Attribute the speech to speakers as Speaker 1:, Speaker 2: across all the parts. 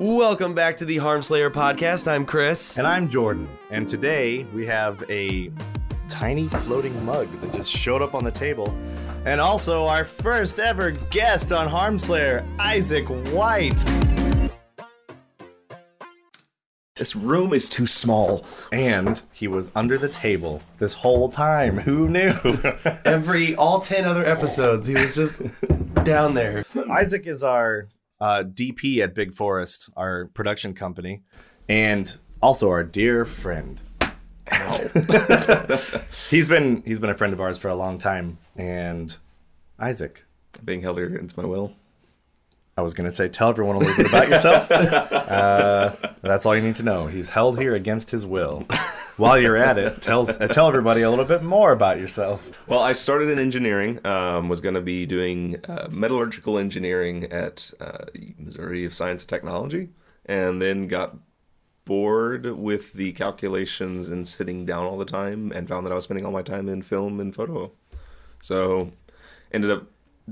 Speaker 1: Welcome back to the Harm Slayer podcast. I'm Chris.
Speaker 2: And I'm Jordan. And today we have a tiny floating mug that just showed up on the table. And also our first ever guest on Harmslayer, Isaac White.
Speaker 3: This room is too small.
Speaker 2: And he was under the table this whole time. Who knew?
Speaker 1: Every all 10 other episodes, he was just down there.
Speaker 2: Isaac is our uh, DP at Big Forest, our production company, and also our dear friend. he's been he's been a friend of ours for a long time, and Isaac,
Speaker 3: Being held against my will.
Speaker 2: I was gonna say tell everyone a little bit about yourself. uh, that's all you need to know. He's held here against his will. While you're at it, tells uh, tell everybody a little bit more about yourself.
Speaker 3: Well, I started in engineering. Um, was going to be doing uh, metallurgical engineering at uh, Missouri of Science and Technology, and then got bored with the calculations and sitting down all the time, and found that I was spending all my time in film and photo. So, ended up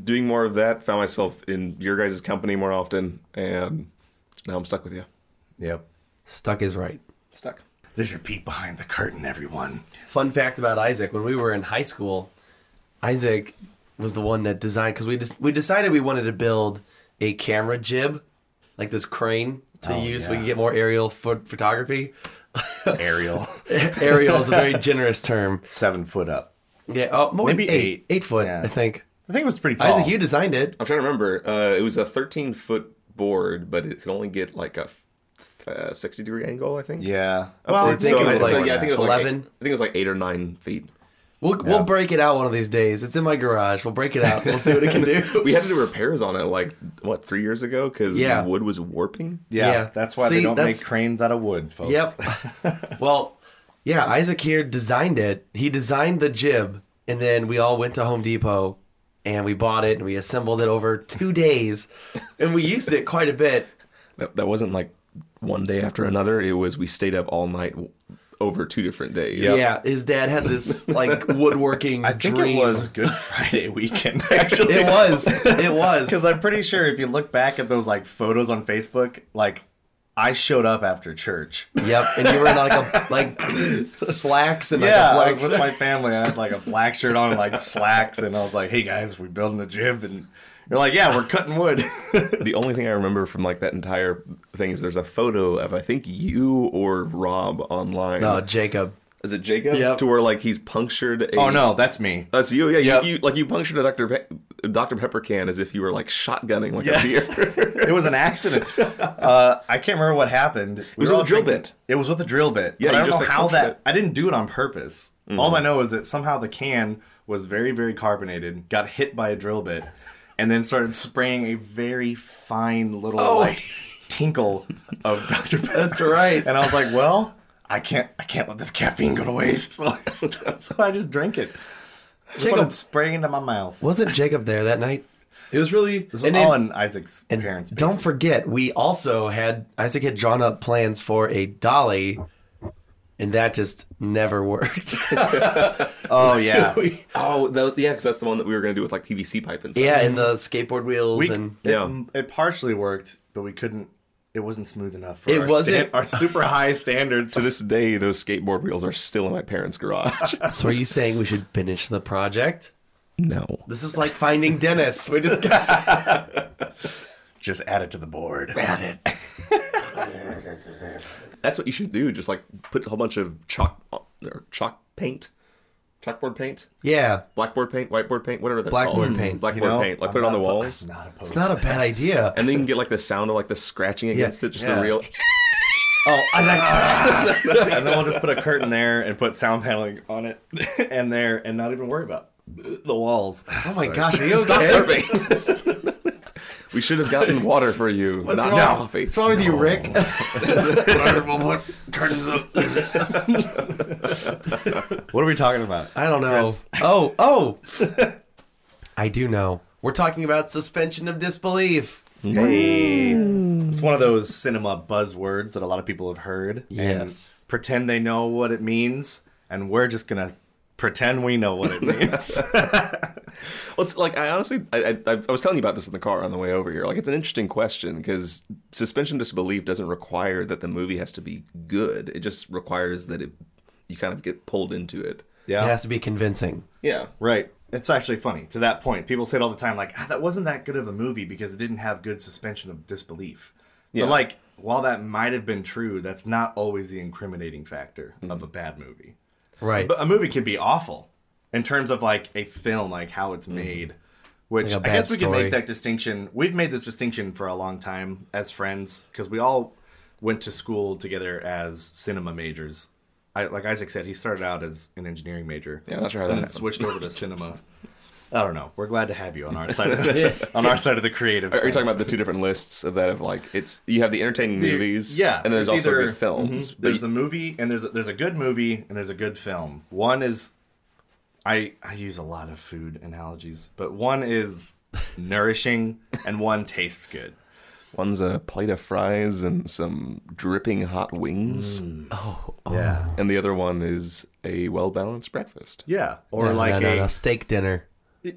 Speaker 3: doing more of that. Found myself in your guys' company more often, and now I'm stuck with you.
Speaker 2: Yep.
Speaker 1: Stuck is right.
Speaker 3: Stuck.
Speaker 2: There's your peek behind the curtain, everyone.
Speaker 1: Fun fact about Isaac when we were in high school, Isaac was the one that designed because we just we decided we wanted to build a camera jib, like this crane to
Speaker 2: Oh,
Speaker 1: use so we
Speaker 2: yeah.
Speaker 1: could get more aerial pho- photography.
Speaker 2: Ariel,
Speaker 1: aerial is a very generous term.
Speaker 2: seven foot up.
Speaker 1: Yeah, oh, more
Speaker 2: Maybe
Speaker 1: eight,
Speaker 2: eight.
Speaker 1: eight foot,
Speaker 2: Yeah.
Speaker 1: I think.
Speaker 2: I think it was pretty tall.
Speaker 1: Isaac, you designed it.
Speaker 3: I'm trying to remember. Uh, it was a 13 foot board, but it could only get like a f- uh, 60 degree angle, I think.
Speaker 2: Yeah.
Speaker 3: Well,
Speaker 1: I think
Speaker 3: so,
Speaker 1: it was
Speaker 3: so,
Speaker 1: like
Speaker 3: yeah, I think it
Speaker 1: 11.
Speaker 3: was Like eight, I think it was like eight or nine feet.
Speaker 1: We'll we'll break it out one of these days. It's in my garage. We'll break it out. We'll see what it can do.
Speaker 3: We had to do repairs on it like what three years ago because
Speaker 1: Yeah.
Speaker 3: the wood was warping.
Speaker 2: yeah,
Speaker 1: Yeah.
Speaker 2: That's why
Speaker 1: See,
Speaker 2: they don't
Speaker 1: that's-
Speaker 2: make cranes out of wood, folks.
Speaker 1: Yep. well, yeah, Isaac here designed it. He designed the jib, and then we all went to Home Depot and we bought it and we assembled it over two days, and we used it quite a bit.
Speaker 3: That, that wasn't like one day after another. It was we stayed up all night w- over two different days.
Speaker 1: Yeah, his dad had this like woodworking.
Speaker 2: I think
Speaker 1: dream.
Speaker 2: it was Good Friday weekend, actually.
Speaker 1: It was. It was.
Speaker 2: Because I'm pretty sure if you look back at those like photos on Facebook, like I showed up after church.
Speaker 1: Yep, and you were in like a like slacks and
Speaker 2: yeah, I
Speaker 1: like a
Speaker 2: was
Speaker 1: black.
Speaker 2: with my family. I had like a black shirt on, and, like slacks, and I was like, "Hey guys, we're building a jib," and you're like, "Yeah, we're cutting wood."
Speaker 3: The only thing I remember from like that entire thing is there's a photo of I think you or Rob online.
Speaker 1: No, Oh, Jacob.
Speaker 3: Is it Jacob?
Speaker 1: Uh, Yep.
Speaker 3: To where like he's punctured. A,
Speaker 2: oh no, that's me.
Speaker 3: That's you, yeah.
Speaker 2: Yep.
Speaker 3: You, you like you punctured a Dr. Pe- Dr. Pepper can as if you were like shotgunning like
Speaker 2: Yes.
Speaker 3: a deer.
Speaker 2: It was an accident. Uh, I can't remember what happened. It
Speaker 3: was with a drill bit.
Speaker 2: It was with a drill bit. but
Speaker 3: Yeah, you
Speaker 2: I don't
Speaker 3: just,
Speaker 2: know
Speaker 3: like,
Speaker 2: how
Speaker 3: punched
Speaker 2: that.
Speaker 3: it. Mm-hmm.
Speaker 2: I didn't do it on purpose. All I know is that somehow the can was very, very carbonated, got hit by a drill bit, and then started spraying a very fine little
Speaker 3: Oh.
Speaker 2: like tinkle of Dr. Pepper.
Speaker 1: That's right.
Speaker 2: And I was like, well, I can't, I can't let this caffeine go to waste. So I, so I just drank it. Just let
Speaker 1: Jacob-
Speaker 2: it spray into my mouth.
Speaker 1: Wasn't Jacob there that night? It was really.
Speaker 2: This is
Speaker 1: and
Speaker 2: all
Speaker 1: then-
Speaker 2: in Isaac's
Speaker 1: and
Speaker 2: parents'
Speaker 1: Don't forget, we also had Isaac had drawn up plans for a dolly, and that just never worked.
Speaker 2: Oh yeah.
Speaker 1: We-
Speaker 3: oh, that was, yeah, because that's the one that we were gonna do with like PVC pipe and stuff.
Speaker 1: yeah, and the skateboard wheels,
Speaker 2: We-
Speaker 1: and
Speaker 2: it,
Speaker 3: Yeah.
Speaker 2: it partially worked, but we couldn't. It wasn't smooth enough for
Speaker 1: It
Speaker 2: our,
Speaker 1: wasn't.
Speaker 2: stan- our super high standards.
Speaker 3: To this day, those skateboard wheels are still in my parents' garage.
Speaker 1: so are you saying we should finish the project?
Speaker 3: no.
Speaker 1: This is like finding Dennis. We just got
Speaker 2: Just add it to the board.
Speaker 1: at it.
Speaker 3: That's what you should do. Just like put a whole bunch of chalk or chalk paint, chalkboard paint,
Speaker 1: Yeah,
Speaker 3: blackboard paint, whiteboard paint, whatever that's
Speaker 1: Blackboard
Speaker 3: called.
Speaker 1: paint.
Speaker 3: Blackboard
Speaker 2: You know,
Speaker 3: paint. Like
Speaker 2: I'm
Speaker 3: put it on the
Speaker 2: not oppo-
Speaker 3: walls.
Speaker 2: I'm not opposed.
Speaker 1: it's not a bad idea.
Speaker 3: And then you can get like the sound of like the scratching against it, just the
Speaker 2: yeah.
Speaker 3: real
Speaker 1: Oh, Isaac,
Speaker 2: and then we'll just put a curtain there and put sound paneling on it, and there, and not even worry about the walls.
Speaker 1: oh my gosh, are you okay?
Speaker 3: Stop burping. we should have gotten water for you, not
Speaker 1: wrong?
Speaker 3: coffee.
Speaker 1: What's wrong with you, Rick?
Speaker 2: What are we talking about?
Speaker 1: I don't know.
Speaker 2: Chris.
Speaker 1: Oh, oh. I do know. We're talking about suspension of disbelief.
Speaker 2: Hey. It's one of those cinema buzzwords that a lot of people have heard.
Speaker 1: Yes.
Speaker 2: And pretend they know what it means, and we're just gonna pretend we know what it means.
Speaker 3: Well, it's like I honestly, I, I, I was telling you about this in the car on the way over here. Like, it's an interesting question because suspension disbelief doesn't require that the movie has to be good. It just requires that it, you kind of get pulled into it.
Speaker 1: It has to be convincing.
Speaker 3: Yeah.
Speaker 2: Right. It's actually funny to that point. People say it all the time, like, ah, that wasn't that good of a movie because it didn't have good suspension of disbelief.
Speaker 3: Yeah.
Speaker 2: But, like, while that might have been true, that's not always the incriminating factor of a bad movie.
Speaker 1: Right.
Speaker 2: But a movie can be awful in terms of, like, a film, like how it's made, which
Speaker 1: Mm-hmm. Like a
Speaker 2: I guess
Speaker 1: bad
Speaker 2: we can
Speaker 1: story.
Speaker 2: make that distinction. We've made this distinction for a long time as friends because we all went to school together as cinema majors. I, like Isaac said, he started out as an engineering major
Speaker 3: Yeah. I'm not sure how
Speaker 2: and
Speaker 3: that
Speaker 2: then
Speaker 3: happened.
Speaker 2: switched over to cinema. I don't know. We're glad to have you on our side. Of the, on our side of the creative.
Speaker 3: Are you talking about
Speaker 2: fence.
Speaker 3: the two different lists of that? Of like, it's you have the entertaining movies,
Speaker 2: Yeah,
Speaker 3: and then there's
Speaker 2: it's
Speaker 3: also
Speaker 2: either-
Speaker 3: good films.
Speaker 2: mhm,
Speaker 3: But
Speaker 2: There's a movie, and there's a, there's a good movie, and there's a good film. One is, I I use a lot of food analogies, but one is nourishing, and one tastes good.
Speaker 3: one's a plate of fries and some dripping hot wings,
Speaker 2: Mm.
Speaker 1: Oh,
Speaker 2: Yeah,
Speaker 3: and the other one is a well balanced breakfast.
Speaker 2: yeah, or
Speaker 1: No, no,
Speaker 2: like
Speaker 1: no,
Speaker 2: a
Speaker 1: no, steak dinner.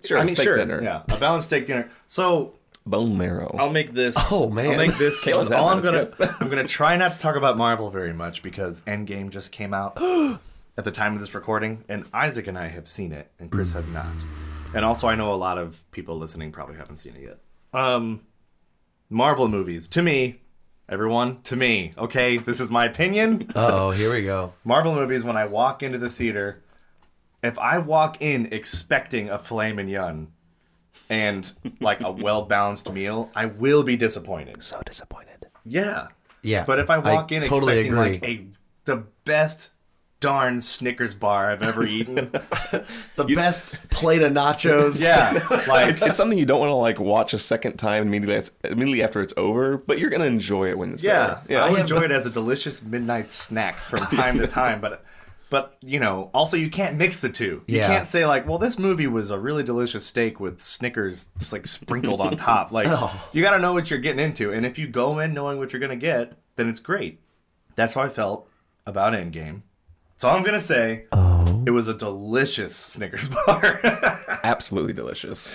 Speaker 3: Sure,
Speaker 2: I mean,
Speaker 3: steak
Speaker 2: sure,
Speaker 3: dinner,
Speaker 2: yeah, a balanced steak dinner. So
Speaker 3: bone marrow.
Speaker 2: I'll make this.
Speaker 1: Oh, man.
Speaker 2: I'll make this.
Speaker 3: Caleb's
Speaker 2: all I'm
Speaker 3: having
Speaker 2: gonna
Speaker 3: it.
Speaker 2: I'm gonna try not to talk about Marvel very much because Endgame just came out at the time of this recording, and Isaac and I have seen it, and Chris has not. And also, I know a lot of people listening probably haven't seen it yet. Um, Marvel movies, to me, everyone, to me, okay, this is my opinion.
Speaker 1: Oh, here we go.
Speaker 2: Marvel movies, when I walk into the theater, if I walk in expecting a filet mignon and like a well balanced meal, I will be disappointed.
Speaker 1: So disappointed.
Speaker 2: Yeah.
Speaker 1: Yeah,
Speaker 2: But if I walk in
Speaker 1: totally
Speaker 2: expecting
Speaker 1: agree.
Speaker 2: like a the best darn Snickers bar I've ever eaten,
Speaker 1: the best plate of nachos.
Speaker 2: yeah, like
Speaker 3: it's, it's something you don't want to like watch a second time immediately as- immediately after it's over, but you're gonna enjoy it when it's
Speaker 2: yeah,
Speaker 3: there.
Speaker 2: I
Speaker 3: Yeah, oh,
Speaker 2: enjoy it as a delicious midnight snack from time to time, but. But you know, also you can't mix the two. You
Speaker 1: Yeah.
Speaker 2: can't say like, "Well, this movie was a really delicious steak with Snickers just like sprinkled on top." Like,
Speaker 1: Oh.
Speaker 2: you got to know what you're getting into, and if you go in knowing what you're gonna get, then it's great. That's how I felt about Endgame. That's all I'm gonna say.
Speaker 1: Oh.
Speaker 2: It was a delicious Snickers bar.
Speaker 3: absolutely delicious.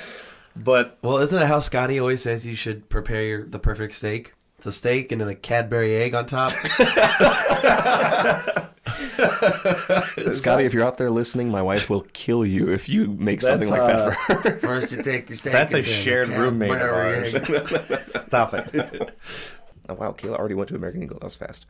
Speaker 2: but
Speaker 1: Well, isn't that how Scotty always says you should prepare your, the perfect steak? It's a steak and then a Cadbury egg on top.
Speaker 3: Scotty, if you're out there listening, my wife will kill you if you make something like
Speaker 2: That's,
Speaker 3: that
Speaker 2: uh,
Speaker 3: for her.
Speaker 1: First you take your steak.
Speaker 2: That's a
Speaker 1: and then
Speaker 2: shared roommate of
Speaker 1: Cadbury
Speaker 2: ours.
Speaker 1: egg.
Speaker 2: stop it.
Speaker 3: Oh, wow, Kayla already went to American Eagle. That was fast.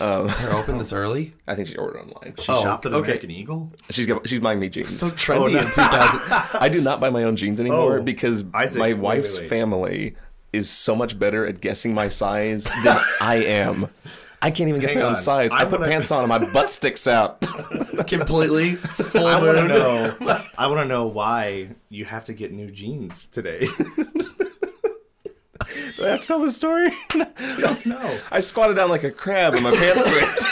Speaker 3: Um,
Speaker 1: They're open this early.
Speaker 3: I think she ordered online. She,
Speaker 2: She
Speaker 1: Oh,
Speaker 2: shops at
Speaker 1: okay.
Speaker 2: American Eagle.
Speaker 3: she's got, she's buying me jeans.
Speaker 1: So trendy in 2000.
Speaker 3: I do not buy my own jeans anymore
Speaker 2: Oh,
Speaker 3: because
Speaker 2: Isaac,
Speaker 3: my
Speaker 2: wait, wait,
Speaker 3: wife's
Speaker 2: wait.
Speaker 3: family is so much better at guessing my size than I am. I can't even guess
Speaker 2: Hang
Speaker 3: my own
Speaker 2: on.
Speaker 3: size. I,
Speaker 2: I
Speaker 3: put
Speaker 2: wanna-
Speaker 3: pants on and my butt sticks out.
Speaker 1: Completely full
Speaker 2: I want to
Speaker 1: moon.
Speaker 2: know. I want to know why you have to get new jeans today.
Speaker 3: Did I have to tell the story?
Speaker 2: no,
Speaker 3: I squatted down like a crab and my pants ripped.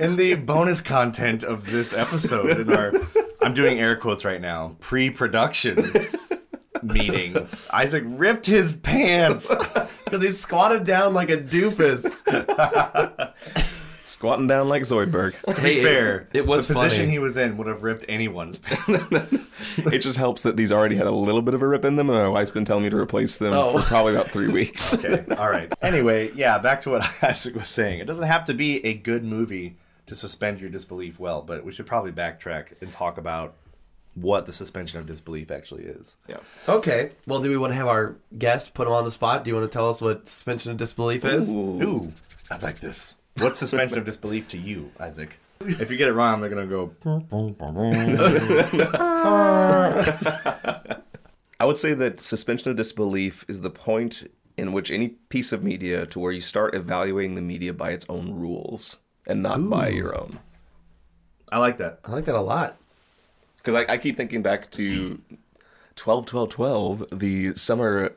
Speaker 2: in the bonus content of this episode, in our, I'm doing air quotes right now, pre-production meeting, Isaac ripped his pants.
Speaker 1: Because he squatted down like a doofus.
Speaker 3: Squatting down like Zoidberg.
Speaker 1: Hey,
Speaker 2: Be
Speaker 1: it-
Speaker 2: fair,
Speaker 1: It, was
Speaker 2: the position
Speaker 1: funny.
Speaker 2: he was in would have ripped anyone's pants.
Speaker 3: It just helps that these already had a little bit of a rip in them, and my wife's been telling me to replace them
Speaker 1: Oh.
Speaker 3: for probably about three weeks.
Speaker 2: okay. All right. Anyway, yeah, back to what Isaac was saying. It doesn't have to be a good movie to suspend your disbelief well, but we should probably backtrack and talk about what the suspension of disbelief actually is.
Speaker 3: Yeah.
Speaker 1: Okay. Well, do we want to have our guest put him on the spot? Do you want to tell us what suspension of disbelief is?
Speaker 2: Ooh, I like this. What's suspension of disbelief to you, Isaac? If you get it wrong, they're going to go.
Speaker 3: I would say that suspension of disbelief is the point in which any piece of media to where you start evaluating the media by its own rules and not by your own.
Speaker 2: I like that.
Speaker 1: I like that a lot.
Speaker 3: Because I, I keep thinking back to 12 12 12, the summer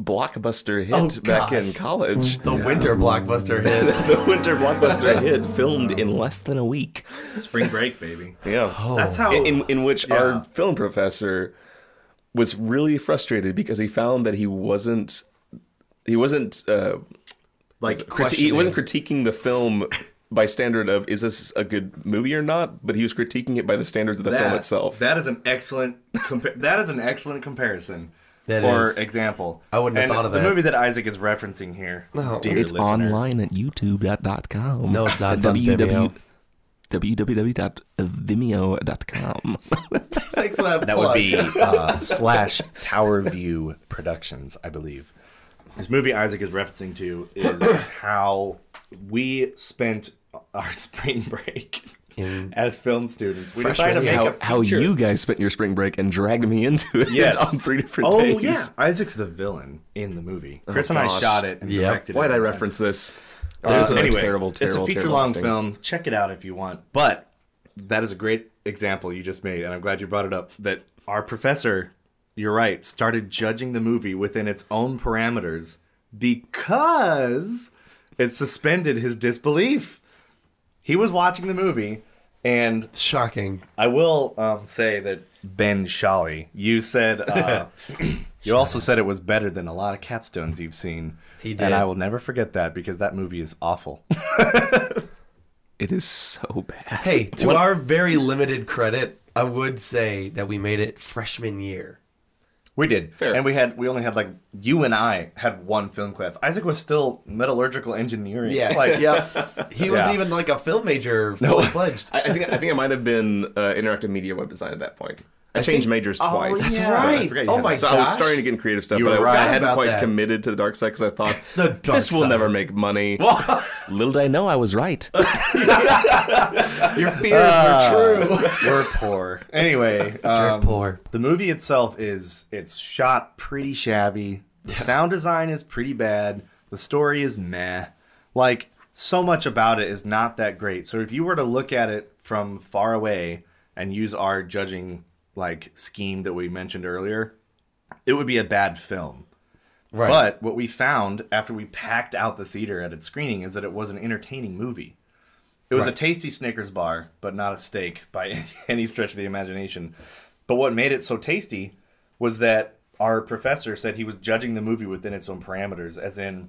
Speaker 3: blockbuster hit
Speaker 1: Oh,
Speaker 3: back in
Speaker 1: gosh.
Speaker 3: college.
Speaker 1: The winter blockbuster hit.
Speaker 3: the winter blockbuster hit filmed in less than a week.
Speaker 2: Spring break, baby.
Speaker 3: Yeah.
Speaker 1: Oh.
Speaker 2: That's how.
Speaker 3: in, in, in which
Speaker 2: Yeah.
Speaker 3: our film professor was really frustrated because he found that he wasn't he wasn't uh,
Speaker 2: like,
Speaker 3: criti- he wasn't critiquing the film
Speaker 4: by standard of is this a good movie or not, but he was critiquing it by the standards of the film itself.
Speaker 2: That is an excellent compa- that is an excellent comparison
Speaker 1: That
Speaker 2: or
Speaker 1: is.
Speaker 2: example.
Speaker 1: I wouldn't have
Speaker 2: And
Speaker 1: thought of
Speaker 2: the
Speaker 1: that.
Speaker 2: movie that Isaac is referencing here.
Speaker 1: No.
Speaker 2: dear
Speaker 1: It's
Speaker 2: listener,
Speaker 3: at youtube.com.
Speaker 1: No, it's not. It's on Vimeo.
Speaker 3: www.vimeo.com.
Speaker 1: Thanks for that.
Speaker 2: That would
Speaker 1: plug.
Speaker 2: be uh, slash Tower View Productions, I believe. This movie Isaac is referencing to is how we spent our spring break
Speaker 1: In-
Speaker 2: as film students. We
Speaker 1: Freshman
Speaker 2: decided to
Speaker 1: year.
Speaker 2: make
Speaker 4: how,
Speaker 2: a
Speaker 4: how
Speaker 2: feature.
Speaker 4: you guys spent your spring break and dragged me into it
Speaker 2: yes
Speaker 4: on three different
Speaker 2: oh,
Speaker 4: days.
Speaker 2: yeah, Isaac's the villain in the movie. Chris and I
Speaker 4: gosh.
Speaker 2: shot it and
Speaker 1: Yep.
Speaker 2: directed it.
Speaker 4: Why did I reference this?
Speaker 2: Uh,
Speaker 4: This is a
Speaker 2: anyway,
Speaker 4: terrible, terrible,
Speaker 2: it's a
Speaker 4: terrible
Speaker 2: feature-long
Speaker 4: thing.
Speaker 2: film. Check it out if you want. But that is a great example you just made, and I'm glad you brought it up. That our professor, you're right, started judging the movie within its own parameters because it suspended his disbelief. He was watching the movie, and
Speaker 1: shocking.
Speaker 2: I will um, say that Ben Shally, you said uh, you also said it was better than a lot of capstones you've seen.
Speaker 1: He did.
Speaker 2: and I will never forget that because that movie is awful.
Speaker 3: it is so bad.
Speaker 1: Hey, to our very limited credit, I would say that we made it freshman year.
Speaker 2: We did,
Speaker 4: Fair.
Speaker 2: and we had we only had like you and I had one film class. Isaac was still metallurgical engineering. like
Speaker 1: yep. He wasn't
Speaker 2: Yeah.
Speaker 1: even like a film major, fully fledged.
Speaker 4: I, I think I think I might have been uh, interactive media web design at that point. I, changed majors twice.
Speaker 1: That's
Speaker 2: yeah. I
Speaker 1: Oh, right.
Speaker 2: forgot you
Speaker 1: Oh
Speaker 2: had
Speaker 1: my
Speaker 2: that.
Speaker 4: So I was
Speaker 1: gosh.
Speaker 4: starting to get in creative stuff,
Speaker 2: You
Speaker 4: but I,
Speaker 2: were
Speaker 4: I
Speaker 2: right
Speaker 4: hadn't
Speaker 1: about
Speaker 4: quite
Speaker 1: that.
Speaker 4: committed to the dark side because I thought
Speaker 1: The dark
Speaker 4: this will
Speaker 1: side.
Speaker 4: never make money.
Speaker 3: Little did I know I was right.
Speaker 1: Your fears were true.
Speaker 2: we're poor. Anyway, Ah. um,
Speaker 1: poor.
Speaker 2: The movie itself is it's shot pretty shabby. The sound design is pretty bad. The story is meh. Like so much about it is not that great. So if you were to look at it from far away and use our judging like scheme that we mentioned earlier, it would be a bad film.
Speaker 1: Right.
Speaker 2: But what we found after we packed out the theater at its screening is that it was an entertaining movie. It was a tasty Snickers bar, but not a steak by any stretch of the imagination. But what made it so tasty was that our professor said he was judging the movie within its own parameters, as in,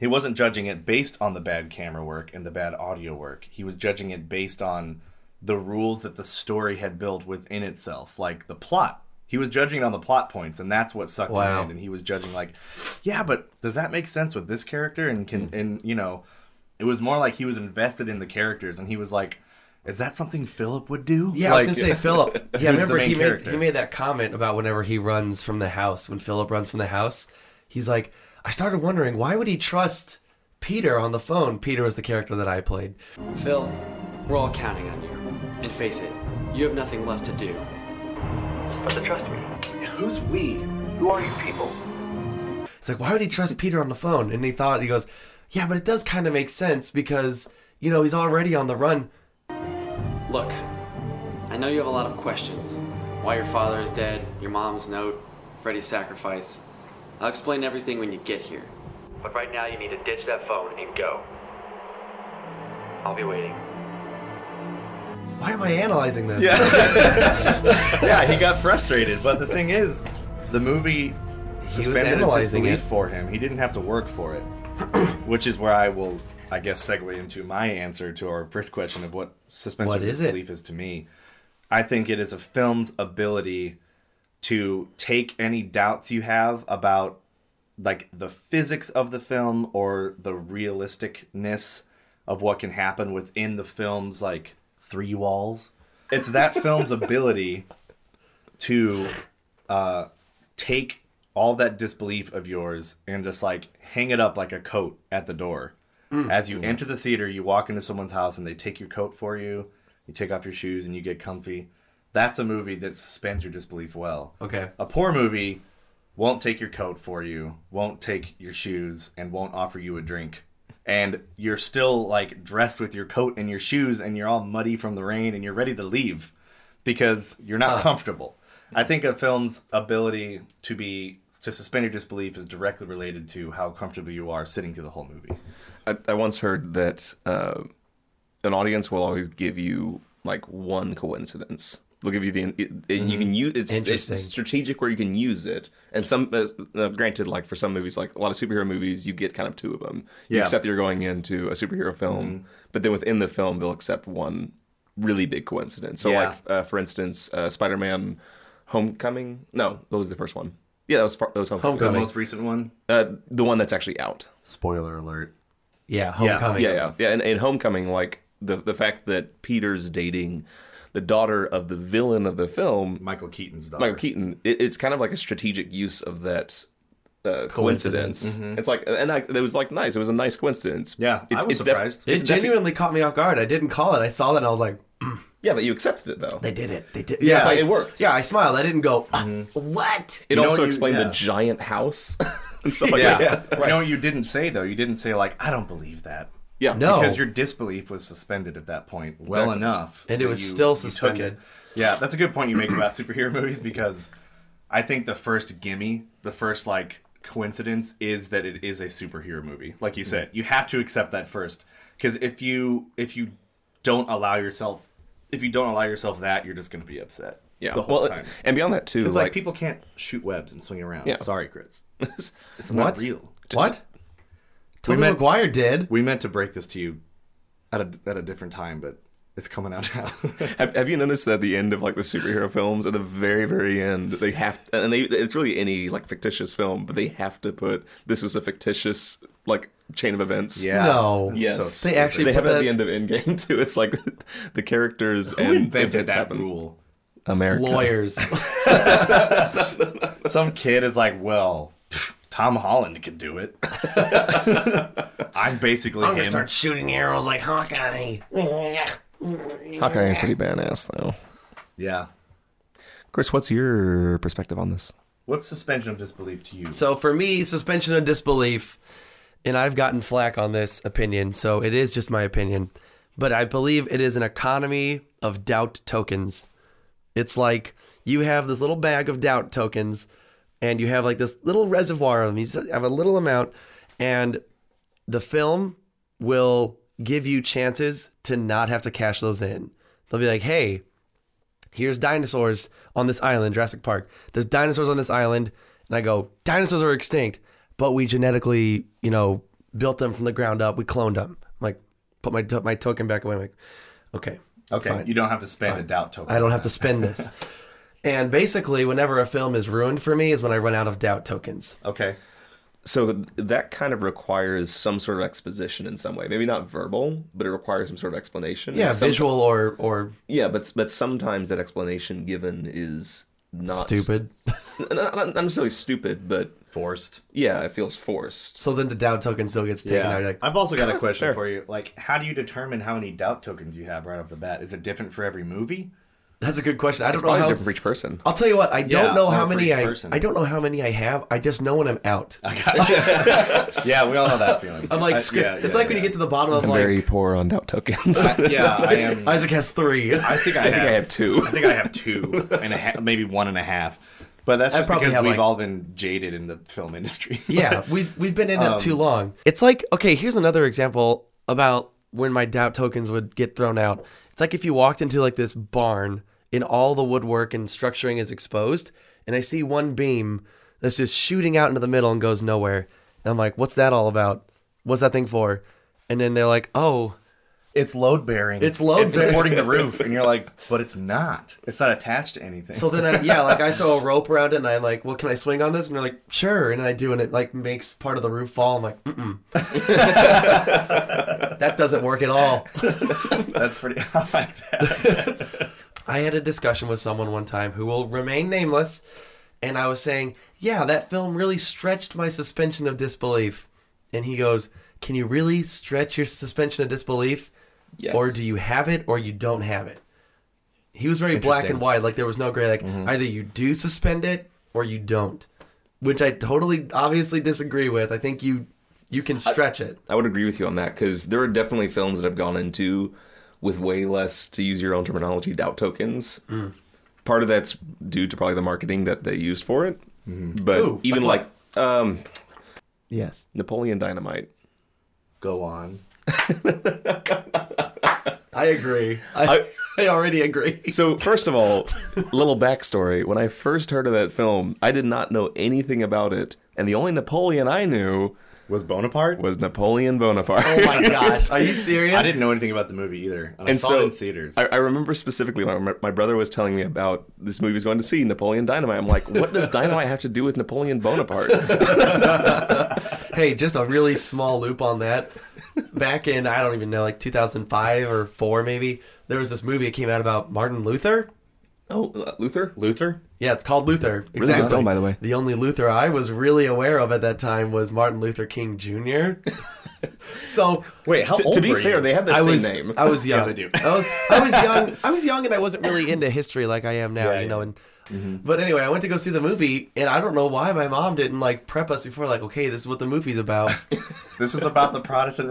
Speaker 2: he wasn't judging it based on the bad camera work and the bad audio work. He was judging it based on the rules that the story had built within itself, like the plot. He was judging it on the plot points, and that's what sucked
Speaker 1: Wow.
Speaker 2: him in. And he was judging like, yeah, but does that make sense with this character? And
Speaker 1: Hmm.
Speaker 2: can and you know, it was more like he was invested in the characters, and he was like, is that something Philip would do?
Speaker 1: yeah, I
Speaker 2: Like-
Speaker 1: was gonna say Philip. Yeah,
Speaker 2: Who's the
Speaker 1: remember
Speaker 2: main
Speaker 1: he made,
Speaker 2: character?
Speaker 1: he made that comment about whenever he runs from the house, when Philip runs from the house, he's like, I started wondering why would he trust Peter on the phone? Peter was the character that I played.
Speaker 5: Phil, we're all counting on you. And face it, you have nothing left to do.
Speaker 6: But to trust me. Who's we? Who are you people?
Speaker 1: It's like, why would he trust Peter on the phone? And he thought, he goes, yeah, but it does kind of make sense because, you know, he's already on the run.
Speaker 5: Look, I know you have a lot of questions. Why your father is dead, your mom's note, Freddy's sacrifice. I'll explain everything when you get here.
Speaker 6: But right now you need to ditch that phone and go. I'll be waiting.
Speaker 1: Why am I analyzing this?
Speaker 2: yeah, he got frustrated. But the thing is, the movie suspended his
Speaker 1: analyzing
Speaker 2: disbelief
Speaker 1: it.
Speaker 2: for him. He didn't have to work for it, which is where I will, I guess, segue into my answer to our first question of what suspension
Speaker 1: What
Speaker 2: of
Speaker 1: is it?
Speaker 2: disbelief is to me. I think it is a film's ability to take any doubts you have about like the physics of the film or the realisticness of what can happen within the film's like three walls. It's that film's ability to uh, take all that disbelief of yours and just like hang it up like a coat at the door. As you enter the theater, you walk into someone's house and they take your coat for you. You take off your shoes and you get comfy. That's a movie that suspends your disbelief well.
Speaker 1: Okay.
Speaker 2: A poor movie won't take your coat for you, won't take your shoes, and won't offer you a drink. And you're still like dressed with your coat and your shoes, and you're all muddy from the rain, and you're ready to leave because you're not comfortable. I think a film's ability to be to suspend your disbelief is directly related to how comfortable you are sitting through the whole movie.
Speaker 4: I, I once heard that uh, an audience will always give you like one coincidence
Speaker 3: They'll give you the it, it- you can use it's, it's
Speaker 1: Interesting.
Speaker 3: strategic where you can use it. And some, uh, uh, granted, like for some movies, like a lot of superhero movies, you get kind of two of them. You
Speaker 2: Yeah.
Speaker 3: accept that you're going into a superhero film, but then within the film, they'll accept one really big coincidence. So,
Speaker 2: Yeah.
Speaker 3: like uh, for instance, uh, Spider-Man: Homecoming. No, that was the first one. Yeah, that was far, that was Homecoming.
Speaker 2: The
Speaker 1: Homecoming.
Speaker 2: most recent one.
Speaker 3: Uh, the one that's actually out.
Speaker 2: Spoiler alert.
Speaker 1: Yeah, homecoming.
Speaker 3: Yeah, yeah, yeah. And in Homecoming, like the the fact that Peter's dating the daughter of the villain of the film,
Speaker 2: Michael Keaton's daughter.
Speaker 3: Michael Keaton, it, it's kind of like a strategic use of that. Uh, coincidence. It's like, and I, it was like nice. It was a nice coincidence.
Speaker 2: Mm-hmm. Yeah,
Speaker 3: it's,
Speaker 2: I was
Speaker 3: it's def-
Speaker 2: surprised.
Speaker 1: It genuinely caught me off guard. I didn't call it. I saw that and I was like,
Speaker 3: yeah, but you accepted it though.
Speaker 1: they did it. They did.
Speaker 3: Yeah,
Speaker 1: it's like-
Speaker 3: it worked. Mm-hmm.
Speaker 1: Yeah, I smiled. I didn't go, "Ah, what?
Speaker 2: You
Speaker 3: It
Speaker 2: know
Speaker 3: also
Speaker 2: what you-
Speaker 3: explained
Speaker 2: yeah.
Speaker 3: the giant house and stuff like
Speaker 2: Oh, yeah.
Speaker 3: that.
Speaker 2: You know what you didn't say though? You didn't say like I don't believe that.
Speaker 3: Yeah,
Speaker 1: No.
Speaker 2: Because your disbelief was suspended at that point well
Speaker 3: Exactly.
Speaker 2: enough.
Speaker 1: And it
Speaker 2: that
Speaker 1: was
Speaker 2: you-
Speaker 1: still
Speaker 2: you took it.
Speaker 1: suspended.
Speaker 2: Yeah, that's a good point you make about superhero movies because I think the first gimme, the first like coincidence is that it is a superhero movie. Like
Speaker 1: Mm-hmm.
Speaker 2: you said, you have to accept that first because if you if you don't allow yourself if you don't allow yourself that, you're just going to be upset.
Speaker 3: Yeah.
Speaker 2: the whole
Speaker 3: well,
Speaker 2: time.
Speaker 3: and beyond that too,
Speaker 2: It's
Speaker 3: like,
Speaker 2: like, people can't shoot webs and swing around.
Speaker 3: Yeah.
Speaker 2: Sorry, Chris. It's
Speaker 1: What?
Speaker 2: not real.
Speaker 1: What? Tobey
Speaker 2: meant-
Speaker 1: Maguire did.
Speaker 2: We meant to break this to you at a at a different time, but it's coming out now.
Speaker 3: Have, have you noticed that at the end of like the superhero films, at the very very end, they have and they it's really any like fictitious film, but they have to put this was a fictitious like chain of events.
Speaker 1: No.
Speaker 2: That's
Speaker 3: Yes.
Speaker 2: so
Speaker 3: They
Speaker 2: stupid.
Speaker 1: actually-
Speaker 3: They have it
Speaker 1: But
Speaker 3: at
Speaker 1: that-
Speaker 3: the end of Endgame too. It's like the characters
Speaker 2: who
Speaker 3: and
Speaker 2: invented
Speaker 3: events
Speaker 2: that
Speaker 3: happen.
Speaker 2: rule?
Speaker 7: America.
Speaker 1: Lawyers.
Speaker 2: Some kid is like, well, pff, Tom Holland can do it. I'm basically
Speaker 8: I'm
Speaker 2: him.
Speaker 8: gonna start shooting arrows like Hawkeye.
Speaker 7: Hawkeye is pretty badass though.
Speaker 2: Yeah.
Speaker 7: Chris, what's your perspective on this?
Speaker 2: What's suspension of disbelief to you?
Speaker 1: Mm. So for me, suspension of disbelief, and I've gotten flack on this opinion, so it is just my opinion, but I believe it is an economy of doubt tokens. It's like you have this little bag of doubt tokens, and you have like this little reservoir of them. You just have a little amount, and the film will give you chances to not have to cash those in. They'll be like, hey, here's dinosaurs on this island, Jurassic Park. There's dinosaurs on this island. And I go, dinosaurs are extinct, but we genetically, you know, built them from the ground up. We cloned them. I'm like, put my, my token back away. I'm like, okay.
Speaker 2: okay, you don't have to spend a doubt token.
Speaker 1: I don't have to spend this. and basically, whenever a film is ruined for me is when I run out of doubt tokens.
Speaker 2: Okay.
Speaker 3: So that kind of requires some sort of exposition in some way. Maybe not verbal, but it requires some sort of explanation.
Speaker 1: Yeah,
Speaker 3: And some-
Speaker 1: visual or, or
Speaker 3: Yeah, but but sometimes that explanation given is not
Speaker 1: stupid.
Speaker 3: Not, not necessarily stupid, but
Speaker 2: Forced.
Speaker 3: yeah, it feels forced.
Speaker 1: So then the doubt token still gets taken out. You're like,
Speaker 2: I've also got a question for you. Like, how do you determine how many doubt tokens you have right off the bat? Is it different for every movie?
Speaker 1: That's a good question. I don't know
Speaker 3: Probably
Speaker 1: how
Speaker 3: different for each person.
Speaker 1: I'll tell you what, I
Speaker 2: Yeah,
Speaker 1: don't know
Speaker 2: one
Speaker 1: how
Speaker 2: for
Speaker 1: many
Speaker 2: each
Speaker 1: I
Speaker 2: person.
Speaker 1: I don't know how many I have. I just know when I'm out. I'm
Speaker 2: Yeah, we all know that feeling.
Speaker 1: like
Speaker 2: I-
Speaker 1: scr-
Speaker 2: yeah,
Speaker 1: it's
Speaker 2: yeah,
Speaker 1: like when you
Speaker 2: yeah.
Speaker 1: get to the bottom of
Speaker 7: I'm
Speaker 1: like
Speaker 7: very poor on doubt tokens.
Speaker 2: Yeah, I am.
Speaker 1: Isaac has 3.
Speaker 2: I think I,
Speaker 3: I think I have two.
Speaker 2: I think I have two and a half, maybe one and a half. But that's
Speaker 1: I
Speaker 2: just
Speaker 1: probably
Speaker 2: because
Speaker 1: have,
Speaker 2: we've
Speaker 1: like-
Speaker 2: all been jaded in the film industry.
Speaker 1: yeah, we've we've been in it too long. It's like okay, here's another example about when my doubt tokens would get thrown out. It's like if you walked into like this barn and all the woodwork and structuring is exposed, and I see one beam that's just shooting out into the middle and goes nowhere. And I'm like, what's that all about? What's that thing for? And then they're like, oh,
Speaker 2: it's load bearing.
Speaker 1: It's load
Speaker 2: It's
Speaker 1: bearing.
Speaker 2: supporting the roof, and you're like, but it's not. It's not attached to anything.
Speaker 1: So then, I, yeah, like I throw a rope around it, and I'm like, "Well, can I swing on this?" And they're like, "Sure." And I do, and it like makes part of the roof fall. I'm like, "Mm-mm, that doesn't work at all."
Speaker 2: that's pretty. I like that.
Speaker 1: I had a discussion with someone one time who will remain nameless, and I was saying, "Yeah, that film really stretched my suspension of disbelief," and he goes, "Can you really stretch your suspension of disbelief,
Speaker 3: Yes.
Speaker 1: or do you have it or you don't have it?" He was very black and
Speaker 2: Interesting.
Speaker 1: white. Like there was no gray. Like either you do suspend it or you don't, which I totally obviously disagree with. I think you you can stretch it.
Speaker 3: I would agree with you on that because there are definitely films that I've gone into with way less, to use your own terminology, doubt tokens. Part of that's due to probably the marketing that they used for it, but
Speaker 1: Ooh,
Speaker 3: even
Speaker 1: like
Speaker 3: like, um,
Speaker 1: Yes.
Speaker 3: Napoleon Dynamite.
Speaker 2: Go on.
Speaker 1: I agree. I, I already agree.
Speaker 3: So, first of all, little backstory. When I first heard of that film, I did not know anything about it, and the only Napoleon I knew
Speaker 2: Was Bonaparte?
Speaker 3: was Napoleon Bonaparte.
Speaker 1: Oh my gosh. Are you serious?
Speaker 2: I didn't know anything about the movie either, and, I saw it in theaters.
Speaker 3: I, I remember specifically my, my brother was telling me about this movie he was going to see Napoleon Dynamite. I'm like, what does Dynamite have to do with Napoleon Bonaparte?
Speaker 1: Hey, just a really small loop on that. Back in, I don't even know, like 2005 or 4 maybe, there was this movie that came out about Martin Luther.
Speaker 3: oh, uh, Luther?
Speaker 2: Luther?
Speaker 1: Yeah, it's called Luther. Exactly.
Speaker 9: Really good film, by the way.
Speaker 1: The only Luther I was really aware of at that time was Martin Luther King Jr. so
Speaker 2: Wait, how
Speaker 3: To,
Speaker 2: old
Speaker 3: to be
Speaker 2: were you?
Speaker 3: fair, they have the
Speaker 1: I
Speaker 3: same
Speaker 1: was
Speaker 3: name.
Speaker 1: I was young.
Speaker 2: they do.
Speaker 1: I was I was young. I was young and I wasn't really into history like I am now,
Speaker 2: Yeah,
Speaker 1: you
Speaker 2: yeah.
Speaker 1: know. And
Speaker 9: Mm-hmm.
Speaker 1: but anyway, I went to go see the movie, and I don't know why my mom didn't like prep us before, like, okay, this is what the movie's about.
Speaker 2: This is about the Protestant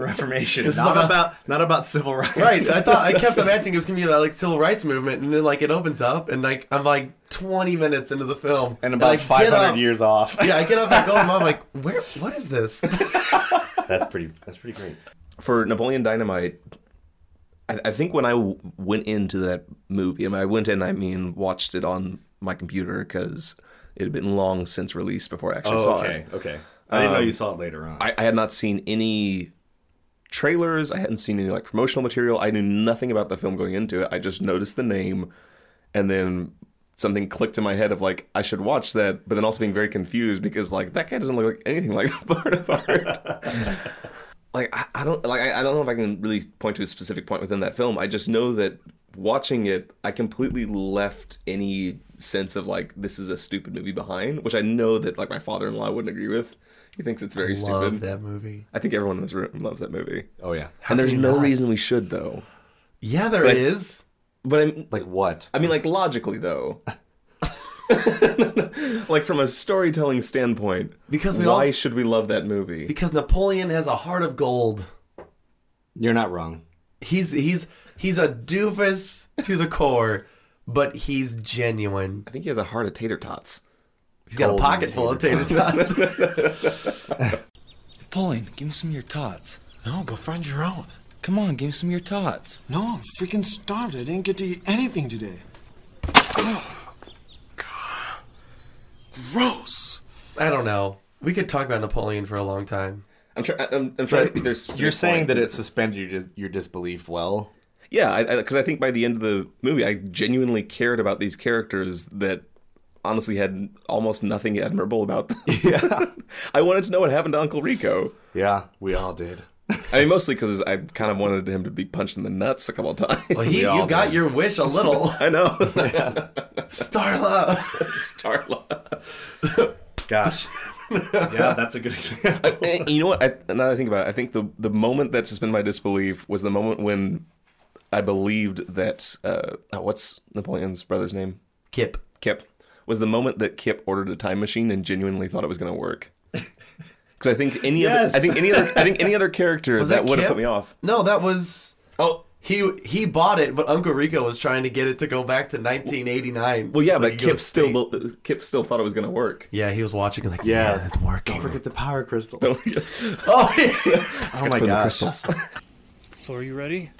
Speaker 2: Reformation.
Speaker 1: This is
Speaker 2: not
Speaker 1: about-
Speaker 2: about, not about civil rights.
Speaker 1: Right. So I thought I kept imagining it was gonna be about like civil rights movement, and then like it opens up, and like I'm like 20 minutes into the film,
Speaker 2: and about
Speaker 1: I get
Speaker 2: 500
Speaker 1: up-
Speaker 2: years off.
Speaker 1: Yeah, I get up and go, and Mom, like, where? What is this?
Speaker 2: that's pretty. That's pretty great.
Speaker 3: for Napoleon Dynamite, I, I think when I w- went into that movie, and I went in, I mean, watched it on my computer because it had been long since released before I actually saw
Speaker 2: Oh, okay,
Speaker 3: it.
Speaker 2: okay. I didn't know you saw it later on.
Speaker 3: I, I had not seen any trailers. I hadn't seen any like promotional material. I knew nothing about the film going into it. I just noticed the name, and then something clicked in my head of like I should watch that, but then also being very confused because like that guy doesn't look like anything like Bonaparte. like I, I don't like I, I don't know if I can really point to a specific point within that film. I just know that watching it, I completely left any sense of like this is a stupid movie behind, which I know that like my father-in-law wouldn't agree with. He thinks it's very
Speaker 1: Love
Speaker 3: stupid.
Speaker 1: that movie.
Speaker 3: I think everyone in this room loves that movie.
Speaker 2: oh yeah.
Speaker 3: and there's
Speaker 1: can you
Speaker 3: no
Speaker 1: not?
Speaker 3: reason we should though.
Speaker 1: Yeah, there is.
Speaker 3: But- But I'm like
Speaker 2: Like what?
Speaker 3: I mean like logically though. like from a storytelling standpoint,
Speaker 1: Because we
Speaker 3: why
Speaker 1: all-
Speaker 3: should we love that movie?
Speaker 1: because Napoleon has a heart of gold.
Speaker 2: You're not wrong.
Speaker 1: He's he's he's a doofus to the core, but he's genuine.
Speaker 3: I think he has a heart of tater tots.
Speaker 1: He's got a
Speaker 2: Golden
Speaker 1: pocket full of tater tots.
Speaker 10: Napoleon, give me some of your tots. No, go find your own. Come on, give me some of your tots.
Speaker 11: No, I'm freaking starved. I didn't get to eat anything today. Oh, God. Gross.
Speaker 1: I don't know. We could talk about Napoleon for a long time.
Speaker 3: I'm trying. I'm, I'm trying. There's specific
Speaker 2: You're saying
Speaker 3: points.
Speaker 2: that it suspended your, dis- your disbelief well.
Speaker 3: yeah, because I, 'cause I think by the end of the movie, I genuinely cared about these characters that honestly had almost nothing admirable about them. Yeah, I wanted to know what happened to Uncle Rico.
Speaker 2: Yeah, we all did.
Speaker 3: I mean, mostly because I kind of wanted him to be punched in the nuts a couple of times.
Speaker 1: Well, he's, you got your wish a little,
Speaker 3: I know,
Speaker 1: Starla.
Speaker 3: Starla.
Speaker 2: Gosh. yeah, that's a good example.
Speaker 3: And Eh, you know what? I, now that I think about it, I think the the moment that suspended my disbelief was the moment when I believed that uh, oh, what's Napoleon's brother's name?
Speaker 1: Kip.
Speaker 3: Kip was the moment that Kip ordered a time machine and genuinely thought it was going to work. Because I think any
Speaker 2: Yes.
Speaker 3: other, I think any other, I think any other character
Speaker 1: Was
Speaker 3: that, would
Speaker 1: Kip?
Speaker 3: have put me off.
Speaker 1: No, that was
Speaker 3: Oh,
Speaker 1: he. He bought it, but Uncle Rico was trying to get it to go back to 1989.
Speaker 3: well, yeah,
Speaker 1: so he
Speaker 3: but
Speaker 1: could go
Speaker 3: Kip still,
Speaker 1: state-
Speaker 3: bel- Kip still thought it was going to work.
Speaker 1: Yeah, he was watching like
Speaker 2: Yeah.
Speaker 1: yeah, it's working.
Speaker 2: Forget the power crystal.
Speaker 3: Don't-
Speaker 1: Oh, yeah.
Speaker 2: Oh my gosh.
Speaker 12: So are you ready?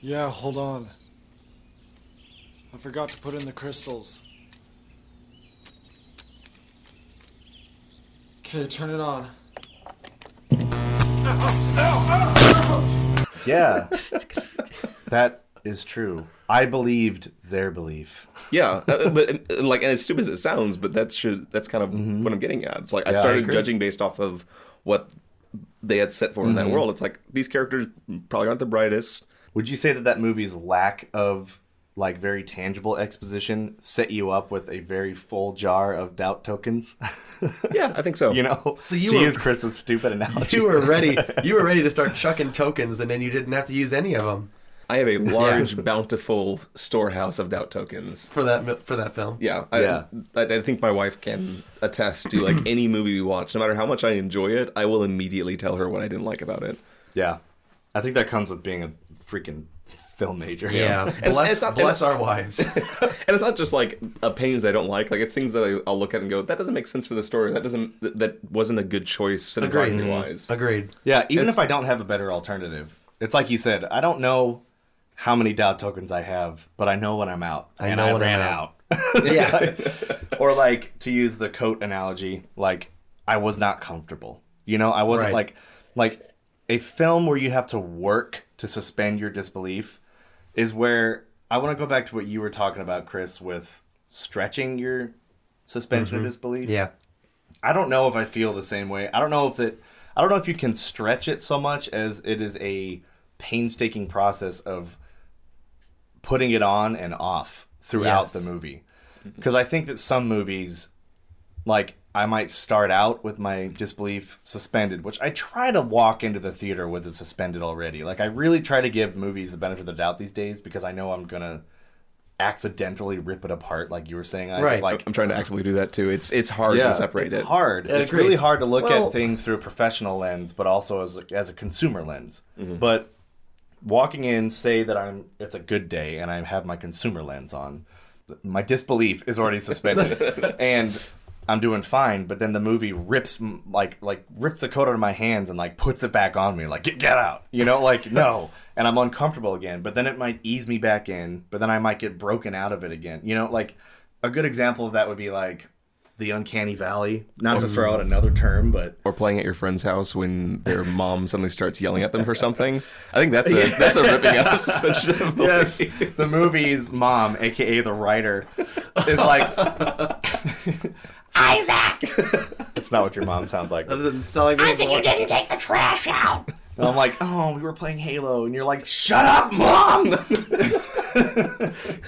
Speaker 11: Yeah, hold on. I forgot to put in the crystals. Okay, turn it on.
Speaker 2: Yeah. that is true. I believed their belief.
Speaker 3: yeah, uh, but uh, like, and as stupid as it sounds, but that's just, that's kind of what I'm getting at. It's like I started
Speaker 1: agree.
Speaker 3: judging based off of what they had set for in that world. It's like these characters probably aren't the brightest.
Speaker 2: Would you say that that movie's lack of like very tangible exposition set you up with a very full jar of doubt tokens?
Speaker 3: Yeah, I think so.
Speaker 2: you know,
Speaker 1: So you
Speaker 2: to
Speaker 1: were-
Speaker 2: use Chris's stupid analogy.
Speaker 1: you were ready. You were ready to start chucking tokens, and then you didn't have to use any of them
Speaker 3: I have a large, bountiful storehouse of doubt tokens.
Speaker 1: for that mi- for that film.
Speaker 3: Yeah, I,
Speaker 2: Yeah.
Speaker 3: I, I think my wife can attest to like any movie we watch, no matter how much I enjoy it, I will immediately tell her what I didn't like about it.
Speaker 2: yeah, I think that comes with being a freaking film major.
Speaker 1: Yeah,
Speaker 3: it's
Speaker 1: bless,
Speaker 3: not- and
Speaker 1: bless
Speaker 3: it's-
Speaker 1: our wives.
Speaker 3: and it's not just like opinions I don't like; like it's things that I, I'll look at and go, "That doesn't make sense for the story. That doesn't that, that wasn't a good choice cinematography wise."
Speaker 1: Agreed.
Speaker 2: Yeah, even
Speaker 3: It's-
Speaker 2: if I don't have a better alternative, it's like you said, I don't know how many Dow tokens I have, but I know when I'm out.
Speaker 1: I
Speaker 2: and
Speaker 1: know
Speaker 2: I
Speaker 1: when I'm
Speaker 2: ran
Speaker 1: out.
Speaker 2: out. yeah. or like to use the coat analogy, like I was not comfortable. You know, I wasn't
Speaker 1: Right.
Speaker 2: like like a film where you have to work to suspend your disbelief is where I want to go back to what you were talking about, Chris, with stretching your suspension
Speaker 1: Mhm.
Speaker 2: of disbelief.
Speaker 1: Yeah.
Speaker 2: I don't know if I feel the same way. I don't know if that. I don't know if you can stretch it so much as it is a painstaking process of putting it on and off throughout
Speaker 1: Yes. Mm-hmm.
Speaker 2: the movie. Because I think that some movies, like I might start out with my disbelief suspended, which I try to walk into the theater with it suspended already. Like I really try to give movies the benefit of the doubt these days because I know I'm gonna accidentally rip it apart, like you were saying. Isaac.
Speaker 1: Right.
Speaker 2: Like
Speaker 3: I'm trying to actively do that too. It's it's hard to separate
Speaker 2: it's
Speaker 3: it.
Speaker 2: hard.
Speaker 1: Yeah,
Speaker 2: it's
Speaker 1: agreed.
Speaker 2: really hard to look
Speaker 1: Well-
Speaker 2: at things through a professional lens, but also as a, as a consumer lens.
Speaker 3: Mm-hmm.
Speaker 2: But walking in, say that I'm it's a good day and I have my consumer lens on, my disbelief is already suspended, and I'm doing fine. But then the movie rips m- like like rips the coat out of my hands and like puts it back on me, like get get out, you know, like no. And I'm uncomfortable again, but then it might ease me back in, but then I might get broken out of it again. You know, like a good example of that would be like the uncanny valley not
Speaker 3: Oh.
Speaker 2: to throw out another term but
Speaker 3: Or playing at your friend's house when their mom suddenly starts yelling at them for something. I think that's a that's a ripping out of suspension. Of
Speaker 2: yes the movie's mom aka the writer is like isaac it's not what your mom sounds like
Speaker 1: That doesn't sound like me.
Speaker 13: didn't take the trash out.
Speaker 2: And i'm like oh we were playing halo and you're like shut up mom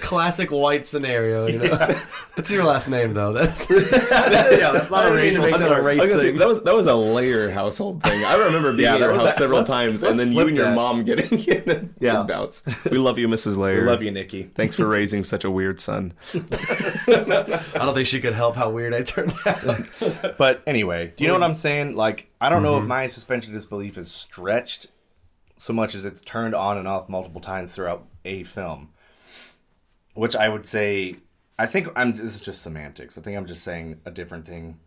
Speaker 1: classic white scenario. You know? That's your last name though. That's
Speaker 2: yeah that's not
Speaker 1: I didn't
Speaker 2: a
Speaker 1: mean to
Speaker 2: racial
Speaker 1: make that a
Speaker 2: slur.
Speaker 1: race
Speaker 3: I was gonna say,
Speaker 1: thing.
Speaker 3: that was that was a layer household thing. I remember being
Speaker 2: Yeah,
Speaker 3: at your
Speaker 2: that was
Speaker 3: house
Speaker 2: a-
Speaker 3: several
Speaker 2: let's-
Speaker 3: times,
Speaker 2: let's
Speaker 3: and then you
Speaker 2: flip
Speaker 3: and your
Speaker 2: that.
Speaker 3: mom getting in
Speaker 2: Yeah.
Speaker 3: and outs. We love you, Mrs. Layer.
Speaker 2: I love you nikki
Speaker 3: Thanks for raising such a weird son.
Speaker 1: I don't think she could help how weird I turned out.
Speaker 2: But anyway, do you know what I'm saying? Like, I don't know if my suspension of disbelief is stretched so much as it's turned on and off multiple times throughout a film. Which I would say, I think I'm. This is just semantics. I think I'm just saying a different thing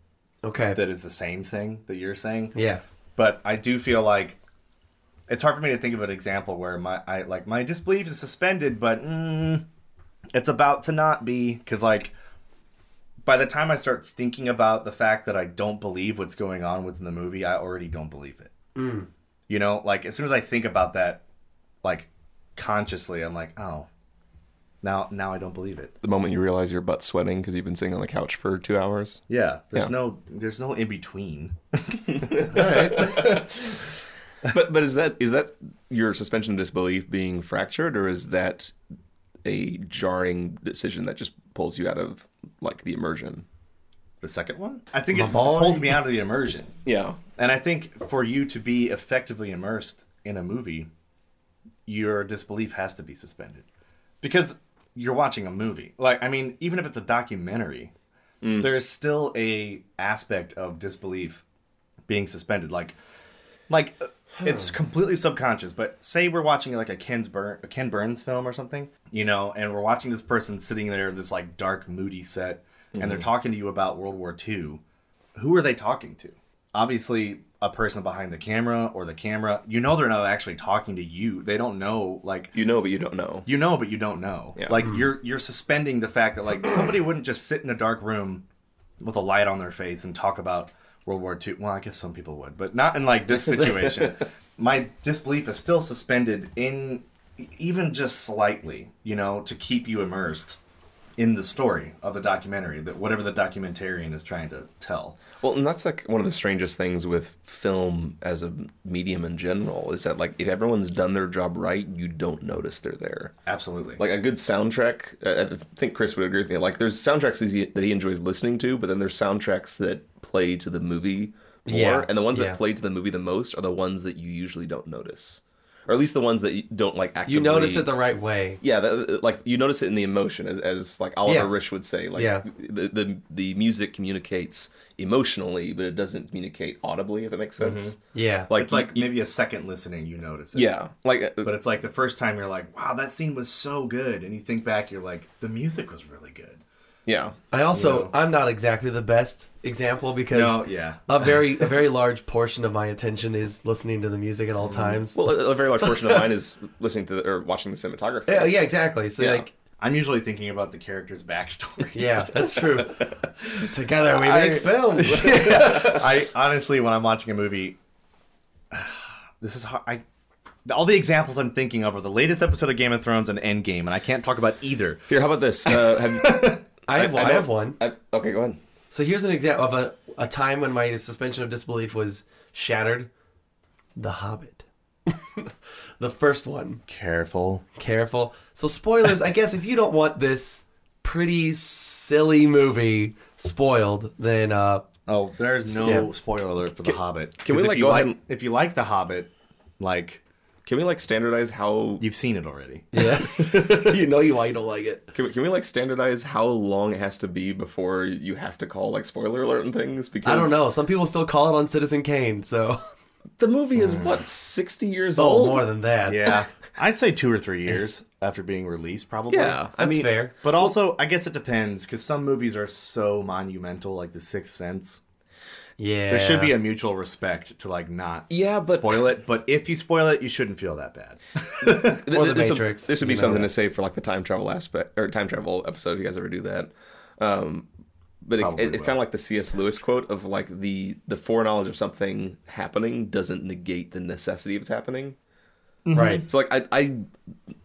Speaker 1: Okay.
Speaker 2: that is the same thing that you're saying.
Speaker 1: yeah.
Speaker 2: But I do feel like it's hard for me to think of an example where my I like my disbelief is suspended, but mm, it's about to not be because like by the time I start thinking about the fact that I don't believe what's going on within the movie, I already don't believe it. You know, like as soon as I think about that, like consciously, I'm like, oh, now now I don't believe it.
Speaker 3: The moment you realize your butt's sweating because you've been sitting on the couch for two hours.
Speaker 2: Yeah, there's
Speaker 3: Yeah.
Speaker 2: no there's no in between.
Speaker 1: All right.
Speaker 3: But but is that is that your suspension of disbelief being fractured, or is that a jarring decision that just pulls you out of like the immersion?
Speaker 2: The second one, I think it
Speaker 1: boy.
Speaker 2: pulls me out of the immersion.
Speaker 3: Yeah.
Speaker 2: And I think for you to be effectively immersed in a movie, your disbelief has to be suspended because you're watching a movie. Like I mean, even if it's a documentary, there's still a aspect of disbelief being suspended. Like, like uh, it's completely subconscious. But say we're watching like a Ken's Burn, a Ken Burns film or something, you know, and we're watching this person sitting there in this like dark, moody set, and they're talking to you about World War II. Who are they talking to? Obviously, a person behind the camera or the camera. You know, they're not actually talking to you. They don't know like
Speaker 3: You know, but you don't know.
Speaker 2: you know but you don't know
Speaker 3: Yeah.
Speaker 2: like you're you're suspending the fact that like somebody wouldn't just sit in a dark room with a light on their face and talk about world war ii well i guess some people would but not in like this situation my disbelief is still suspended in even just slightly you know to keep you immersed in the story of the documentary that whatever the documentarian is trying to tell
Speaker 3: Well, and that's like one of the strangest things with film as a medium in general is that like if everyone's done their job right, you don't notice they're there.
Speaker 2: absolutely
Speaker 3: Like a good soundtrack, I I think Chris would agree with me. Like there's soundtracks that he- that he enjoys listening to, but then there's soundtracks that play to the movie more,
Speaker 1: Yeah,
Speaker 3: and the ones
Speaker 1: yeah.
Speaker 3: that play to the movie the most are the ones that you usually don't notice, or at least the ones that you don't like actively.
Speaker 1: You notice it the right way.
Speaker 3: Yeah, the, like you notice it in the emotion, as, as like Oliver
Speaker 1: Yeah.
Speaker 3: Rish would say. Like
Speaker 1: Yeah.
Speaker 3: the, the the music communicates emotionally, but it doesn't communicate audibly. If that makes
Speaker 1: Mm-hmm.
Speaker 3: sense.
Speaker 1: Yeah.
Speaker 3: Like
Speaker 2: it's like
Speaker 3: you-
Speaker 2: maybe a second listening you notice it
Speaker 3: yeah, like
Speaker 2: But it's like the first time you're like, wow, that scene was so good. And you think back, you're like, the music was really good.
Speaker 3: Yeah.
Speaker 1: I also I'm not exactly the best example because
Speaker 2: No, Oh, yeah.
Speaker 1: a very a very large portion of my attention is listening to the music at all times.
Speaker 3: Well, a, a very large portion of mine is listening to the, or watching the cinematography.
Speaker 1: yeah, yeah, exactly. So
Speaker 3: Yeah.
Speaker 1: like
Speaker 2: I'm usually thinking about the character's backstory.
Speaker 1: yeah, that's true. Together we
Speaker 2: I-
Speaker 1: make films.
Speaker 2: I honestly, when I'm watching a movie, this is hard. I all the examples I'm thinking of are the latest episode of Game of Thrones and Endgame, and I can't talk about either.
Speaker 3: Here, how about this? Uh, have you,
Speaker 1: I have, I,
Speaker 3: know-
Speaker 1: have one.
Speaker 3: I, okay, go ahead.
Speaker 1: So here's an example of a, a time when my suspension of disbelief was shattered. The Hobbit. the first one.
Speaker 2: Careful.
Speaker 1: Careful. So spoilers, I guess if you don't want this pretty silly movie spoiled, then uh
Speaker 2: Oh, there's no
Speaker 1: Skip.
Speaker 2: spoiler alert for The Hobbit.
Speaker 3: can we,
Speaker 2: 'Cause if
Speaker 3: like,
Speaker 2: you
Speaker 3: go ahead and-
Speaker 2: If you like The Hobbit, like
Speaker 3: Can we like standardize how?
Speaker 2: you've seen it already.
Speaker 1: yeah. you know you why you don't like it.
Speaker 3: Can we, can we like standardize how long it has to be before you have to call like spoiler alert and things? Because
Speaker 1: I don't know. Some people still call it on Citizen Kane, so
Speaker 3: The movie is what sixty years
Speaker 1: oh,
Speaker 3: old.
Speaker 1: more than that.
Speaker 2: Yeah, I'd say two or three years after being released, probably.
Speaker 3: yeah,
Speaker 1: That's
Speaker 3: I mean,
Speaker 1: fair.
Speaker 2: But also, I guess it depends because some movies are so monumental, like The Sixth Sense.
Speaker 1: Yeah.
Speaker 2: There should be a mutual respect to like not
Speaker 3: Yeah, but-
Speaker 2: spoil it. But if you spoil it, you shouldn't feel that bad.
Speaker 3: th-
Speaker 1: Or
Speaker 3: th-
Speaker 1: The
Speaker 3: this would-
Speaker 1: Matrix,
Speaker 3: this would
Speaker 1: you
Speaker 3: be
Speaker 1: know.
Speaker 3: something to say for like the time travel aspect or time travel episode. If you guys ever do that, um, but it,
Speaker 2: Probably
Speaker 3: it- it's
Speaker 2: will.
Speaker 3: kind of like the C.S. Lewis quote of like the the foreknowledge of something happening doesn't negate the necessity of it happening.
Speaker 1: right.
Speaker 3: So like I I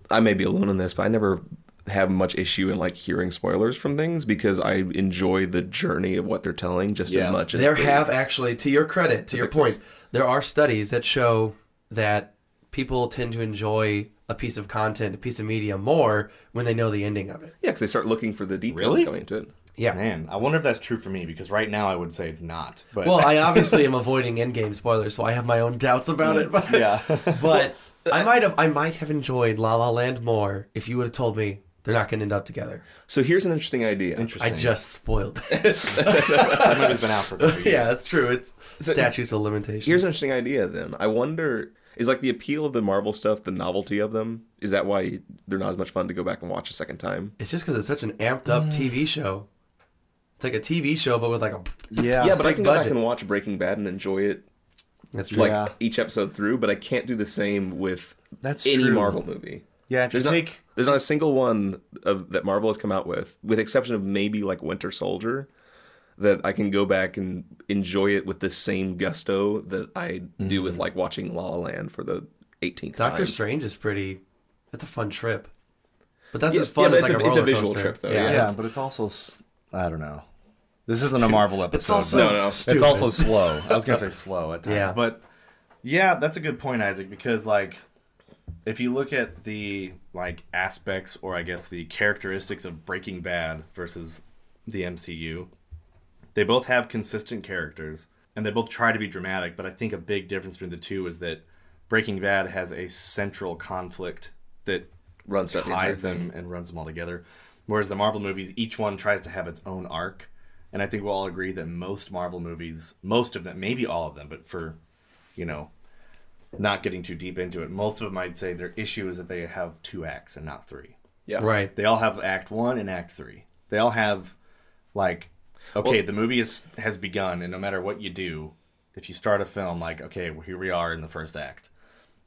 Speaker 3: I may be alone in this, but I never have much issue in like hearing spoilers from things because I enjoy the journey of what they're telling just
Speaker 2: Yeah.
Speaker 3: as much as
Speaker 1: There
Speaker 3: the-
Speaker 1: have actually, to your credit, to your point,
Speaker 3: fixes.
Speaker 1: there are studies that show that people tend to enjoy a piece of content, a piece of media more when they know the ending of it.
Speaker 3: yeah, because they start looking for the details
Speaker 2: Really?
Speaker 3: going into it.
Speaker 1: Yeah.
Speaker 2: Man, I wonder if that's true for me because right now I would say it's not. But
Speaker 1: Well, I obviously am avoiding endgame spoilers, so I have my own doubts about it. But,
Speaker 2: yeah,
Speaker 1: but
Speaker 3: uh,
Speaker 1: I might have I might have enjoyed La La Land more if you would have told me they're not going to end up together.
Speaker 3: So here's an interesting idea.
Speaker 1: I
Speaker 2: interesting.
Speaker 1: just spoiled it.
Speaker 2: that movie's been out for a couple years.
Speaker 1: yeah, that's true. It's statutes of limitations.
Speaker 3: Here's an interesting idea then. I wonder is like the appeal of the Marvel stuff, the novelty of them, is that why they're not as much fun to go back and watch a second time?
Speaker 1: It's just because it's such an amped
Speaker 3: Mm.
Speaker 1: up TV show. It's like a TV show, but with like a.
Speaker 2: yeah,
Speaker 3: yeah, but I
Speaker 1: big
Speaker 3: can go
Speaker 1: budget.
Speaker 3: back and watch Breaking Bad and enjoy it
Speaker 1: That's true.
Speaker 3: like
Speaker 2: Yeah.
Speaker 3: each episode through, but I can't do the same with
Speaker 2: That's
Speaker 3: any
Speaker 2: true.
Speaker 3: Marvel movie.
Speaker 2: Yeah, if you
Speaker 3: There's not,
Speaker 2: take
Speaker 3: there's not a single one of that Marvel has come out with, with the exception of maybe like Winter Soldier, that I can go back and enjoy it with the same gusto that I do with like watching La La Land for the 18th
Speaker 1: Doctor
Speaker 3: time.
Speaker 1: Strange is pretty. That's a fun trip. But that's
Speaker 3: Yeah,
Speaker 1: as fun
Speaker 3: yeah,
Speaker 1: as
Speaker 3: but
Speaker 1: like
Speaker 3: it's
Speaker 1: a,
Speaker 3: a- it's a
Speaker 1: roller
Speaker 3: visual
Speaker 1: coaster.
Speaker 3: trip, though, yeah.
Speaker 2: yeah, but it's also s- I don't know. This isn't a Marvel episode.
Speaker 1: also-
Speaker 2: but
Speaker 3: no, no.
Speaker 2: it's also slow. I was gonna say slow at times,
Speaker 1: Yeah.
Speaker 2: but yeah, that's a good point, Isaac. Because like, if you look at the like aspects or I guess the characteristics of Breaking Bad versus the MCU, they both have consistent characters and they both try to be dramatic. But I think a big difference between the two is that Breaking Bad has a central conflict that
Speaker 3: runs throughout the entire
Speaker 2: ties
Speaker 3: thing.
Speaker 2: them and runs them all together. Whereas the Marvel movies, each one tries to have its own arc. And I think we'll all agree that most Marvel movies, most of them, maybe all of them, but for, you know, not getting too deep into it, most of them I'd say their issue is that they have two acts and not three.
Speaker 3: Yeah.
Speaker 1: Right.
Speaker 2: They all have act one and act three. They all have, like, okay, the movie is, has begun, and no matter what you do, if you start a film, like, okay, well, here we are in the first act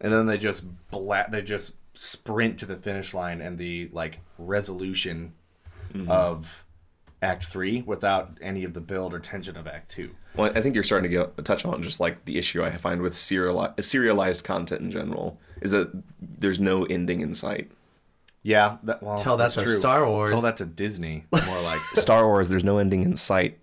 Speaker 2: and then they just bla- they just sprint to the finish line and the like resolution
Speaker 1: Mm-hmm.
Speaker 2: of act 3 without any of the build or tension of act 2
Speaker 3: Well, I think you're starting to get touch on just like the issue I find with seriali- serialized content in general is that there's no ending in sight.
Speaker 2: yeah that, well,
Speaker 1: Tell that
Speaker 2: that's
Speaker 1: to
Speaker 2: true.
Speaker 1: Star Wars.
Speaker 2: tell that to disney more like
Speaker 3: Star Wars, there's no ending in sight.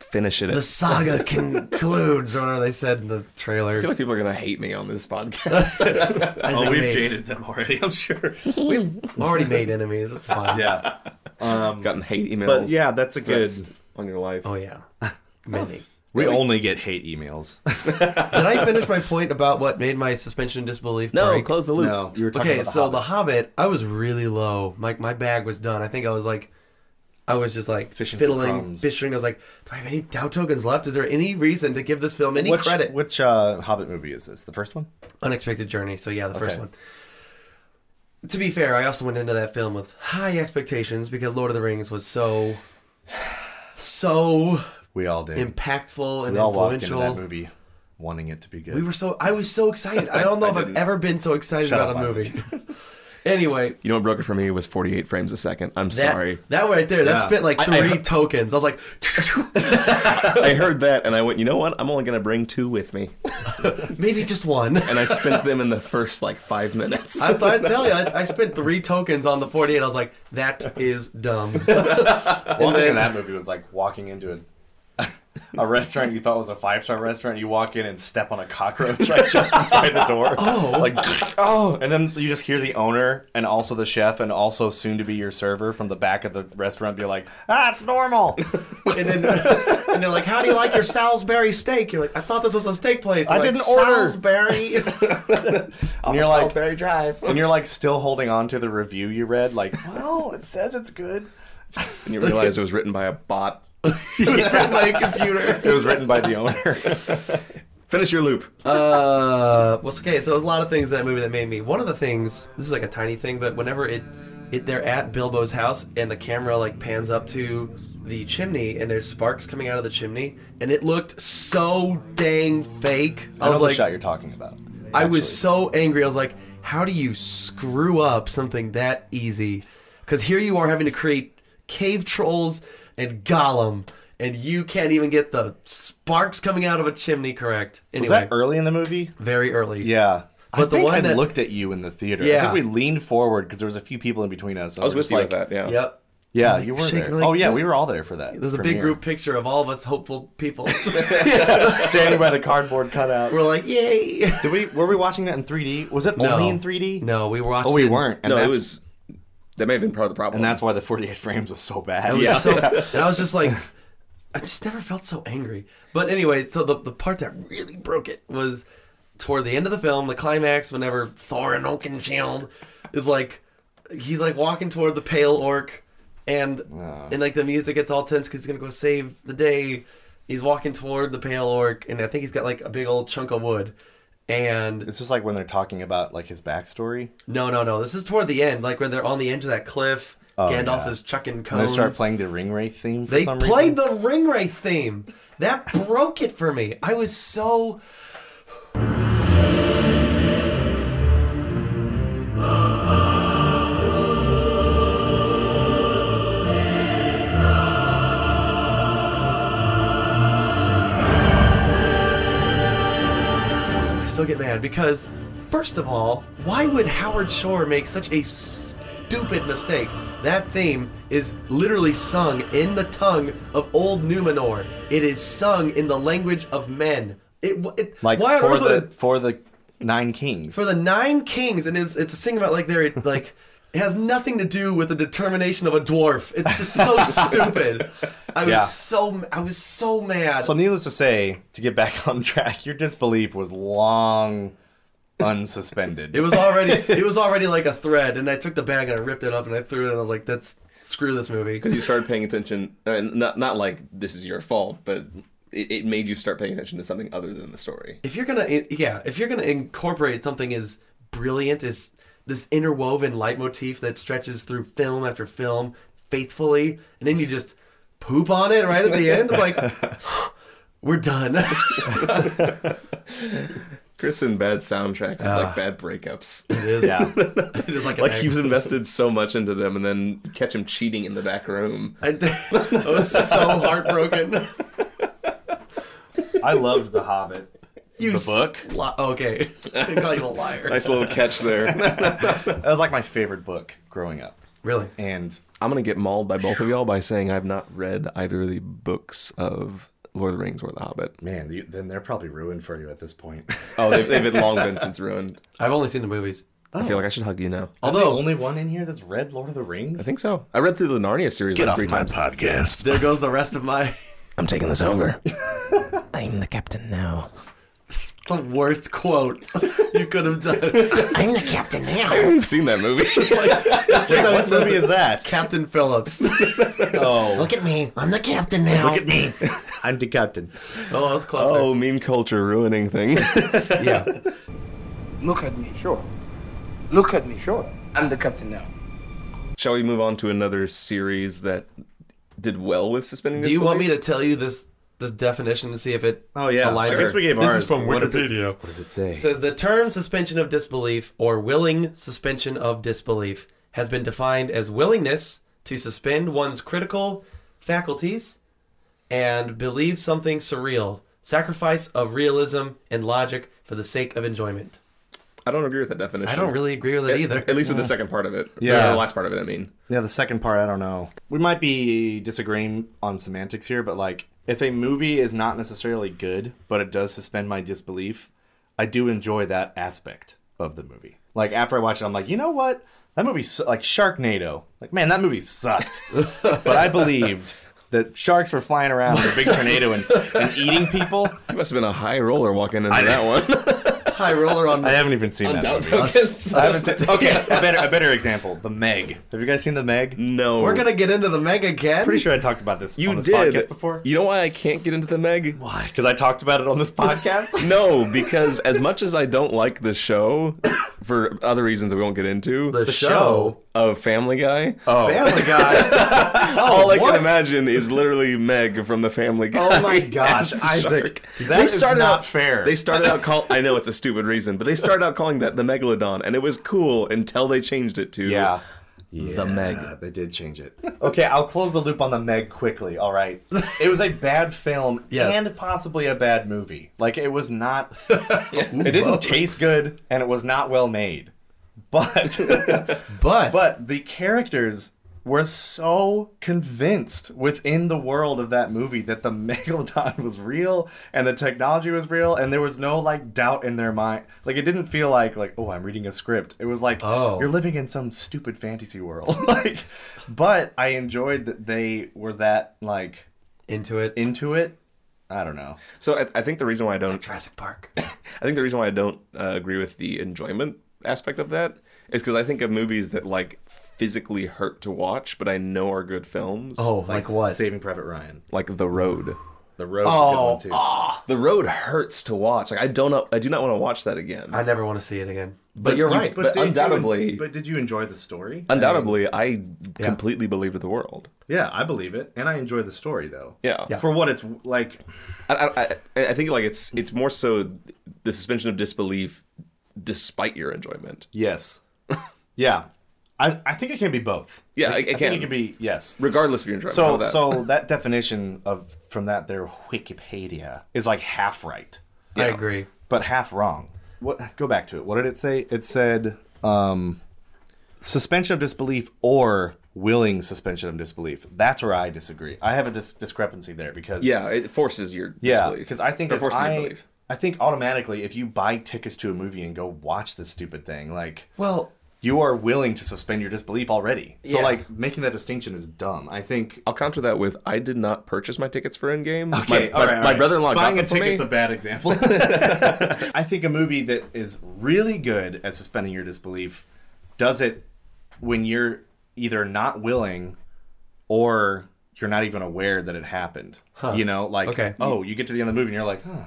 Speaker 3: Finish it.
Speaker 1: The
Speaker 3: I
Speaker 1: saga concludes, or whatever they said in the trailer.
Speaker 3: feel like people are gonna hate me on this podcast.
Speaker 2: oh
Speaker 1: Isaac
Speaker 2: we've
Speaker 1: made-
Speaker 2: jaded them already i'm sure
Speaker 1: We've already made enemies. It's fine.
Speaker 2: yeah
Speaker 3: Gotten hate emails.
Speaker 2: but yeah that's a good
Speaker 3: threats on your life.
Speaker 1: Oh yeah. Many.
Speaker 2: we only get hate emails
Speaker 1: Did I finish my point about what made my suspension of disbelief?
Speaker 3: no,
Speaker 1: break?
Speaker 3: close the loop.
Speaker 2: no you were talking
Speaker 1: Okay,
Speaker 2: about the
Speaker 1: so
Speaker 2: Hobbit.
Speaker 1: the Hobbit, I was really low. Like my bag was done. I think I was like, I was just like
Speaker 2: Fishing for
Speaker 1: fiddling,
Speaker 2: crumbs.
Speaker 1: fishing. I was like, do I have any doubt tokens left? Is there any reason to give this film any
Speaker 2: which,
Speaker 1: credit?
Speaker 2: which uh, hobbit movie is this the first one
Speaker 1: Unexpected Journey. So yeah, the first
Speaker 2: Okay.
Speaker 1: one. To be fair, I also went into that film with high expectations because Lord of the Rings was so so
Speaker 2: we all did.
Speaker 1: impactful and
Speaker 2: we all walked into
Speaker 1: influential.
Speaker 2: that movie wanting it to be good.
Speaker 1: We were so I was so excited. I don't know if I've ever been so excited
Speaker 2: Shut
Speaker 1: about
Speaker 2: up,
Speaker 1: a movie. anyway,
Speaker 3: You know what broke it for me was 48 frames a second. I'm
Speaker 1: that,
Speaker 3: sorry.
Speaker 1: that right there, that
Speaker 2: Yeah.
Speaker 1: spent like
Speaker 3: I- I
Speaker 1: three
Speaker 3: heard-
Speaker 1: tokens. I was like,
Speaker 3: I heard that and I went, you know what? I'm only going to bring two with me.
Speaker 1: maybe just one.
Speaker 3: And I spent them in the first like five minutes.
Speaker 1: I, I tell you, I, I spent three tokens on the 48. I was like, that is dumb.
Speaker 2: Walking in that movie was like walking into a a restaurant you thought was a five star restaurant. You walk in and step on a cockroach right just inside the door. Oh, like oh, and then you just hear the owner and also the chef and also soon to be your server from the back of the restaurant be like, ah, it's normal.
Speaker 1: and then and they're like, "How do you like your Salisbury steak?" You're like, "I thought this was a steak place." They're
Speaker 2: I
Speaker 1: like,
Speaker 2: didn't order."
Speaker 1: Salisbury.
Speaker 2: and you're like,
Speaker 3: Salisbury Drive.
Speaker 2: and you're like still holding on to the review you read. Like, well, it says it's good.
Speaker 3: And you realize it was written by a bot.
Speaker 1: It's on my computer.
Speaker 2: It was written by the owner.
Speaker 3: Finish your loop.
Speaker 1: Uh, well, okay. So there's a lot of things in that movie that made me. One of the things, this is like a tiny thing, but whenever it, it they're at Bilbo's house and the camera like pans up to the chimney and there's sparks coming out of the chimney and it looked so dang fake. I,
Speaker 2: I
Speaker 1: was
Speaker 2: know
Speaker 1: like,
Speaker 2: the shot you're talking about.
Speaker 1: I
Speaker 2: actually.
Speaker 1: was so angry. I was like, how do you screw up something that easy? Because here you are having to create cave trolls and Gollum, and you can't even get the sparks coming out of a chimney correct. Anyway,
Speaker 2: Was that early in the movie?
Speaker 1: very early.
Speaker 2: Yeah. I
Speaker 1: But the
Speaker 2: think
Speaker 1: one
Speaker 2: I
Speaker 1: that-
Speaker 2: looked at you in the theater. I
Speaker 1: Yeah.
Speaker 2: think we leaned forward because there was a few people in between us.
Speaker 3: I was with
Speaker 2: just
Speaker 3: you
Speaker 2: like,
Speaker 3: with that, yeah.
Speaker 1: Yep.
Speaker 2: Yeah, you were
Speaker 1: shaking
Speaker 2: there.
Speaker 1: like
Speaker 2: oh yeah,
Speaker 1: this.
Speaker 2: we were all there for that.
Speaker 1: There's a big group picture of all of us hopeful people.
Speaker 2: standing by the cardboard cutout.
Speaker 1: We're like, yay!
Speaker 2: Did we were we watching that in 3D? Was it only in 3D?
Speaker 1: No, we watched.
Speaker 2: Oh, we
Speaker 1: it-
Speaker 2: weren't. And
Speaker 3: no, it
Speaker 2: that's-
Speaker 3: was. That may have been part of the problem.
Speaker 2: and that's why the 48 frames was so bad.
Speaker 1: It was so, and I was just like, I just never felt so angry. But anyway, so the, the part that really broke it was toward the end of the film, the climax, whenever Thor and Oakenshield is like, he's like walking toward the pale orc, and
Speaker 2: Ah.
Speaker 1: and like the music gets all tense because he's gonna go save the day. He's walking toward the pale orc, and I think he's got like a big old chunk of wood. And
Speaker 2: It's just like when they're talking about like his backstory.
Speaker 1: no, no, no, this is toward the end, like when they're on the edge of that cliff. Gandalf
Speaker 2: Oh, yeah.
Speaker 1: is chucking cones.
Speaker 2: And they start playing the ring wraith theme for
Speaker 1: They
Speaker 2: some
Speaker 1: played
Speaker 2: reason.
Speaker 1: the ring rate theme. That broke it for me. I was so I still get mad because first of all, why would Howard Shore make such a stupid mistake? That theme is literally sung in the tongue of old Numenor. It is sung in the language of men. It, it
Speaker 2: like
Speaker 1: why on
Speaker 2: for
Speaker 1: earth would
Speaker 2: the
Speaker 1: it-
Speaker 2: for the nine kings.
Speaker 1: for the nine kings, and it's it's a thing about like they're like it has nothing to do with the determination of a dwarf. It's just so stupid. I was
Speaker 2: Yeah.
Speaker 1: so I was so mad.
Speaker 2: So, needless to say, to get back on track, your disbelief was long unsuspended.
Speaker 1: it was already it was already like a thread, and I took the bag and I ripped it up and I threw it, and I was like, "That's screw this movie."
Speaker 3: because you started paying attention, uh, not not like this is your fault, but it, it made you start paying attention to something other than the story.
Speaker 1: If you're gonna yeah, if you're gonna incorporate something as brilliant as this interwoven leitmotif that stretches through film after film faithfully, and then you just poop on it right at the end, like we're done.
Speaker 3: Chris and bad soundtracks is like bad breakups.
Speaker 1: It is.
Speaker 2: Yeah.
Speaker 1: it is like,
Speaker 3: like
Speaker 1: an
Speaker 3: he was invested so much into them, and then catch him cheating in the back room.
Speaker 1: I, I was so heartbroken.
Speaker 2: I loved The Hobbit.
Speaker 1: You
Speaker 2: The book?
Speaker 1: sli- okay. I call you a liar.
Speaker 3: Nice little catch there.
Speaker 2: That was like my favorite book growing up.
Speaker 1: Really?
Speaker 2: And
Speaker 3: I'm gonna get mauled by both of y'all by saying I've not read either of the books of Lord of the Rings or The Hobbit.
Speaker 2: man, you, then they're probably ruined for you at this point.
Speaker 3: Oh, they've, they've been long been since ruined.
Speaker 1: I've only seen the movies.
Speaker 3: I feel like I should hug you now.
Speaker 2: the
Speaker 1: Although
Speaker 2: only one in here that's read Lord of the Rings.
Speaker 3: I think so. I read through the Narnia series like three times.
Speaker 2: podcast.
Speaker 1: there goes the rest of my
Speaker 14: I'm taking this over. I'm the captain now.
Speaker 1: the worst quote you could have done.
Speaker 14: I'm the captain
Speaker 3: I
Speaker 14: now.
Speaker 3: haven't seen that movie.
Speaker 2: Wait, what movie is that?
Speaker 1: Captain Phillips.
Speaker 2: Oh,
Speaker 14: Look at me. I'm the captain now. Look at me.
Speaker 2: I'm the captain.
Speaker 1: Oh, that was closer.
Speaker 3: oh, meme culture ruining things.
Speaker 1: yeah.
Speaker 14: Look at me. Sure. Look at me. Sure. I'm the captain now.
Speaker 3: Shall we move on to another series that did well with suspending.
Speaker 1: Do you want me to tell you this this definition to see if it?
Speaker 2: Oh yeah,
Speaker 1: aligns
Speaker 2: I guess
Speaker 1: or-
Speaker 2: we gave
Speaker 1: This
Speaker 2: ours.
Speaker 1: is from
Speaker 2: What does it-
Speaker 1: Wikipedia.
Speaker 2: What does it say?
Speaker 1: It says the term suspension of disbelief or willing suspension of disbelief has been defined as willingness to suspend one's critical faculties and believe something surreal, sacrifice of realism and logic for the sake of enjoyment.
Speaker 3: I don't agree with that definition.
Speaker 1: I don't really agree with it
Speaker 3: At-
Speaker 1: either.
Speaker 3: At least with the second part of it.
Speaker 2: Yeah.
Speaker 3: Or the last part of it. I mean,
Speaker 2: Yeah, the second part, I don't know. We might be disagreeing on semantics here, but like, if a movie is not necessarily good, but it does suspend my disbelief, I do enjoy that aspect of the movie. Like after I watch it, I'm like, you know what? That movie, su- like Sharknado, like man, that movie sucked. but I believed that sharks were flying around in a big tornado and, and eating people.
Speaker 3: you must have been a high roller walking into that one.
Speaker 1: High roller on
Speaker 2: I haven't even seen
Speaker 3: On
Speaker 2: that.
Speaker 3: Downton
Speaker 2: movie.
Speaker 3: Abbey.
Speaker 2: I haven't seen, okay, a better, a better example, The Meg. Have you guys seen The Meg?
Speaker 3: no,
Speaker 1: We're gonna get into the Meg again.
Speaker 2: Pretty sure I talked about this
Speaker 3: Mm. You
Speaker 2: on this
Speaker 3: did.
Speaker 2: podcast before.
Speaker 3: You know why I can't get into the Meg? Why?
Speaker 2: Because I talked about it on this podcast.
Speaker 3: No, because as much as I don't like the show, for other reasons that we won't get into,
Speaker 1: the, show.
Speaker 3: of Family Guy,
Speaker 2: oh.
Speaker 1: Family Guy.
Speaker 3: all I
Speaker 1: what?
Speaker 3: can imagine is literally Meg from the Family Guy.
Speaker 2: Oh my gosh, Isaac. That is not
Speaker 3: out,
Speaker 2: fair.
Speaker 3: They started out call. I know it's a stupid reason, but they started out calling that the Megalodon, and it was cool until they changed it to
Speaker 2: yeah.
Speaker 3: the Meg.
Speaker 2: They did change it. Okay, I'll close the loop on the Meg quickly. All right. It was a bad film
Speaker 1: Yes.
Speaker 2: and possibly a bad movie. Like it was not it didn't taste good and it was not well made. But
Speaker 1: But,
Speaker 2: but the characters were so convinced within the world of that movie that the megalodon was real and the technology was real and there was no like doubt in their mind like it didn't feel like like oh i'm reading a script it was like
Speaker 1: Oh.
Speaker 2: you're living in some stupid fantasy world like but i enjoyed that they were that like
Speaker 1: into it.
Speaker 2: into it i don't know
Speaker 3: So I, I think the reason why I don't
Speaker 1: Jurassic Park.
Speaker 3: I think the reason why I don't uh, agree with the enjoyment aspect of that is because I think of movies that like physically hurt to watch, but I know are good films.
Speaker 1: Oh, like what?
Speaker 2: saving private ryan
Speaker 3: like The Road.
Speaker 2: the road's a good
Speaker 1: Oh,
Speaker 2: one too
Speaker 3: The Road hurts to watch. Like I don't, I do not want to watch that again.
Speaker 1: I never want to see it again. But, you're
Speaker 3: you-
Speaker 1: right.
Speaker 3: but
Speaker 2: did you en-
Speaker 3: undoubtedly-
Speaker 2: but did you enjoy the story
Speaker 3: Undoubtedly, I completely believe in the world.
Speaker 2: Yeah, I believe it, and I enjoy the story though.
Speaker 3: Yeah. Yeah.
Speaker 2: For what it's like,
Speaker 3: I, I, I- I think like it's it's more so the suspension of disbelief despite your enjoyment.
Speaker 2: yes, yeah, I, I think it can be both.
Speaker 3: Yeah,
Speaker 2: I,
Speaker 3: it- it
Speaker 2: I
Speaker 3: can.
Speaker 2: think it can be yes.
Speaker 3: Regardless of your enjoyment. How
Speaker 2: So
Speaker 3: that?
Speaker 2: so that definition of from that their Wikipedia is like half right,
Speaker 1: I agree.
Speaker 2: but half wrong. What? Go back to it. What did it say? It said um, suspension of disbelief or willing suspension of disbelief. That's where I disagree. I have a dis- discrepancy there because
Speaker 3: yeah, it forces your
Speaker 2: Yeah,
Speaker 3: disbelief.
Speaker 2: because I think
Speaker 3: Or
Speaker 2: if
Speaker 3: forces your
Speaker 2: I,
Speaker 3: belief.
Speaker 2: I think automatically if you buy tickets to a movie and go watch this stupid thing, like
Speaker 1: Well,
Speaker 2: you are willing to suspend your disbelief already. So
Speaker 1: Yeah.
Speaker 2: like making that distinction is dumb. I think.
Speaker 3: I'll counter that with I did not purchase my tickets for Endgame.
Speaker 2: Okay, all
Speaker 3: Oh, my,
Speaker 2: right,
Speaker 3: my,
Speaker 2: all
Speaker 3: my
Speaker 2: right.
Speaker 3: brother-in-law
Speaker 2: buying
Speaker 3: got
Speaker 2: a
Speaker 3: them for me.
Speaker 2: ticket's a bad example. I think a movie that is really good at suspending your disbelief does it when you're either not willing or you're not even aware that it happened. You know, like
Speaker 1: Okay.
Speaker 2: oh, you get to the end of the movie and you're like, huh,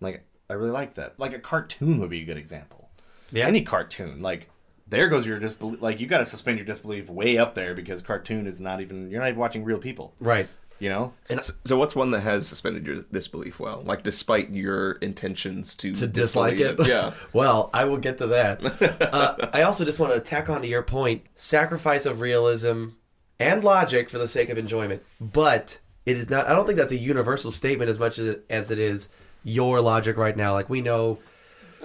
Speaker 2: like I really like that. Like a cartoon would be a good example.
Speaker 1: Yeah.
Speaker 2: Any cartoon, like there goes your disbelief. Like you got to suspend your disbelief way up there because cartoon is not even you're not even watching real people.
Speaker 1: right.
Speaker 2: You know,
Speaker 3: So- so what's one that has suspended your disbelief well, like despite your intentions to
Speaker 1: to dislike it.
Speaker 3: disbelieve Yeah.
Speaker 1: well, I will get to that. Uh, I also just want to tack on to your point: sacrifice of realism and logic for the sake of enjoyment. But it is not. I don't think that's a universal statement as much as it, as it is your logic right now. Like we know,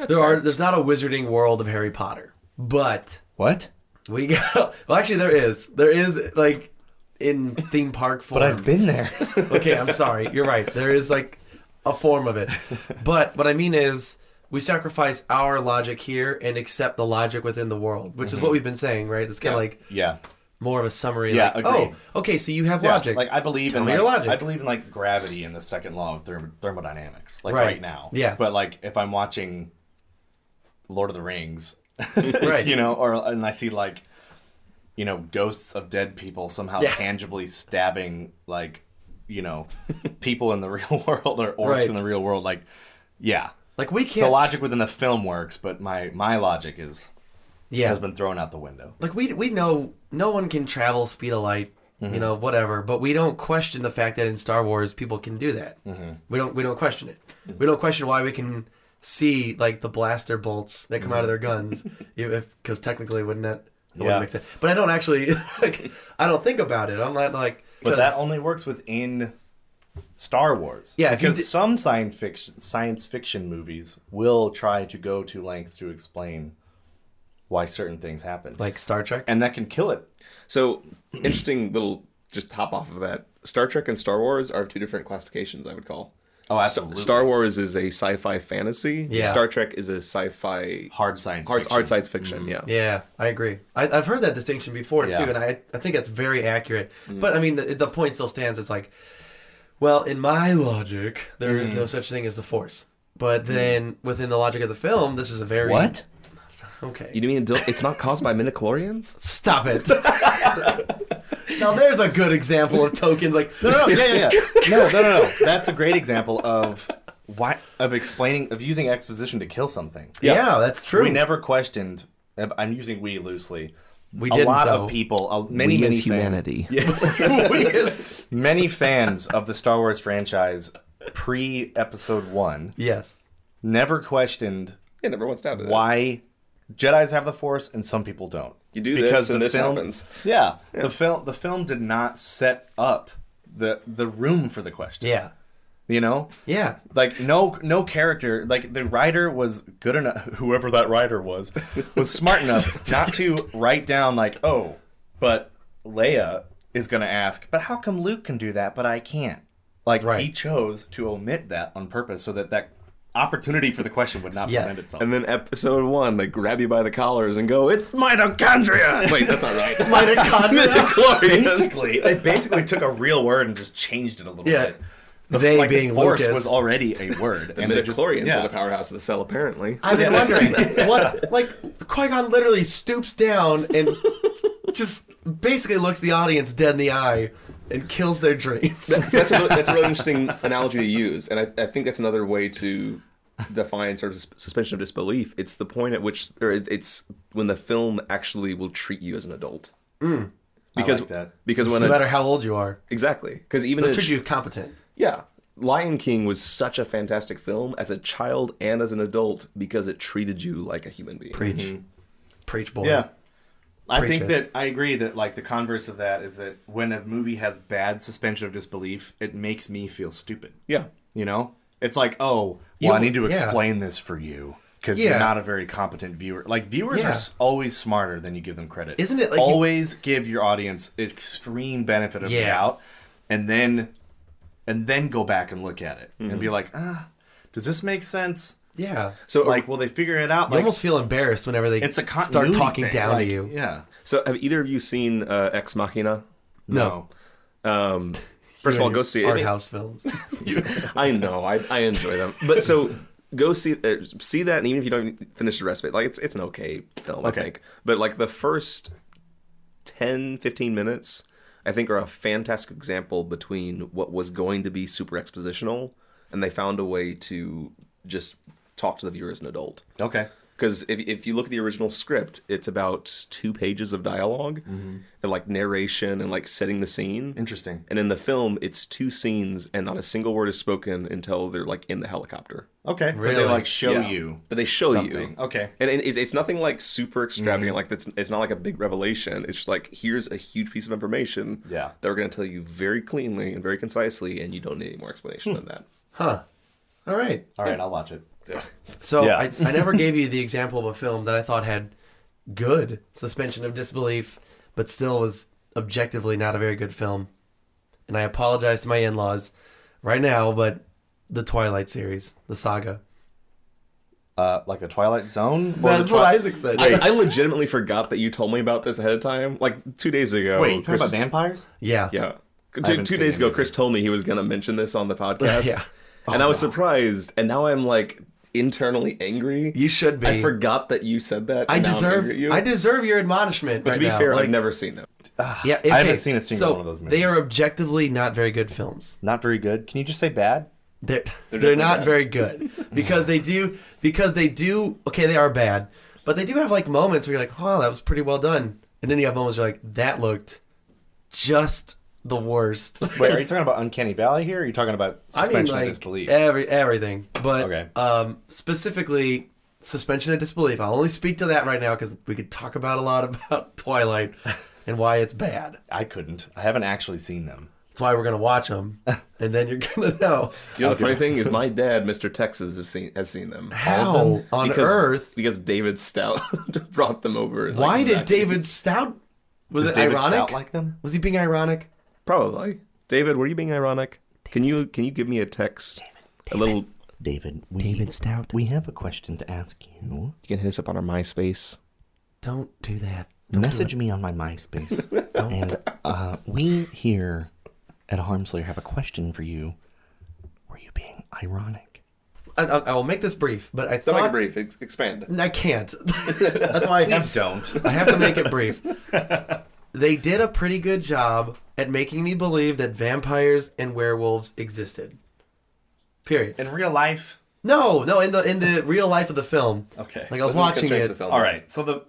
Speaker 1: there are there's not a wizarding world of Harry Potter, but
Speaker 2: what?
Speaker 1: we go. Well, actually, there is. There is like in theme park form.
Speaker 2: But I've been there.
Speaker 1: okay, I'm sorry. You're right. There is like a form of it. But what I mean is we sacrifice our logic here and accept the logic within the world, which is what we've been saying, right? It's kind of like
Speaker 2: Mm-hmm. yeah.
Speaker 1: more of a summary.
Speaker 2: Yeah,
Speaker 1: like,
Speaker 2: agreed.
Speaker 1: oh, okay, so you have
Speaker 2: Yeah,
Speaker 1: logic.
Speaker 2: Like I believe
Speaker 1: Tell
Speaker 2: in
Speaker 1: me your
Speaker 2: like-
Speaker 1: logic.
Speaker 2: I believe in like gravity and the second law of therm- thermodynamics. Like
Speaker 1: Right.
Speaker 2: right. now.
Speaker 1: Yeah.
Speaker 2: But like if I'm watching Lord of the Rings,
Speaker 1: Right.
Speaker 2: you know, or and I see like you know ghosts of dead people somehow
Speaker 1: Yeah.
Speaker 2: tangibly stabbing like you know people in the real world or orcs
Speaker 1: Right.
Speaker 2: in the real world. Like yeah,
Speaker 1: Like, we
Speaker 2: the
Speaker 1: can't.
Speaker 2: logic within the film works, but my my logic is
Speaker 1: yeah.
Speaker 2: has been thrown out the window.
Speaker 1: Like we we know no one can travel speed of light. Mm-hmm. You know, whatever. But we don't question the fact that in Star Wars people can do that. Mm-hmm. We don't. We don't question it. We don't question why we can see like the blaster bolts that come out of their guns, if because technically wouldn't that, that yeah. make sense? But I don't actually. Like, I don't think about it. I'm not like.
Speaker 2: But that only works within Star Wars.
Speaker 1: Yeah,
Speaker 2: because d- some science fiction science fiction movies will try to go to lengths to explain why certain things happen,
Speaker 1: like Star Trek,
Speaker 2: and that can kill it.
Speaker 3: So, interesting little just hop off of that. Star Trek and Star Wars are two different classifications. I would call.
Speaker 2: Oh, absolutely.
Speaker 3: Star Wars is a sci-fi fantasy.
Speaker 1: Yeah.
Speaker 3: Star Trek is a sci-fi
Speaker 2: hard science.
Speaker 3: Hard,
Speaker 2: fiction.
Speaker 3: hard science fiction. Mm. Yeah.
Speaker 1: Yeah, I agree. I, have heard that distinction before yeah. too, and I I think that's very accurate. Mm. But I mean, the, the point still stands. It's like. Well, in my logic, there mm. is no such thing as the Force. But then, mm. within the logic of the film, this is a very
Speaker 2: what?
Speaker 1: Okay.
Speaker 3: You mean it's not caused by midichlorians?
Speaker 1: Stop it. now there's a good example of tokens like
Speaker 2: no no, no yeah yeah, yeah. no no no no that's a great example of why of explaining of using exposition to kill something
Speaker 1: yeah, yeah that's true
Speaker 2: we never questioned I'm using we loosely
Speaker 1: we
Speaker 2: a lot
Speaker 1: though.
Speaker 2: of people, uh, many we many
Speaker 14: fans, humanity.
Speaker 2: Yeah. many fans of the Star Wars franchise pre Episode One.
Speaker 1: Yes,
Speaker 2: never questioned.
Speaker 3: Yeah, never once doubted
Speaker 2: why that. Jedi's have the Force and some people don't.
Speaker 3: You do because this and this
Speaker 2: film,
Speaker 3: happens.
Speaker 2: Yeah, yeah, the film the film did not set up the the room for the question.
Speaker 1: Yeah.
Speaker 2: You know,
Speaker 1: yeah.
Speaker 2: Like no, no character. Like the writer was good enough. Whoever that writer was was smart enough not to write down like, oh, but Leia is gonna ask, but how come Luke can do that, but I can't? Like
Speaker 1: right.
Speaker 2: he chose to omit that on purpose so that that opportunity for the question would not
Speaker 1: yes.
Speaker 2: present itself.
Speaker 3: And then episode one, they grab you by the collars and go, "It's mitochondria." Wait, that's not right.
Speaker 1: mitochondria.
Speaker 2: basically, they basically took a real word and just changed it a little
Speaker 1: yeah.
Speaker 2: bit.
Speaker 1: The they like, being
Speaker 2: force
Speaker 1: Lucas.
Speaker 2: was already a word.
Speaker 3: the and midichlorians just, yeah. are the powerhouse of the cell, apparently.
Speaker 1: I've been wondering what, like, Qui Gon literally stoops down and just basically looks the audience dead in the eye and kills their dreams.
Speaker 3: That's, that's, a, that's a really interesting analogy to use, and I, I, think that's another way to define sort of suspension of disbelief. It's the point at which, or it's when the film actually will treat you as an adult.
Speaker 1: Mm.
Speaker 3: Because
Speaker 2: like
Speaker 3: because when
Speaker 1: no matter a, how old you are,
Speaker 3: exactly. Because even
Speaker 1: they'll treat you competent.
Speaker 3: Yeah. Lion King was such a fantastic film as a child and as an adult because it treated you like a human being.
Speaker 1: Preach. Mm-hmm. Preach boy.
Speaker 2: Yeah. I
Speaker 1: Preach
Speaker 2: think
Speaker 1: it.
Speaker 2: that I agree that like the converse of that is that when a movie has bad suspension of disbelief, it makes me feel stupid.
Speaker 3: Yeah.
Speaker 2: You know? It's like, "Oh, well, you, I need to explain yeah. this for you." Because
Speaker 1: yeah.
Speaker 2: you're not a very competent viewer. Like viewers
Speaker 1: yeah.
Speaker 2: are always smarter than you give them credit.
Speaker 1: Isn't it? Like
Speaker 2: always you... give your audience extreme benefit of the doubt, and then and then go back and look at it mm-hmm. and be like, ah, does this make sense?
Speaker 1: Yeah.
Speaker 2: So like, will they figure it out?
Speaker 1: You
Speaker 2: like,
Speaker 1: almost feel embarrassed whenever they
Speaker 2: it's a
Speaker 1: start talking
Speaker 2: thing.
Speaker 1: down
Speaker 2: like,
Speaker 1: to you.
Speaker 2: Yeah.
Speaker 3: So have either of you seen uh, Ex Machina?
Speaker 1: No.
Speaker 3: Um, first of all, go see
Speaker 1: art
Speaker 3: it.
Speaker 1: house films.
Speaker 3: I know. I, I enjoy them, but so go see uh, see that, and even if you don't finish the rest of it, like it's it's an okay film,
Speaker 2: Okay.
Speaker 3: I think. But like the first 10, 15 minutes, I think are a fantastic example between what was going to be super expositional and they found a way to just talk to the viewer as an adult.
Speaker 2: Okay.
Speaker 3: Because if, if you look at the original script, it's about two pages of dialog
Speaker 2: mm-hmm.
Speaker 3: and like narration and like setting the scene.
Speaker 2: Interesting.
Speaker 3: And in the film, it's two scenes and not a single word is spoken until they're like in the helicopter.
Speaker 2: Okay.
Speaker 1: Really?
Speaker 2: But they like show
Speaker 3: Yeah.
Speaker 2: you.
Speaker 3: But they show
Speaker 2: something.
Speaker 3: you.
Speaker 2: Okay.
Speaker 3: And and it's, it's nothing like super
Speaker 2: Mm-hmm.
Speaker 3: extravagant. Like that's it's not like a big revelation. It's just like here's a huge piece of information.
Speaker 2: Yeah.
Speaker 3: That we're gonna tell you very cleanly and very concisely, and you don't need any more explanation than that.
Speaker 1: Huh. All right.
Speaker 2: All right, I'll watch it.
Speaker 1: So
Speaker 2: Yeah.
Speaker 1: I, I never gave you the example of a film that I thought had good suspension of disbelief, but still was objectively not a very good film. And I apologize to my in laws right now, but the Twilight series, the saga.
Speaker 2: Uh, like the Twilight Zone. Or
Speaker 1: That's
Speaker 2: the
Speaker 1: what
Speaker 2: Twi-
Speaker 1: Isaac said.
Speaker 3: I, I legitimately forgot that you told me about this ahead of time, like two days ago.
Speaker 2: Wait, you talking
Speaker 3: Chris
Speaker 2: about
Speaker 3: was-
Speaker 2: vampires?
Speaker 1: yeah.
Speaker 3: Yeah. Two,
Speaker 2: haven't
Speaker 3: two
Speaker 2: seen
Speaker 3: days
Speaker 2: any
Speaker 3: ago,
Speaker 2: of
Speaker 3: Chris told me he was going to mention this on the podcast.
Speaker 1: Yeah. Oh,
Speaker 3: And I was surprised. And now I'm like internally angry.
Speaker 1: You should be.
Speaker 3: I forgot that you said that.
Speaker 1: I
Speaker 3: and now I'm
Speaker 1: deserve
Speaker 3: angry at you.
Speaker 1: I deserve your admonishment.
Speaker 3: But to
Speaker 1: right
Speaker 3: be
Speaker 1: now.
Speaker 3: fair,
Speaker 1: Like,
Speaker 3: I've never seen them.
Speaker 1: yeah, okay.
Speaker 2: I haven't seen a single
Speaker 1: so
Speaker 2: one of those
Speaker 1: They
Speaker 2: movies.
Speaker 1: are objectively not very good films.
Speaker 2: Not very good. Can you just say bad?
Speaker 1: they're they're,
Speaker 3: definitely
Speaker 1: not
Speaker 3: bad.
Speaker 1: very good because they do because they do okay they are bad but they do have like moments where you're like oh that was pretty well done and then you have moments where you're like that looked just the worst.
Speaker 2: Wait, are you talking about Uncanny Valley here? Or are you talking about suspension I mean, like, of disbelief?
Speaker 1: Every everything, but okay. um, specifically suspension of disbelief. I'll only speak to that right now because we could talk about a lot about Twilight and why it's bad.
Speaker 2: I couldn't. I haven't actually seen them.
Speaker 1: That's why we're gonna watch them, and then you're gonna know.
Speaker 3: You know, the funny thing is, my dad, Mr. Texas, have seen has seen them.
Speaker 1: How them. on
Speaker 3: because,
Speaker 1: earth?
Speaker 3: Because David Stout brought them over.
Speaker 1: Why like, did exactly. David Stout? Was Does it David ironic? Stout
Speaker 2: like them?
Speaker 1: Was he being ironic?
Speaker 3: Probably. David, were you being ironic? Can you can you give me a text? David, David, a little.
Speaker 15: David. We, David Stout. We have a question to ask you.
Speaker 3: You can hit us up on our MySpace.
Speaker 15: Don't do that. Don't Message do me on my MySpace. and uh, we here at Harmslayer have a question for you. Were you being ironic?
Speaker 1: I, I, I will make this brief, but I
Speaker 3: Don't
Speaker 1: thought...
Speaker 3: make it brief. Ex- expand.
Speaker 1: I can't. That's why I have...
Speaker 2: don't.
Speaker 1: I have to make it brief. they did a pretty good job at making me believe that vampires and werewolves existed. Period.
Speaker 2: In real life?
Speaker 1: No, no. In the in the real life of the film.
Speaker 2: Okay.
Speaker 1: Like I was watching it.
Speaker 2: Film, All right. So the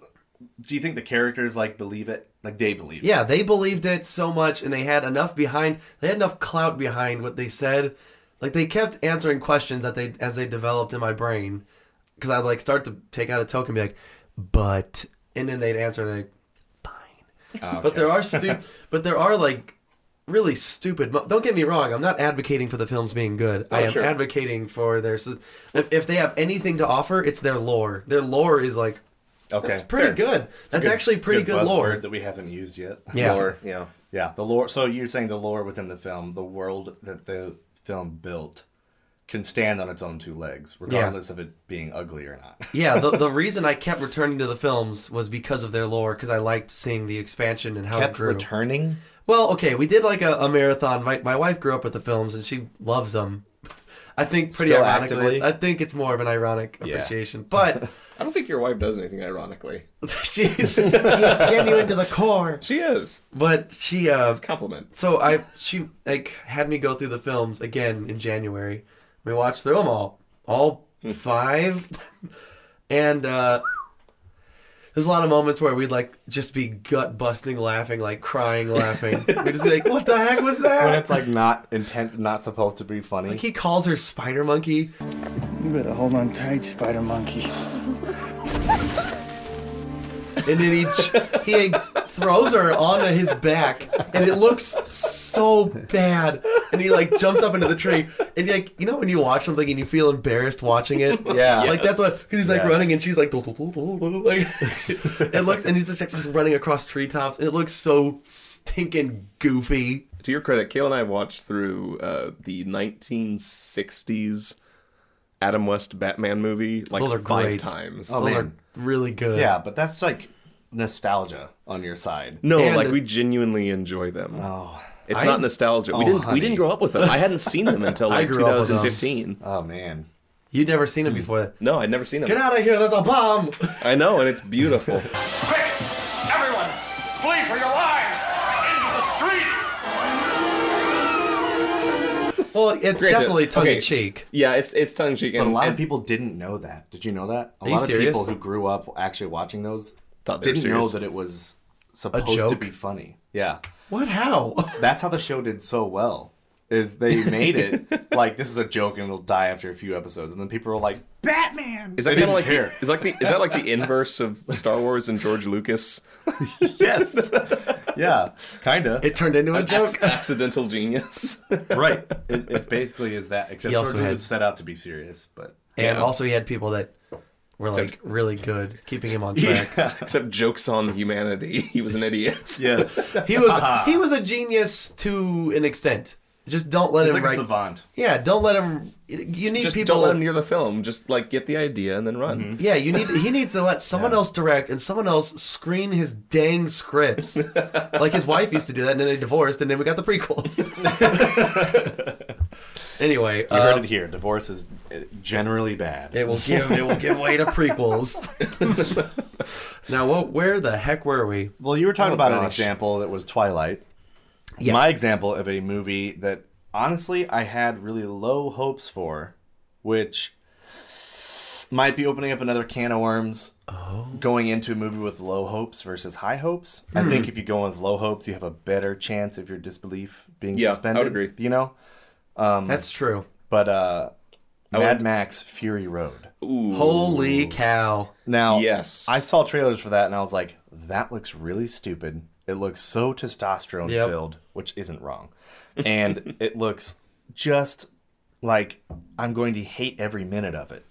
Speaker 2: do you think the characters like believe it like they believe
Speaker 1: yeah it. they believed it so much and they had enough behind they had enough clout behind what they said like they kept answering questions that they as they developed in my brain because i'd like start to take out a token be like but and then they'd answer and like fine
Speaker 2: Ah,
Speaker 1: okay. but there are stupid but there are like really stupid mo- don't get me wrong i'm not advocating for the films being good oh, i am sure. advocating for their if, if they have anything to offer it's their lore their lore is like Okay, it's pretty fair. good. It's That's good, actually pretty good, good lore
Speaker 2: that we haven't used yet.
Speaker 1: Yeah,
Speaker 2: lore, yeah, yeah. The lore. So you're saying the lore within the film, the world that the film built, can stand on its own two legs, regardless yeah. of it being ugly or not.
Speaker 1: yeah. The, the reason I kept returning to the films was because of their lore, because I liked seeing the expansion and how
Speaker 2: kept
Speaker 1: it grew.
Speaker 2: Returning.
Speaker 1: Well, okay, we did like a, a marathon. My my wife grew up with the films, and she loves them. I think pretty Still ironically. Actively. I think it's more of an ironic appreciation. Yeah. But
Speaker 3: I don't think your wife does anything ironically.
Speaker 1: she's, she's genuine to the core.
Speaker 3: She is.
Speaker 1: But she uh
Speaker 3: it's compliment.
Speaker 1: So I she like had me go through the films again in January. We watched through them all. All
Speaker 2: Hmm.
Speaker 1: five. and uh there's a lot of moments where we'd like just be gut busting laughing, like crying laughing. We'd just be like, "What the heck was that?"
Speaker 2: When it's like not intent, not supposed to be funny.
Speaker 1: Like he calls her Spider Monkey.
Speaker 16: You better hold on tight, Spider Monkey.
Speaker 1: and then he he throws her onto his back, and it looks so bad. And he like jumps up into the tree, and like you know when you watch something and you feel embarrassed watching it,
Speaker 2: yeah,
Speaker 1: like yes. that's what because he's like yes. running and she's like, do, do, do, like it looks, and he's just like just running across treetops, and it looks so stinking goofy.
Speaker 3: To your credit, Kale and I watched through uh, the 1960s Adam West Batman movie like
Speaker 1: Those are
Speaker 3: five
Speaker 1: great.
Speaker 3: times.
Speaker 1: Oh, Those man. are really good.
Speaker 2: Yeah, but that's like nostalgia on your side.
Speaker 3: No, and like the... we genuinely enjoy them.
Speaker 2: Oh,
Speaker 3: it's I... not nostalgia. Oh, we didn't. Honey. We didn't grow up with them. I hadn't seen them until like 2015.
Speaker 2: Oh man,
Speaker 1: you'd never seen them before.
Speaker 3: No, I'd never seen them.
Speaker 1: Get out of here! There's Mm. a bomb.
Speaker 3: I know, and it's beautiful.
Speaker 17: Quick, everyone, flee for your lives into the street.
Speaker 1: Well, it's Great definitely tongue okay. in cheek.
Speaker 3: Yeah, it's it's tongue in cheek.
Speaker 2: But a lot and, of people didn't know that. Did you know that? A lot of
Speaker 1: serious?
Speaker 2: people who grew up actually watching those didn't know that it was supposed to be funny. Yeah.
Speaker 1: What? How?
Speaker 2: That's how the show did so well. Is they made it like this is a joke and it'll die after a few episodes, and then people were like, "Batman."
Speaker 3: Is that kind of like the, is like the is that like the inverse of Star Wars and George Lucas?
Speaker 2: yes. yeah, kinda.
Speaker 1: It turned into a
Speaker 3: An
Speaker 1: joke.
Speaker 3: Ac- accidental genius.
Speaker 2: right. It, it's basically is that except George had... was set out to be serious, but
Speaker 1: and yeah. also he had people that were except... like really good, keeping him on track. Yeah.
Speaker 3: Except jokes on humanity. He was an idiot.
Speaker 2: yes,
Speaker 1: he was. he was a genius to an extent. Just don't let
Speaker 2: He's
Speaker 1: him
Speaker 2: like
Speaker 1: write.
Speaker 2: A savant.
Speaker 1: Yeah, don't let him. You need
Speaker 3: just
Speaker 1: people.
Speaker 3: Don't let him near the film. Just like get the idea and then run. Mm-hmm.
Speaker 1: Yeah, you need. He needs to let someone yeah. else direct and someone else screen his dang scripts. like his wife used to do that, and then they divorced, and then we got the prequels. anyway, uh,
Speaker 2: you heard um, it here. Divorce is uh, generally bad.
Speaker 1: It will give. It will give way to prequels. now, what? Where the heck were we?
Speaker 2: Well, you were talking oh, about gosh. an example that was Twilight. Yeah. my example of a movie that honestly I had really low hopes for, which might be opening up another can of worms. Oh. Going into a movie with low hopes versus high hopes. I think if you go in with low hopes, you have a better chance of your disbelief being
Speaker 3: Yeah, I would
Speaker 2: suspended.
Speaker 3: agree.
Speaker 2: You know, um,
Speaker 1: That's true.
Speaker 2: But uh,
Speaker 1: I
Speaker 2: Mad
Speaker 1: would-
Speaker 2: Max Fury Road.
Speaker 1: Holy cow!
Speaker 2: Now,
Speaker 1: Yes.
Speaker 2: I saw trailers for that and I was like, that looks really stupid. It looks so testosterone
Speaker 1: Yep.
Speaker 2: filled, which isn't wrong. And it looks just like I'm going to hate every minute of it.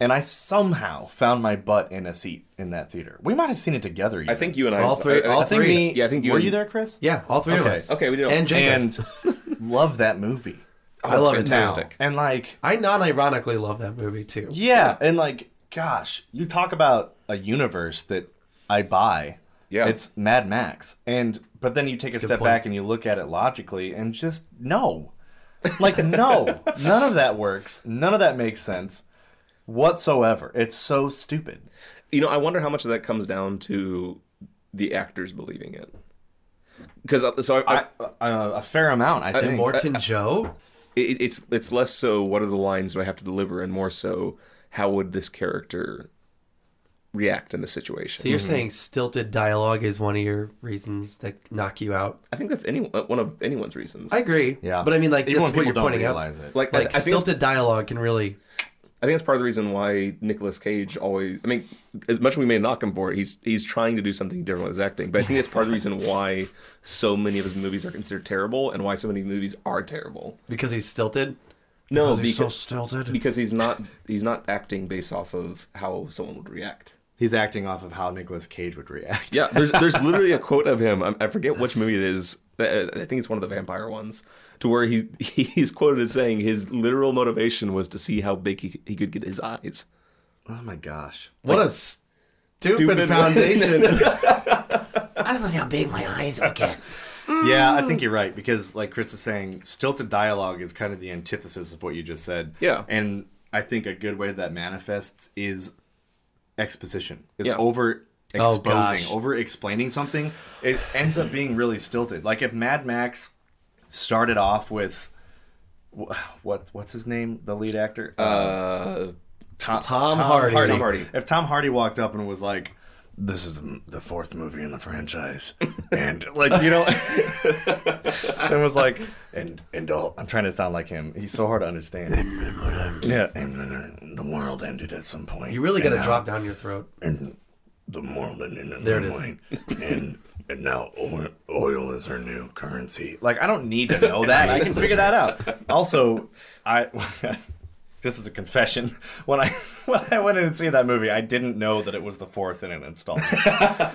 Speaker 2: And I somehow found my butt in a seat in that theater. We might have seen it together. Even.
Speaker 3: I think you and I-
Speaker 1: All three-
Speaker 3: I- I- all
Speaker 2: I think
Speaker 3: three.
Speaker 2: me.
Speaker 3: Yeah, I think you
Speaker 2: Were
Speaker 3: and-
Speaker 2: you there, Chris?
Speaker 1: Yeah, all three of us.
Speaker 3: Okay, we did all-
Speaker 1: And Jason.
Speaker 2: And love that movie.
Speaker 1: I love it now.
Speaker 2: And like,
Speaker 1: I non-ironically love that movie too.
Speaker 2: Yeah, and like, gosh, you talk about a universe that I buy.
Speaker 3: Yeah,
Speaker 2: it's Mad Max, and but then you take a
Speaker 1: a good
Speaker 2: step
Speaker 1: point.
Speaker 2: back and you look at it logically, and just no, like no, none of that works. None of that makes sense whatsoever. It's so stupid.
Speaker 3: You know, I wonder how much of that comes down to the actors believing it. Because so I, I,
Speaker 2: uh, a fair amount, I think.
Speaker 3: uh,
Speaker 2: Morton
Speaker 1: Joe.
Speaker 3: It, it's it's less so what are the lines do I have to deliver, and more so how would this character react in the situation.
Speaker 1: So you're saying stilted dialogue is one of your reasons that knock you out?
Speaker 3: I think that's any uh, one of anyone's reasons.
Speaker 1: I agree. But I mean, like that's what you're pointing out.
Speaker 3: Like,
Speaker 1: Like,
Speaker 3: I, I think it's-
Speaker 1: stilted dialogue can really.
Speaker 3: I think that's part of the reason why Nicolas Cage always. I mean, as much as we may knock him for it, he's he's trying to do something different with his acting. But I think that's part of the reason why so many of his movies are considered terrible, and why so many movies are terrible.
Speaker 1: Because he's stilted.
Speaker 3: No,
Speaker 1: Because he's so stilted.
Speaker 3: Because he's not he's not acting based off of how someone would react.
Speaker 2: He's acting off of how Nicolas Cage would react.
Speaker 3: Yeah, there's there's literally a quote of him. I, I forget which movie it is. Uh, I think it's one of the vampire ones, to where he he's quoted as saying his literal motivation was to see how big he, he could get his eyes.
Speaker 2: Oh my gosh!
Speaker 1: What a stupid, foundation.
Speaker 13: I just want to see how big my eyes will get.
Speaker 2: Yeah, I think you're right because, like Chris is saying, stilted dialogue is kind of the antithesis of what you just said.
Speaker 3: Yeah.
Speaker 2: and I think a good way that manifests is exposition. Is
Speaker 3: Yeah.
Speaker 2: over
Speaker 3: Oh,
Speaker 2: exposing,
Speaker 3: gosh.
Speaker 2: over explaining something. It ends up being really stilted. Like if Mad Max started off with wh- what what's his name, the lead actor,
Speaker 3: Uh,
Speaker 2: Tom,
Speaker 1: Tom Hardy. Tom Hardy.
Speaker 2: If Tom Hardy walked up and was like. This is the fourth movie in the franchise, and like you know, and was like, and and all, I'm trying to sound like him. He's so hard to understand. yeah, and the world ended at some point.
Speaker 1: You really
Speaker 2: and
Speaker 1: got to
Speaker 2: now
Speaker 1: drop down your throat.
Speaker 2: The world ended at
Speaker 1: There it
Speaker 2: some
Speaker 1: is.
Speaker 2: point, and and now oil, oil is our new currency. Like I don't need to know that. I can figure that out. Also, I. This is a confession. When I when I went in and see that movie, I didn't know that it was the fourth in an installment.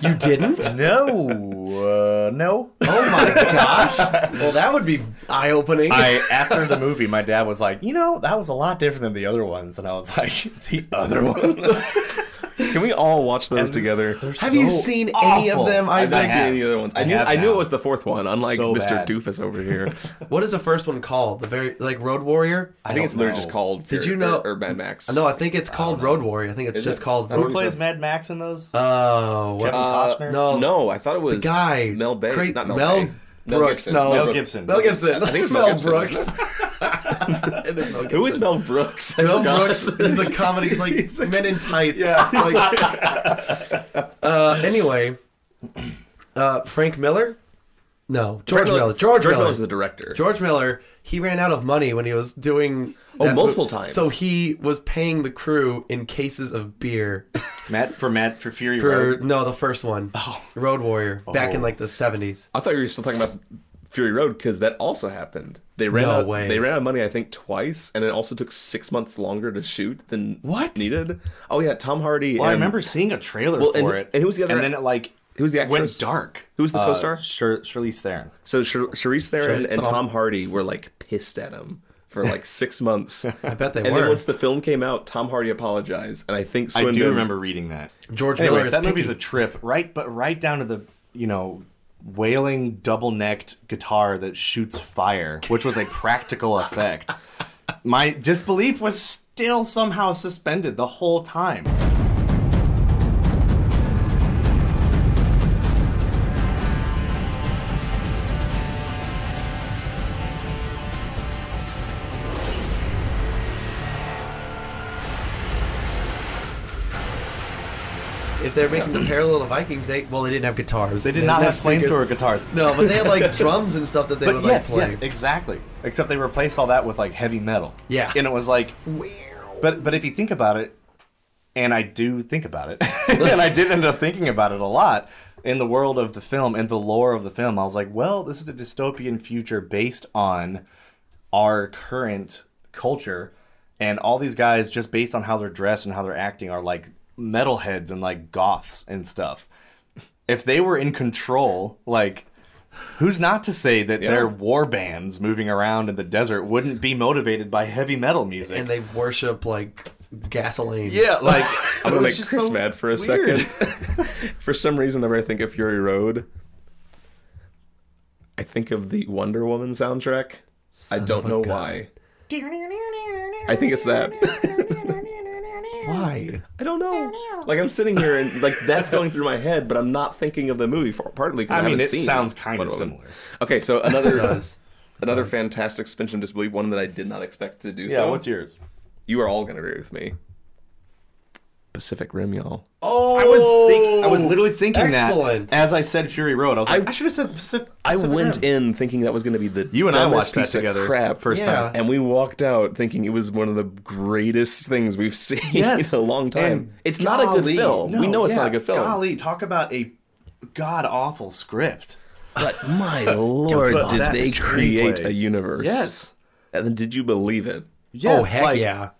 Speaker 1: You didn't?
Speaker 2: no, uh, no.
Speaker 1: Oh my gosh! Well, that would be eye opening.
Speaker 2: I after the movie, my dad was like, "You know, that was a lot different than the other ones," and I was like, "The other ones?
Speaker 3: Can we all watch those together?
Speaker 1: Have you seen any of them,
Speaker 3: I've
Speaker 1: Isaac?
Speaker 3: not seen any of the other ones. I,
Speaker 1: I
Speaker 3: knew
Speaker 1: have
Speaker 3: I knew it
Speaker 1: now.
Speaker 3: was the fourth one, unlike
Speaker 1: So
Speaker 3: Mr.
Speaker 1: bad.
Speaker 3: Doofus over here.
Speaker 1: What is the first one called? The very like Road Warrior.
Speaker 3: I think it's literally just called.
Speaker 1: Did
Speaker 3: Fury-
Speaker 1: you know?
Speaker 3: or, or Mad Max?
Speaker 1: No, I think it's called Road Warrior. I think it's
Speaker 3: Is
Speaker 1: just
Speaker 3: it?
Speaker 1: called.
Speaker 3: Who
Speaker 1: Road
Speaker 3: plays
Speaker 2: Mad Max in those?
Speaker 1: Oh, what-
Speaker 2: Kevin
Speaker 1: uh,
Speaker 2: Costner?
Speaker 1: No,
Speaker 3: no, I thought it was
Speaker 1: the guy
Speaker 3: Mel Bay.
Speaker 1: Cra-
Speaker 3: not Mel,
Speaker 1: Mel
Speaker 3: Bay.
Speaker 1: Brooks. No,
Speaker 2: Mel
Speaker 3: Brook-
Speaker 2: Gibson.
Speaker 1: Mel Gibson.
Speaker 3: I think it's Mel,
Speaker 1: Mel
Speaker 3: Gibson,
Speaker 1: Brooks.
Speaker 3: isn't it?
Speaker 1: It is Mel
Speaker 3: Who is
Speaker 1: Gibson.
Speaker 3: Mel Brooks?
Speaker 1: Mel Brooks is a comedy like Men in Tights. Yeah. uh, anyway, uh, Frank Miller. No, George Miller. George,
Speaker 3: George
Speaker 1: Miller
Speaker 3: Miller's the director.
Speaker 1: George Miller. He ran out of money when he was doing.
Speaker 3: Oh,
Speaker 1: that
Speaker 3: multiple
Speaker 1: mo-
Speaker 3: times.
Speaker 1: So he was paying the crew in cases of beer
Speaker 2: Matt for Matt for Fury
Speaker 1: for
Speaker 2: Road.
Speaker 1: no the first one,
Speaker 2: Oh.
Speaker 1: Road Warrior, back in like the seventies.
Speaker 3: I thought you were still talking about Fury Road because that also happened. They ran
Speaker 1: No
Speaker 3: out,
Speaker 1: way.
Speaker 3: They ran out of money, I think, twice, and it also took six months longer to shoot than
Speaker 1: what
Speaker 3: needed. Oh yeah, Tom Hardy.
Speaker 2: Well, I
Speaker 3: and-
Speaker 2: remember seeing a trailer
Speaker 3: Well,
Speaker 2: for
Speaker 3: and-
Speaker 2: it.
Speaker 3: and who was the other-
Speaker 2: And then it like
Speaker 3: Who was the
Speaker 2: went
Speaker 3: actress?
Speaker 2: dark.
Speaker 3: Who was the
Speaker 2: Uh,
Speaker 3: co-star?
Speaker 2: Shir- Charlize Theron.
Speaker 3: So Char- Charisse Theron
Speaker 2: Charlize
Speaker 3: and
Speaker 2: Theron.
Speaker 3: Tom Hardy were like pissed at him for like six months. I
Speaker 1: bet they
Speaker 3: and
Speaker 1: were.
Speaker 3: then once the film came out, Tom Hardy apologized, and I think
Speaker 2: I
Speaker 3: Swindon,
Speaker 2: do remember reading that.
Speaker 1: George
Speaker 2: anyway,
Speaker 1: Miller is
Speaker 2: that
Speaker 1: picky.
Speaker 2: movie's a trip, right? But right down to the you know wailing double necked guitar that shoots fire, which was a practical effect. My disbelief was still somehow suspended the whole time.
Speaker 1: If they're making the parallel to Vikings, they well, they didn't have guitars.
Speaker 2: They did not have flamethrower guitars.
Speaker 1: No, but they had like drums and stuff that they
Speaker 2: but
Speaker 1: would
Speaker 2: yes,
Speaker 1: like play.
Speaker 2: yes, exactly. Except they replaced all that with like heavy metal.
Speaker 1: Yeah.
Speaker 2: and it was like, but but if you think about it, and I do think about it, and I did end up thinking about it a lot in the world of the film and the lore of the film. I was like, well, this is a dystopian future based on our current culture, and all these guys just based on how they're dressed and how they're acting are like metalheads and like goths and stuff. If they were in control, like who's not to say that their war bands moving around in the desert wouldn't be motivated by heavy metal music?
Speaker 1: And they worship like gasoline.
Speaker 2: Yeah, like
Speaker 3: I'm gonna
Speaker 2: it was
Speaker 3: make
Speaker 2: just
Speaker 3: Chris
Speaker 2: so
Speaker 3: mad for a
Speaker 2: weird.
Speaker 3: second. for some reason, whenever I think of Fury Road, I think of the Wonder Woman soundtrack.
Speaker 1: Oh
Speaker 3: I don't know why. I think it's that.
Speaker 1: why?
Speaker 3: I don't know. Like I'm sitting here and like that's going through my head, but I'm not thinking of the movie for, partly because
Speaker 2: I
Speaker 3: I,
Speaker 2: mean,
Speaker 3: haven't
Speaker 2: it
Speaker 3: seen
Speaker 2: sounds kinda
Speaker 3: Wonder Woman.
Speaker 2: similar.
Speaker 3: Okay, so another
Speaker 1: does.
Speaker 3: another fantastic suspension of disbelief, one that I did not expect to do.
Speaker 2: Yeah,
Speaker 3: so
Speaker 2: what's yours?
Speaker 3: You are all gonna agree with me. Pacific Rim, y'all.
Speaker 1: Oh,
Speaker 2: I was think, I was literally thinking
Speaker 1: Excellent.
Speaker 2: that as I said Fury Road. I was like, I, should have said Pacific.
Speaker 3: I
Speaker 2: Pacific
Speaker 3: went
Speaker 2: Rim.
Speaker 3: in thinking that was going to be the
Speaker 2: You and I
Speaker 3: dumbest
Speaker 2: watched that
Speaker 3: piece of
Speaker 2: together
Speaker 3: crap
Speaker 2: first
Speaker 1: Yeah. time.
Speaker 3: and we walked out thinking it was one of the greatest things we've seen
Speaker 2: Yes.
Speaker 3: in a long time.
Speaker 2: And
Speaker 3: it's not a good
Speaker 2: golly,
Speaker 3: film. we
Speaker 2: no,
Speaker 3: know it's
Speaker 2: yeah,
Speaker 3: not a good film.
Speaker 2: Golly, talk about a god awful script.
Speaker 3: But my lord,
Speaker 2: But
Speaker 3: did
Speaker 2: that
Speaker 3: they create
Speaker 2: screenplay.
Speaker 3: a universe?
Speaker 2: Yes.
Speaker 3: And then did you believe it?
Speaker 2: Yes,
Speaker 1: oh heck
Speaker 2: like,
Speaker 1: yeah!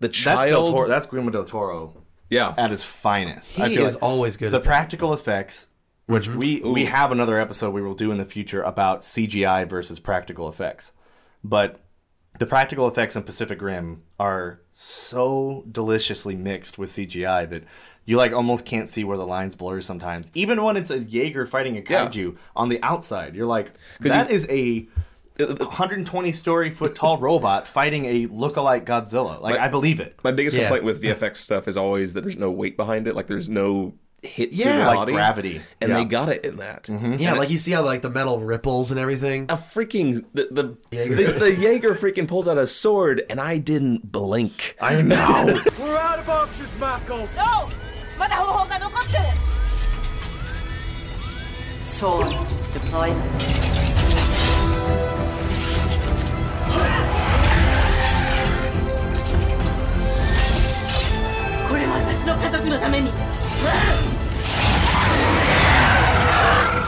Speaker 3: The
Speaker 2: That's Del
Speaker 3: child.
Speaker 2: Toro, that's Guillermo del Toro
Speaker 3: yeah.
Speaker 2: at his finest.
Speaker 1: He
Speaker 2: I feel
Speaker 1: is
Speaker 2: like
Speaker 1: always good.
Speaker 2: the
Speaker 1: at that.
Speaker 2: practical effects, which
Speaker 3: Mm-hmm.
Speaker 2: we we have another episode we will do in the future about CGI versus practical effects, but the practical effects in Pacific Rim are so deliciously mixed with CGI that you like almost can't see where the lines blur sometimes. Even when it's a Jaeger fighting a
Speaker 3: Yeah.
Speaker 2: kaiju on the outside, you're like,
Speaker 3: 'Cause
Speaker 2: that
Speaker 3: you-
Speaker 2: is a 120 story foot tall robot fighting a lookalike Godzilla. Like,
Speaker 3: Like-
Speaker 2: I believe it.
Speaker 3: My biggest
Speaker 1: Yeah.
Speaker 3: complaint with VFX stuff is always that there's no weight behind it. Like there's no hit to
Speaker 2: Yeah.
Speaker 3: your
Speaker 2: Like
Speaker 3: body.
Speaker 2: gravity. Yeah.
Speaker 3: And
Speaker 2: Mm-hmm.
Speaker 3: they got it in that.
Speaker 1: yeah, like you see how like the metal ripples and everything.
Speaker 3: a freaking the the
Speaker 1: Jaeger.
Speaker 3: the, the Jaeger freaking pulls out a sword, and I didn't blink.
Speaker 2: I know.
Speaker 11: We're out of options, Marco.
Speaker 18: まだ方法が残ってる
Speaker 19: Sword deployment.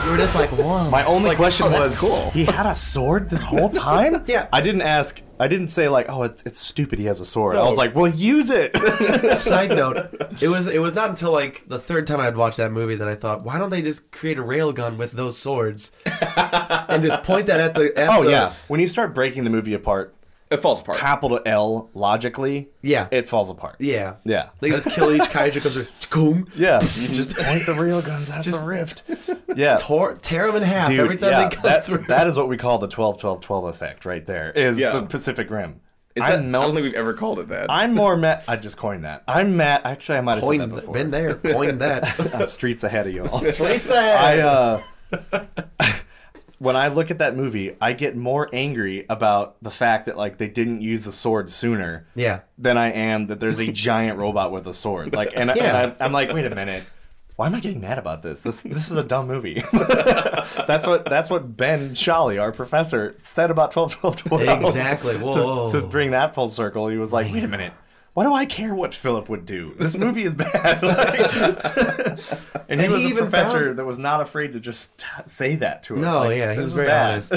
Speaker 1: You were just like, whoa.
Speaker 2: My only question
Speaker 1: oh, that's
Speaker 2: was,
Speaker 1: cool.
Speaker 2: he had a sword this whole time?
Speaker 1: Yeah.
Speaker 2: I didn't ask. I didn't say like, oh, it's, it's stupid. He has a sword. I
Speaker 3: No.
Speaker 2: was like, well, use it.
Speaker 1: Side note: It was it was not until like the third time I'd watched that movie that I thought, why don't they just create a railgun with those swords and just point that at the? At
Speaker 2: oh
Speaker 1: the-
Speaker 2: yeah. When you start breaking the movie apart,
Speaker 3: It falls apart.
Speaker 2: capital L logically,
Speaker 1: yeah,
Speaker 2: it falls apart.
Speaker 1: yeah,
Speaker 2: Yeah.
Speaker 1: They just kill each kaiju comes through, chkoom,
Speaker 2: Yeah. You just point the rail guns at
Speaker 1: Just-
Speaker 2: the rift. Yeah.
Speaker 1: tor- tear them in half
Speaker 2: Dude,
Speaker 1: every time
Speaker 2: yeah,
Speaker 1: they come
Speaker 2: that,
Speaker 1: through.
Speaker 2: that is what we call the 12 12 12 effect right there. Is
Speaker 3: Yeah.
Speaker 2: the Pacific Rim.
Speaker 3: Is
Speaker 2: I'm
Speaker 3: that, I
Speaker 2: mel-
Speaker 3: don't think we've ever called it that.
Speaker 2: I'm more mad. I just coined that. I'm mad. Actually, I might have said that
Speaker 1: Point,
Speaker 2: before.
Speaker 1: been there, point that.
Speaker 2: I'm Uh, streets ahead of y'all.
Speaker 1: Streets
Speaker 2: I
Speaker 1: ahead.
Speaker 2: uh, when I look at that movie, I get more angry about the fact that like they didn't use the sword sooner
Speaker 1: yeah,
Speaker 2: than I am that there's a giant robot with a sword. Like, and, I-
Speaker 1: Yeah.
Speaker 2: and I, I'm like, wait a minute. Why am I getting mad about this? This this is a dumb movie. that's what that's what Ben Sholly, our professor, said about 12 12 12.
Speaker 1: Exactly.
Speaker 2: To-
Speaker 1: Whoa.
Speaker 2: To, bring that full circle, he was like, "Wait a minute. Why do I care what Philip would do? This movie is bad." Like- and he
Speaker 1: And
Speaker 2: was
Speaker 1: he
Speaker 2: a
Speaker 1: even
Speaker 2: professor
Speaker 1: found-
Speaker 2: that was not afraid to just t- say that to us.
Speaker 1: No,
Speaker 2: Like,
Speaker 1: yeah, he
Speaker 2: this
Speaker 1: was
Speaker 2: is
Speaker 1: very
Speaker 2: bad.
Speaker 1: honest.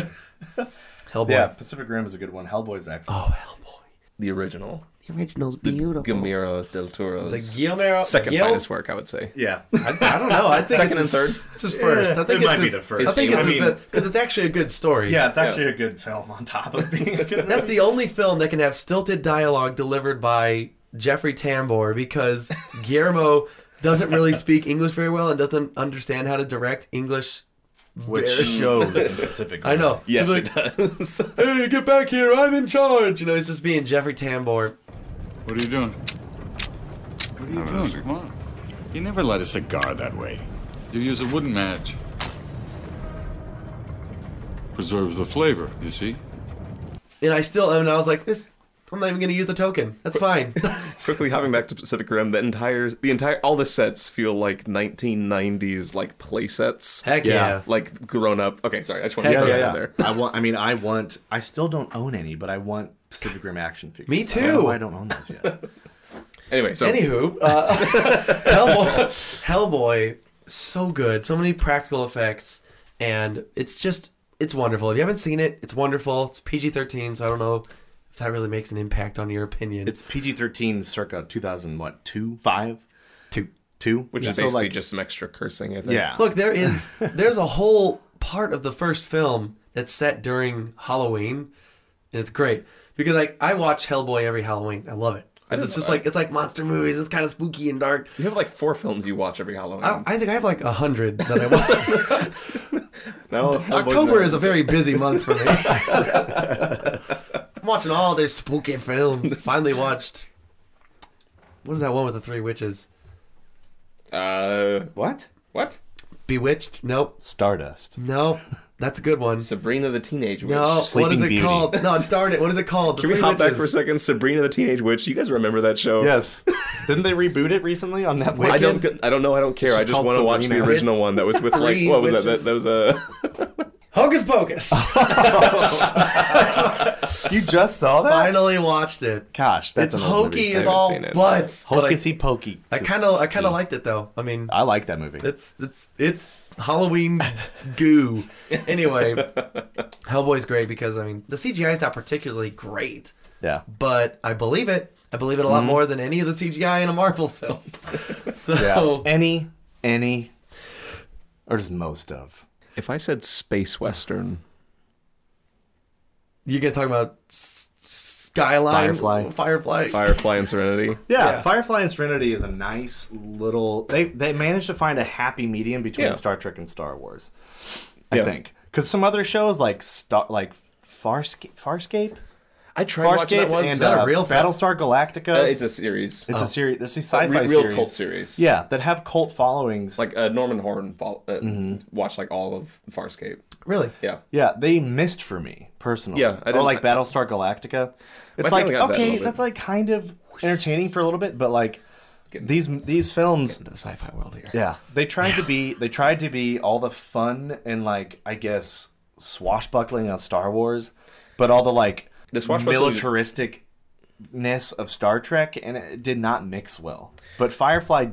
Speaker 1: Hellboy.
Speaker 2: yeah, Pacific Rim is a good one. Hellboy's excellent.
Speaker 1: Oh Hellboy.
Speaker 3: the original.
Speaker 14: The original's
Speaker 3: The
Speaker 14: beautiful.
Speaker 3: Guillermo del Toro's
Speaker 1: The Guillermo
Speaker 3: second
Speaker 1: Guil-
Speaker 3: finest work, I would say.
Speaker 1: Oh.
Speaker 2: Yeah.
Speaker 1: I, I don't know. I think
Speaker 3: Second
Speaker 1: it's
Speaker 3: and
Speaker 1: his-
Speaker 3: third?
Speaker 1: It's his first. I
Speaker 2: it
Speaker 1: think it's
Speaker 2: might be
Speaker 1: his-
Speaker 2: the first.
Speaker 1: I think it's
Speaker 2: I
Speaker 1: his
Speaker 2: mean-
Speaker 1: best because it's actually a good story.
Speaker 2: Yeah, it's actually a good film on top of being a good
Speaker 1: That's the only film that can have stilted dialogue delivered by Jeffrey Tambor because Guillermo doesn't really speak English very well and doesn't understand how to direct English.
Speaker 2: which
Speaker 1: very-
Speaker 2: shows in Pacific Rim.
Speaker 1: I know.
Speaker 3: Yes,
Speaker 1: He's
Speaker 3: it
Speaker 1: like,
Speaker 3: does.
Speaker 1: hey, get back here! I'm in charge. You know, he's just being Jeffrey Tambor.
Speaker 20: What are you doing? What are you doing? Come on. You never light a cigar that way. You use a wooden match. Preserves the flavor, you see?
Speaker 1: And I still, and I was like, this. I'm not even gonna use a token. That's fine.
Speaker 3: Quickly hopping back to Pacific Rim, the entire the entire all the sets feel like 1990s like play sets.
Speaker 1: Heck yeah. yeah.
Speaker 3: Like grown up. Okay, sorry. I just want to throw that out there.
Speaker 2: I want I mean I want I still don't own any, but I want Pacific Rim action figures.
Speaker 1: Me too.
Speaker 2: I don't, I don't own those yet.
Speaker 3: anyway, so
Speaker 1: Anywho, uh, Hellboy, Hellboy so good. So many practical effects and it's just it's wonderful. If you haven't seen it, it's wonderful. It's PG-13, so I don't know if that really makes an impact on your opinion.
Speaker 2: It's PG-13 circa 2000 what? 2 5
Speaker 1: 2
Speaker 2: 2,
Speaker 3: which
Speaker 2: yeah.
Speaker 3: is basically so like, just some extra cursing, I think.
Speaker 2: Yeah.
Speaker 1: Look, there is there's a whole part of the first film that's set during Halloween, and it's great because like I watch Hellboy every Halloween. I love it. It's, it's just like it's like monster movies. It's kind of spooky and dark.
Speaker 3: You have like four films you watch every Halloween.
Speaker 1: I, I think I have like a hundred that I watch.
Speaker 3: no,
Speaker 1: October is a very busy month for me. I'm watching all these spooky films. Finally watched. What is that one with the three witches?
Speaker 3: Uh,
Speaker 2: what?
Speaker 3: What?
Speaker 1: Bewitched? Nope.
Speaker 2: Stardust?
Speaker 1: Nope. That's a good one.
Speaker 3: Sabrina the Teenage Witch.
Speaker 1: No,
Speaker 2: Sleeping
Speaker 1: what is it
Speaker 2: Beauty.
Speaker 1: called? No, darn it. What is it called? The
Speaker 3: Can we
Speaker 1: Three
Speaker 3: hop back
Speaker 1: Witches.
Speaker 3: for a second? Sabrina the Teenage Witch. You guys remember that show?
Speaker 2: Yes. Didn't they reboot it recently on Netflix?
Speaker 3: I don't. I don't know. I don't care. I
Speaker 2: It's
Speaker 3: just
Speaker 2: called
Speaker 3: want to watch the
Speaker 2: Sabrina.
Speaker 3: original one that was with like
Speaker 1: Three
Speaker 3: what was that? that?
Speaker 1: witches.
Speaker 3: That was uh, a.
Speaker 1: Hocus Pocus.
Speaker 2: You just saw that?
Speaker 1: Finally watched it.
Speaker 2: Gosh, that's
Speaker 1: it's
Speaker 2: an old
Speaker 1: hokey as
Speaker 2: movie.
Speaker 3: I haven't
Speaker 1: all
Speaker 3: seen it.
Speaker 1: butts. but I-
Speaker 2: Hocusy pokey.
Speaker 1: I kind of I kind of liked it though. I mean,
Speaker 2: I like that movie.
Speaker 1: it's it's it's Halloween goo. Anyway, Hellboy's great because I mean the CGI is not particularly great,
Speaker 2: Yeah.
Speaker 1: but I believe it. I believe it a lot
Speaker 2: Mm-hmm.
Speaker 1: more than any of the CGI in a Marvel film. so
Speaker 2: Yeah. Any, any, or just most of.
Speaker 3: If I said space western,
Speaker 1: you can talk about s- s- Skyline,
Speaker 2: Firefly.
Speaker 1: Firefly.
Speaker 3: Firefly and Serenity.
Speaker 2: Yeah,
Speaker 1: Yeah.
Speaker 2: Firefly and Serenity is a nice little. They they managed to find a happy medium between
Speaker 3: Yeah.
Speaker 2: Star Trek and Star Wars, I
Speaker 3: Yeah.
Speaker 2: think. Because some other shows like Star like Farscape, Farscape,
Speaker 3: I tried watching that
Speaker 2: Farscape,
Speaker 3: one.
Speaker 2: and
Speaker 1: that a
Speaker 2: uh,
Speaker 1: real fa-
Speaker 2: Battlestar Galactica.
Speaker 3: Uh, it's a series.
Speaker 2: it's
Speaker 3: Uh,
Speaker 2: a series. This is sci-fi
Speaker 3: re- real
Speaker 2: series.
Speaker 3: cult series.
Speaker 2: Yeah, that have cult followings.
Speaker 3: Like uh, Norman Horn fol- uh, watched like all of Farscape.
Speaker 1: Really?
Speaker 3: Yeah.
Speaker 2: yeah, they missed for me personally.
Speaker 3: Yeah, I
Speaker 2: or
Speaker 3: didn't-
Speaker 2: like Battlestar Galactica. It's like
Speaker 3: family got that a
Speaker 2: okay,
Speaker 3: little bit.
Speaker 2: that's like kind of entertaining for a little bit, but like
Speaker 3: Getting-
Speaker 2: these these films
Speaker 3: The sci-fi world here.
Speaker 2: Yeah, they tried to be they tried to be all the fun and like I guess swashbuckling on Star Wars, but all the like
Speaker 3: The swashbuckling-
Speaker 2: militaristicness of Star Trek, and it did not mix well. But Firefly,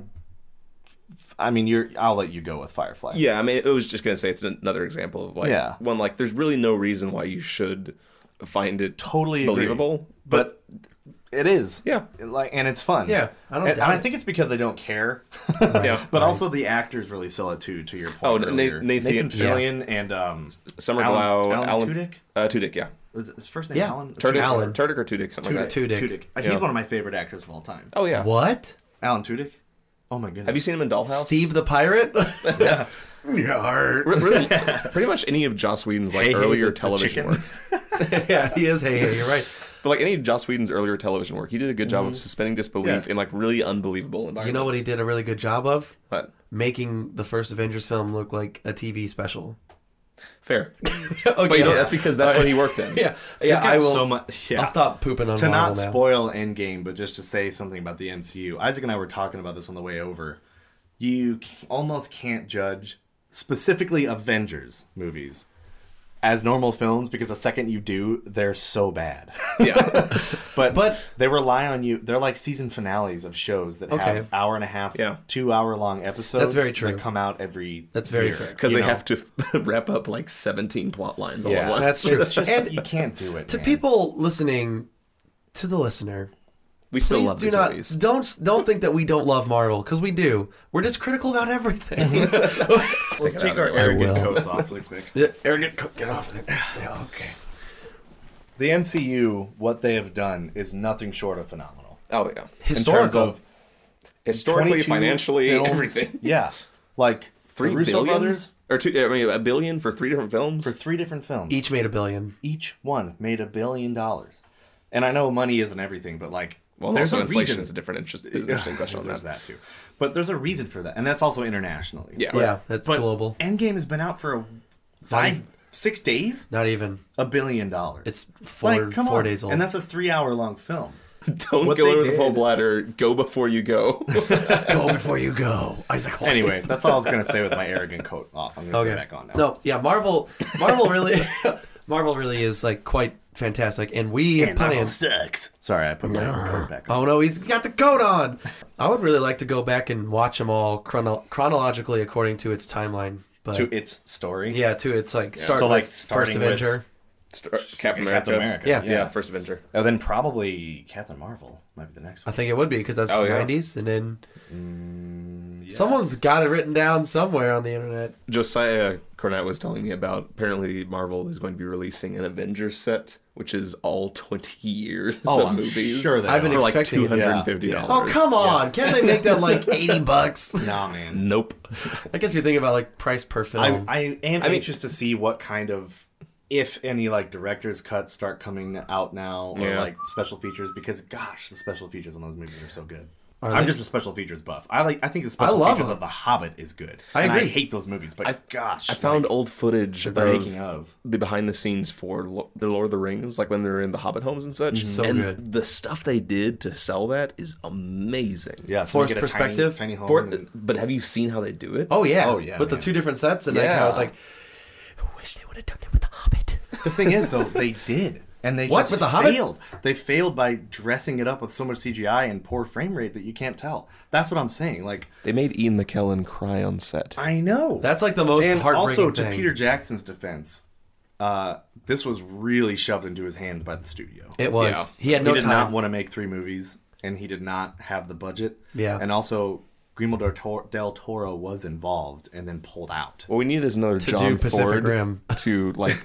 Speaker 2: I mean, you're I'll let you go with Firefly.
Speaker 3: Yeah, I mean, I was just gonna say it's another example of like
Speaker 2: Yeah.
Speaker 3: one like there's really no reason why you should find it
Speaker 2: Totally agree.
Speaker 3: believable, but,
Speaker 2: but it is
Speaker 3: Yeah.
Speaker 2: like and it's fun.
Speaker 1: Yeah, I don't
Speaker 2: and,
Speaker 1: doubt
Speaker 2: and I
Speaker 1: it.
Speaker 2: think it's because they don't care.
Speaker 3: Yeah.
Speaker 2: but also the actors really sell it too. To your point,
Speaker 3: Oh, Na-
Speaker 2: earlier.
Speaker 3: Nathan-
Speaker 2: Nathan
Speaker 3: Yeah.
Speaker 2: Fillion and um,
Speaker 3: Summer
Speaker 2: Alan-
Speaker 3: Glau,
Speaker 2: Alan
Speaker 3: Alan
Speaker 2: Tudyk?
Speaker 3: uh, Tudyk, yeah,
Speaker 2: was his first name
Speaker 1: Yeah.
Speaker 2: Alan
Speaker 3: Turdick,
Speaker 1: Alan.
Speaker 3: Turdick or Tudyk, something like that.
Speaker 1: Tudyk.
Speaker 2: Tudyk. Uh,
Speaker 3: Yeah.
Speaker 2: He's one of my favorite actors of all time.
Speaker 3: Oh yeah,
Speaker 1: What?
Speaker 2: Alan Tudyk. Oh my goodness.
Speaker 3: have you seen him in Dollhouse?
Speaker 1: Steve the pirate? yeah.
Speaker 3: Re- really, pretty much any of Joss Whedon's like
Speaker 2: Hey, hey,
Speaker 3: earlier
Speaker 2: the- the
Speaker 3: television
Speaker 2: chicken.
Speaker 3: work,
Speaker 1: yeah, he is. Hey, hey, you're right.
Speaker 3: but like any of Joss Whedon's earlier television work, he did a good job of suspending disbelief
Speaker 2: Yeah.
Speaker 3: in like really unbelievable environments.
Speaker 1: You know what he did a really good job of?
Speaker 3: But
Speaker 1: Making the first Avengers film look like a TV special.
Speaker 3: fair,
Speaker 1: okay,
Speaker 3: but you know that's because that's what he worked in.
Speaker 1: Yeah, yeah.
Speaker 2: They've got
Speaker 1: I will.
Speaker 2: so much. Yeah.
Speaker 1: I'll stop pooping on
Speaker 2: to not
Speaker 1: Marvel now.
Speaker 2: spoil Endgame, but just to say something about the MCU. Isaac and I were talking about this on the way over. You c- almost can't judge specifically Avengers movies as normal films because the second you do, they're so bad.
Speaker 3: yeah.
Speaker 2: but
Speaker 1: But-
Speaker 2: they rely on you. They're like season finales of shows that have
Speaker 1: Okay.
Speaker 2: hour and a half,
Speaker 3: Yeah.
Speaker 2: two hour long episodes.
Speaker 1: That's very true.
Speaker 2: That come out every.
Speaker 1: That's very
Speaker 2: year,
Speaker 1: fair.
Speaker 3: because
Speaker 2: you
Speaker 3: they
Speaker 2: know?
Speaker 3: have to wrap up like 17 plot lines all at
Speaker 2: Yeah,
Speaker 3: once.
Speaker 1: That's true.
Speaker 2: It's just
Speaker 1: and
Speaker 2: you can't do it
Speaker 1: to
Speaker 2: man.
Speaker 1: people listening, to the listener,
Speaker 3: we still
Speaker 1: please
Speaker 3: love
Speaker 1: do
Speaker 3: these
Speaker 1: not
Speaker 3: movies.
Speaker 1: don't don't think that we don't love Marvel because we do. We're just critical about
Speaker 2: Mm-hmm.
Speaker 1: everything.
Speaker 2: Let's
Speaker 3: Take it
Speaker 2: take
Speaker 3: out
Speaker 2: our
Speaker 3: of there.
Speaker 2: arrogant
Speaker 1: I will.
Speaker 2: coats off really quick.
Speaker 1: Yeah, Arrogant, co- get off of it. Yeah, okay.
Speaker 2: The MCU, what they have done is nothing short of phenomenal.
Speaker 3: oh yeah,
Speaker 1: Historical.
Speaker 2: In terms of
Speaker 3: historically,
Speaker 2: 22
Speaker 3: financially,
Speaker 2: films.
Speaker 3: everything.
Speaker 2: Yeah. Like
Speaker 3: Three
Speaker 2: the Russo
Speaker 3: billion?
Speaker 2: brothers
Speaker 3: or two. I mean, a billion for three different films.
Speaker 2: for three different films.
Speaker 1: Each made a billion.
Speaker 2: each one made a billion dollars. And I know money isn't everything, but like
Speaker 3: well,
Speaker 2: there's
Speaker 3: also
Speaker 2: a
Speaker 3: inflation
Speaker 2: reason.
Speaker 3: is a different interest, is an interesting question on
Speaker 2: there's
Speaker 3: that.
Speaker 2: that too. But there's a reason for that. And that's also internationally.
Speaker 3: Yeah.
Speaker 2: But-
Speaker 1: yeah, that's
Speaker 2: but
Speaker 1: global.
Speaker 2: Endgame has been out for a five six days?
Speaker 1: Not even.
Speaker 2: A billion dollars.
Speaker 1: It's four four days old.
Speaker 2: And that's a three hour long film.
Speaker 3: Don't
Speaker 1: What
Speaker 3: go
Speaker 1: they
Speaker 3: in with a
Speaker 1: did-
Speaker 3: full bladder. Go before you go.
Speaker 1: go before you go. I was like, what?
Speaker 2: Anyway, that's all I was gonna say with my arrogant coat off. I'm gonna put it back on now.
Speaker 1: No, yeah, Marvel, Marvel really, Marvel really is like quite fantastic, and we
Speaker 2: And Marvel
Speaker 1: plan-
Speaker 2: sucks. Sorry, I put my coat back
Speaker 1: Oh no, he's got the coat on. I would really like to go back and watch them all chrono- chronologically according to its timeline. But
Speaker 2: to its story.
Speaker 1: yeah, to its like
Speaker 2: Yeah.
Speaker 1: start
Speaker 2: So, like,
Speaker 1: with First
Speaker 2: starting
Speaker 1: Avenger.
Speaker 3: Captain
Speaker 2: America. Captain America.
Speaker 1: Yeah.
Speaker 3: Yeah, First Avenger.
Speaker 2: Oh, then probably Captain Marvel might be the next
Speaker 1: I
Speaker 2: one.
Speaker 1: think it would be because that's
Speaker 2: Oh,
Speaker 1: the
Speaker 2: yeah. Mm,
Speaker 1: '90s, and then someone's got it written down somewhere on the internet.
Speaker 3: Josiah Cornett was telling me about. Apparently, Marvel is going to be releasing an Avengers set, which is all twenty years
Speaker 1: Oh,
Speaker 3: of
Speaker 1: I'm
Speaker 3: movies.
Speaker 1: sure they
Speaker 3: I've been
Speaker 1: are.
Speaker 3: for like
Speaker 1: expecting
Speaker 3: two
Speaker 1: it.
Speaker 3: hundred and fifty
Speaker 1: Yeah.
Speaker 3: dollars.
Speaker 1: Oh come on! Can't they make that like eighty bucks?
Speaker 2: Nah, man.
Speaker 3: Nope.
Speaker 1: I guess you think about like price per
Speaker 2: I,
Speaker 1: film.
Speaker 2: I am anxious to see what kind of, if any, like director's cuts start coming out now, or
Speaker 1: Yeah.
Speaker 2: like special features. Because gosh, the special features on those movies are so good.
Speaker 1: Are
Speaker 2: I'm
Speaker 1: they?
Speaker 2: just a special features buff. I like. I think the
Speaker 1: I
Speaker 2: special
Speaker 1: love
Speaker 2: features
Speaker 1: them.
Speaker 2: of The Hobbit is good.
Speaker 3: I
Speaker 2: And
Speaker 3: agree.
Speaker 2: hate those movies, but gosh,
Speaker 3: I found old footage
Speaker 2: the
Speaker 3: of,
Speaker 2: making of.
Speaker 3: the behind the scenes for Lo- the Lord of the Rings, like when they're in the Hobbit homes and such.
Speaker 1: Mhm. So
Speaker 3: and
Speaker 1: good.
Speaker 3: the stuff they did to sell that is amazing.
Speaker 2: Yeah,
Speaker 1: to Forced make it a tiny- perspective. tiny home
Speaker 3: For-
Speaker 1: and-
Speaker 3: But have you seen how they do it?
Speaker 1: Oh yeah. With the two different sets and like how it's
Speaker 3: Yeah.
Speaker 1: like
Speaker 2: The thing is, though, they did, and they
Speaker 1: What?
Speaker 2: just
Speaker 1: With The Hobbit?
Speaker 2: failed. They failed by dressing it up with so much CGI and poor frame rate that you can't tell. That's what I'm saying. Like
Speaker 3: They made Ian McKellen cry on set.
Speaker 2: I know.
Speaker 1: That's like the most
Speaker 2: and
Speaker 1: heartbreaking
Speaker 2: also to
Speaker 1: thing.
Speaker 2: Peter Jackson's defense, uh, this was really shoved into his hands by the studio.
Speaker 1: It was. Yeah. He had no
Speaker 2: did
Speaker 1: time.
Speaker 2: not want to make three movies, and he did not have the budget.
Speaker 1: Yeah.
Speaker 2: and also. Guillermo del Tor- del Toro was involved and then pulled out.
Speaker 3: What we need is another
Speaker 1: To do
Speaker 3: John
Speaker 1: Pacific
Speaker 3: Ford
Speaker 1: Rim.
Speaker 3: to like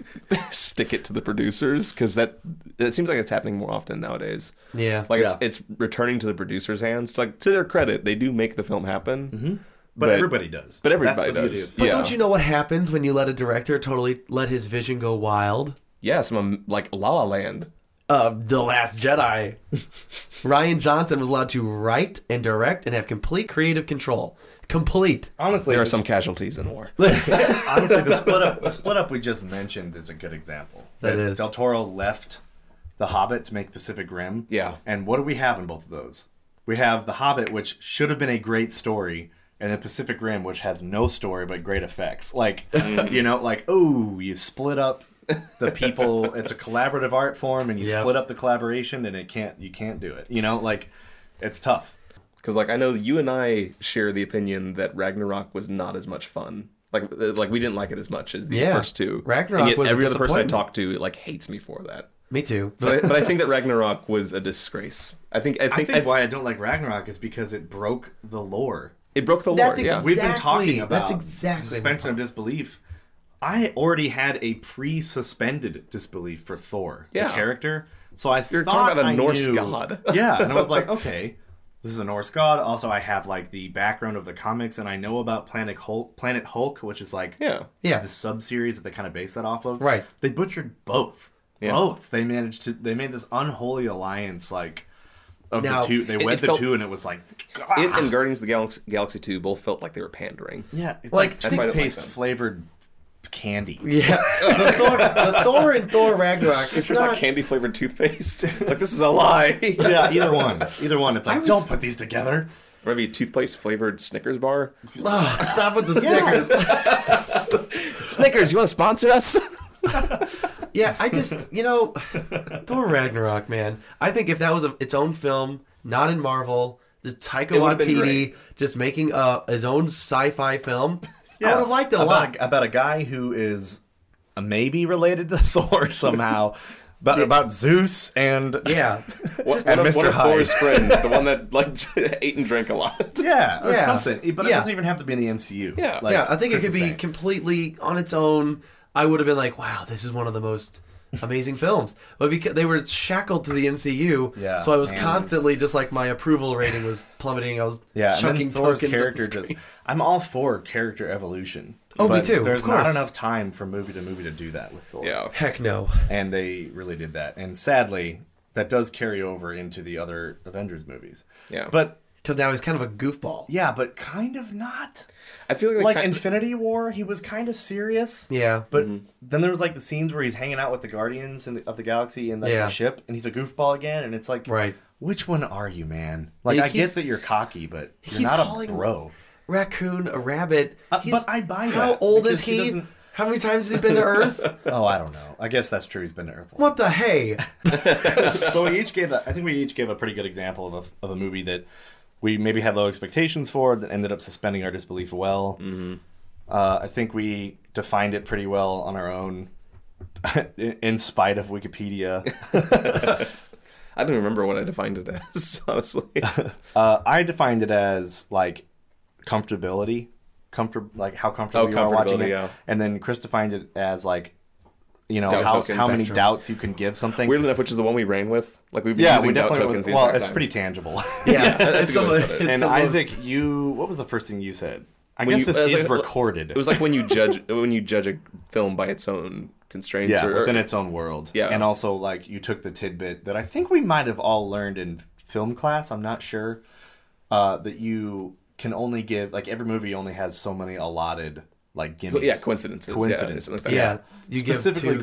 Speaker 3: stick it to the producers because that it seems like it's happening more often nowadays.
Speaker 1: Yeah.
Speaker 3: like it's it's returning to the producers' hands. Like to their credit, they do make the film happen. Mm-hmm.
Speaker 2: But everybody does.
Speaker 3: But
Speaker 2: That's
Speaker 3: everybody
Speaker 2: the beauty
Speaker 3: does.
Speaker 2: of-
Speaker 1: But
Speaker 3: yeah.
Speaker 1: don't you know what happens when you let a director totally let his vision go wild?
Speaker 3: Yes, I'm um, like La La Land.
Speaker 1: Of The Last Jedi. Ryan Johnson was allowed to write and direct and have complete creative control. Complete.
Speaker 2: Honestly,
Speaker 3: there are some casualties in war.
Speaker 2: Honestly, the split up the split up we just mentioned is a good example.
Speaker 1: That is.
Speaker 2: Del Toro left The Hobbit to make Pacific Rim.
Speaker 3: Yeah.
Speaker 2: And what do we have in both of those? We have The Hobbit, which should have been a great story, and then Pacific Rim, which has no story but great effects. Like you know, like oh, you split up the people. It's a collaborative art form, and you
Speaker 3: Yep.
Speaker 2: split up the collaboration, and it can't you can't do it. You know, like it's tough.
Speaker 3: Because like I know you and I share the opinion that Ragnarok was not as much fun. Like uh, like we didn't like it as much as the
Speaker 1: Yeah.
Speaker 3: first two.
Speaker 1: Ragnarok
Speaker 3: And yet
Speaker 1: was a
Speaker 3: every other person I
Speaker 1: disappointment.
Speaker 3: talk to like hates me for that.
Speaker 1: Me too.
Speaker 3: But I, but I think that Ragnarok was a disgrace. I think I
Speaker 2: I
Speaker 3: think,
Speaker 2: think, why I don't like Ragnarok is because it broke the lore.
Speaker 3: It broke the lore.
Speaker 1: That's
Speaker 3: yeah,
Speaker 2: We've been
Speaker 1: Exactly.
Speaker 2: talking about
Speaker 1: That's exactly my
Speaker 2: suspension of disbelief. I already had a pre-suspended disbelief for Thor,
Speaker 3: Yeah.
Speaker 2: the character. So I
Speaker 3: You're
Speaker 2: thought
Speaker 3: talking about a
Speaker 2: I
Speaker 3: Norse
Speaker 2: knew-
Speaker 3: god.
Speaker 2: yeah, and I was like, okay, this is a Norse god. Also, I have like the background of the comics, and I know about Planet Hulk, Planet Hulk, which is like
Speaker 3: yeah,
Speaker 1: Yeah.
Speaker 2: the sub-series that they kind of base that off of.
Speaker 1: Right.
Speaker 2: They butchered both.
Speaker 3: Yeah.
Speaker 2: Both. They managed to. They made this unholy alliance, like of
Speaker 3: Now,
Speaker 2: the two. They
Speaker 3: it-
Speaker 2: wed
Speaker 3: it
Speaker 2: the
Speaker 3: felt-
Speaker 2: two, and it was like
Speaker 3: It and Guardians of the Galaxy, Galaxy 2 both felt like they were pandering.
Speaker 2: Yeah, it's
Speaker 1: Like,
Speaker 2: like,
Speaker 3: that's why I don't like
Speaker 2: toothpaste
Speaker 3: them.
Speaker 2: flavored candy.
Speaker 1: Yeah. the, Thor, the Thor and Thor Ragnarok
Speaker 3: It's
Speaker 1: is
Speaker 3: just
Speaker 1: not
Speaker 3: like candy flavored toothpaste. It's like this is a lie.
Speaker 2: yeah, either one. Either one. It's like
Speaker 1: was-
Speaker 2: don't put these together.
Speaker 3: Or maybe toothpaste flavored Snickers bar.
Speaker 1: Oh, stop with the
Speaker 3: Yeah.
Speaker 1: Snickers.
Speaker 3: Snickers, you want to sponsor us?
Speaker 1: Yeah, I just you know, Thor Ragnarok, man. I think if that was a, its own film, not in Marvel, just Taika
Speaker 3: It would've been
Speaker 1: Waititi
Speaker 3: great.
Speaker 1: just making uh, his own sci-fi film, I would have liked it a
Speaker 2: about
Speaker 1: lot.
Speaker 2: A, about a guy who is maybe related to Thor somehow. About, about Zeus and
Speaker 1: yeah,
Speaker 3: What,
Speaker 2: Just-
Speaker 3: one,
Speaker 2: And
Speaker 3: of, one
Speaker 2: Mr.
Speaker 3: of
Speaker 2: Hyde.
Speaker 3: Thor's friends, the one that like ate and drank a lot.
Speaker 2: yeah, or
Speaker 1: Yeah.
Speaker 2: something. But it
Speaker 1: Yeah.
Speaker 2: doesn't even have to be in the MCU.
Speaker 3: Yeah.
Speaker 2: Like
Speaker 1: yeah. I think it
Speaker 2: Chris
Speaker 1: could
Speaker 2: is
Speaker 1: be
Speaker 2: saying.
Speaker 1: completely on its own. I would have been like, wow, this is one of the most amazing films. But because they were shackled to the MCU,
Speaker 2: Yeah,
Speaker 1: so I was
Speaker 2: man.
Speaker 1: constantly just like my approval rating was plummeting. I was
Speaker 2: Yeah, and
Speaker 1: chucking
Speaker 2: then Thor's
Speaker 1: tokens at the
Speaker 2: character
Speaker 1: screen.
Speaker 2: just. I'm all for character evolution.
Speaker 1: Oh, me
Speaker 2: but
Speaker 1: too, of
Speaker 2: There's not
Speaker 1: course.
Speaker 2: enough time from movie to movie to do that with Thor.
Speaker 3: Yeah.
Speaker 1: Heck no.
Speaker 2: and they really did that. And sadly, that does carry over into the other Avengers movies.
Speaker 3: Yeah.
Speaker 2: But
Speaker 1: because now he's kind of a goofball.
Speaker 2: Yeah, but kind of not.
Speaker 3: I feel like,
Speaker 2: like Infinity War, he was kind of serious.
Speaker 1: Yeah,
Speaker 2: but mm-hmm. then there was like the scenes where he's hanging out with the Guardians and of the Galaxy in like,
Speaker 1: Yeah.
Speaker 2: the ship, and he's a goofball again, and it's like,
Speaker 1: Right.
Speaker 2: Which one are you, man? Like,
Speaker 1: Yeah,
Speaker 2: I
Speaker 1: he keeps-
Speaker 2: guess that you're cocky, but you're
Speaker 1: he's
Speaker 2: not a
Speaker 1: calling-
Speaker 2: bro. Uh,
Speaker 1: Raccoon, a rabbit. He's-
Speaker 2: but I buy
Speaker 1: How
Speaker 2: that,
Speaker 1: old is
Speaker 2: because he
Speaker 1: he?
Speaker 2: doesn't-
Speaker 1: How many times has he been to Earth?
Speaker 2: oh, I don't know. I guess that's true. He's been to Earth.
Speaker 1: What the hey?
Speaker 2: so we each gave a, I think we each gave a pretty good example of a, of a movie that we maybe had low expectations for that ended up suspending our disbelief well.
Speaker 3: Mm-hmm.
Speaker 2: Uh, I think we defined it pretty well on our own, in in spite of Wikipedia.
Speaker 3: I don't remember what I defined it as, honestly.
Speaker 2: uh, I defined it as like comfortability, comfort, like how comfortable
Speaker 3: Oh,
Speaker 2: you are watching
Speaker 3: comfortability,
Speaker 2: it,
Speaker 3: yeah.
Speaker 2: and then Chris defined it as like. You know
Speaker 3: Doubt
Speaker 2: how,
Speaker 3: tokens.
Speaker 2: how many
Speaker 3: Spectrum.
Speaker 2: doubts you can give something.
Speaker 3: Weirdly enough, which is the one we ran with. Like we've been
Speaker 2: yeah,
Speaker 3: using
Speaker 2: we
Speaker 3: doubt
Speaker 2: definitely.
Speaker 3: tokens the
Speaker 2: well,
Speaker 3: entire
Speaker 2: it's
Speaker 3: time.
Speaker 2: pretty tangible.
Speaker 3: Yeah, that's a good way to put it.
Speaker 2: And
Speaker 3: It's the
Speaker 2: Isaac, you what was the first thing you said? I
Speaker 3: When
Speaker 2: guess
Speaker 3: you-
Speaker 2: this
Speaker 3: it was
Speaker 2: is
Speaker 3: like-
Speaker 2: recorded.
Speaker 3: It was like when you judge when you judge a film by its own constraints.
Speaker 2: yeah,
Speaker 3: or,
Speaker 2: within its own world.
Speaker 3: Yeah.
Speaker 2: and also like you took the tidbit that I think we might have all learned in film class. I'm not sure uh, that you can only give like every movie only has so many allotted like gimmies.
Speaker 3: yeah, coincidences, yeah,
Speaker 2: Coincidences.
Speaker 3: something like that. Yeah,
Speaker 1: you give
Speaker 2: specifically
Speaker 1: two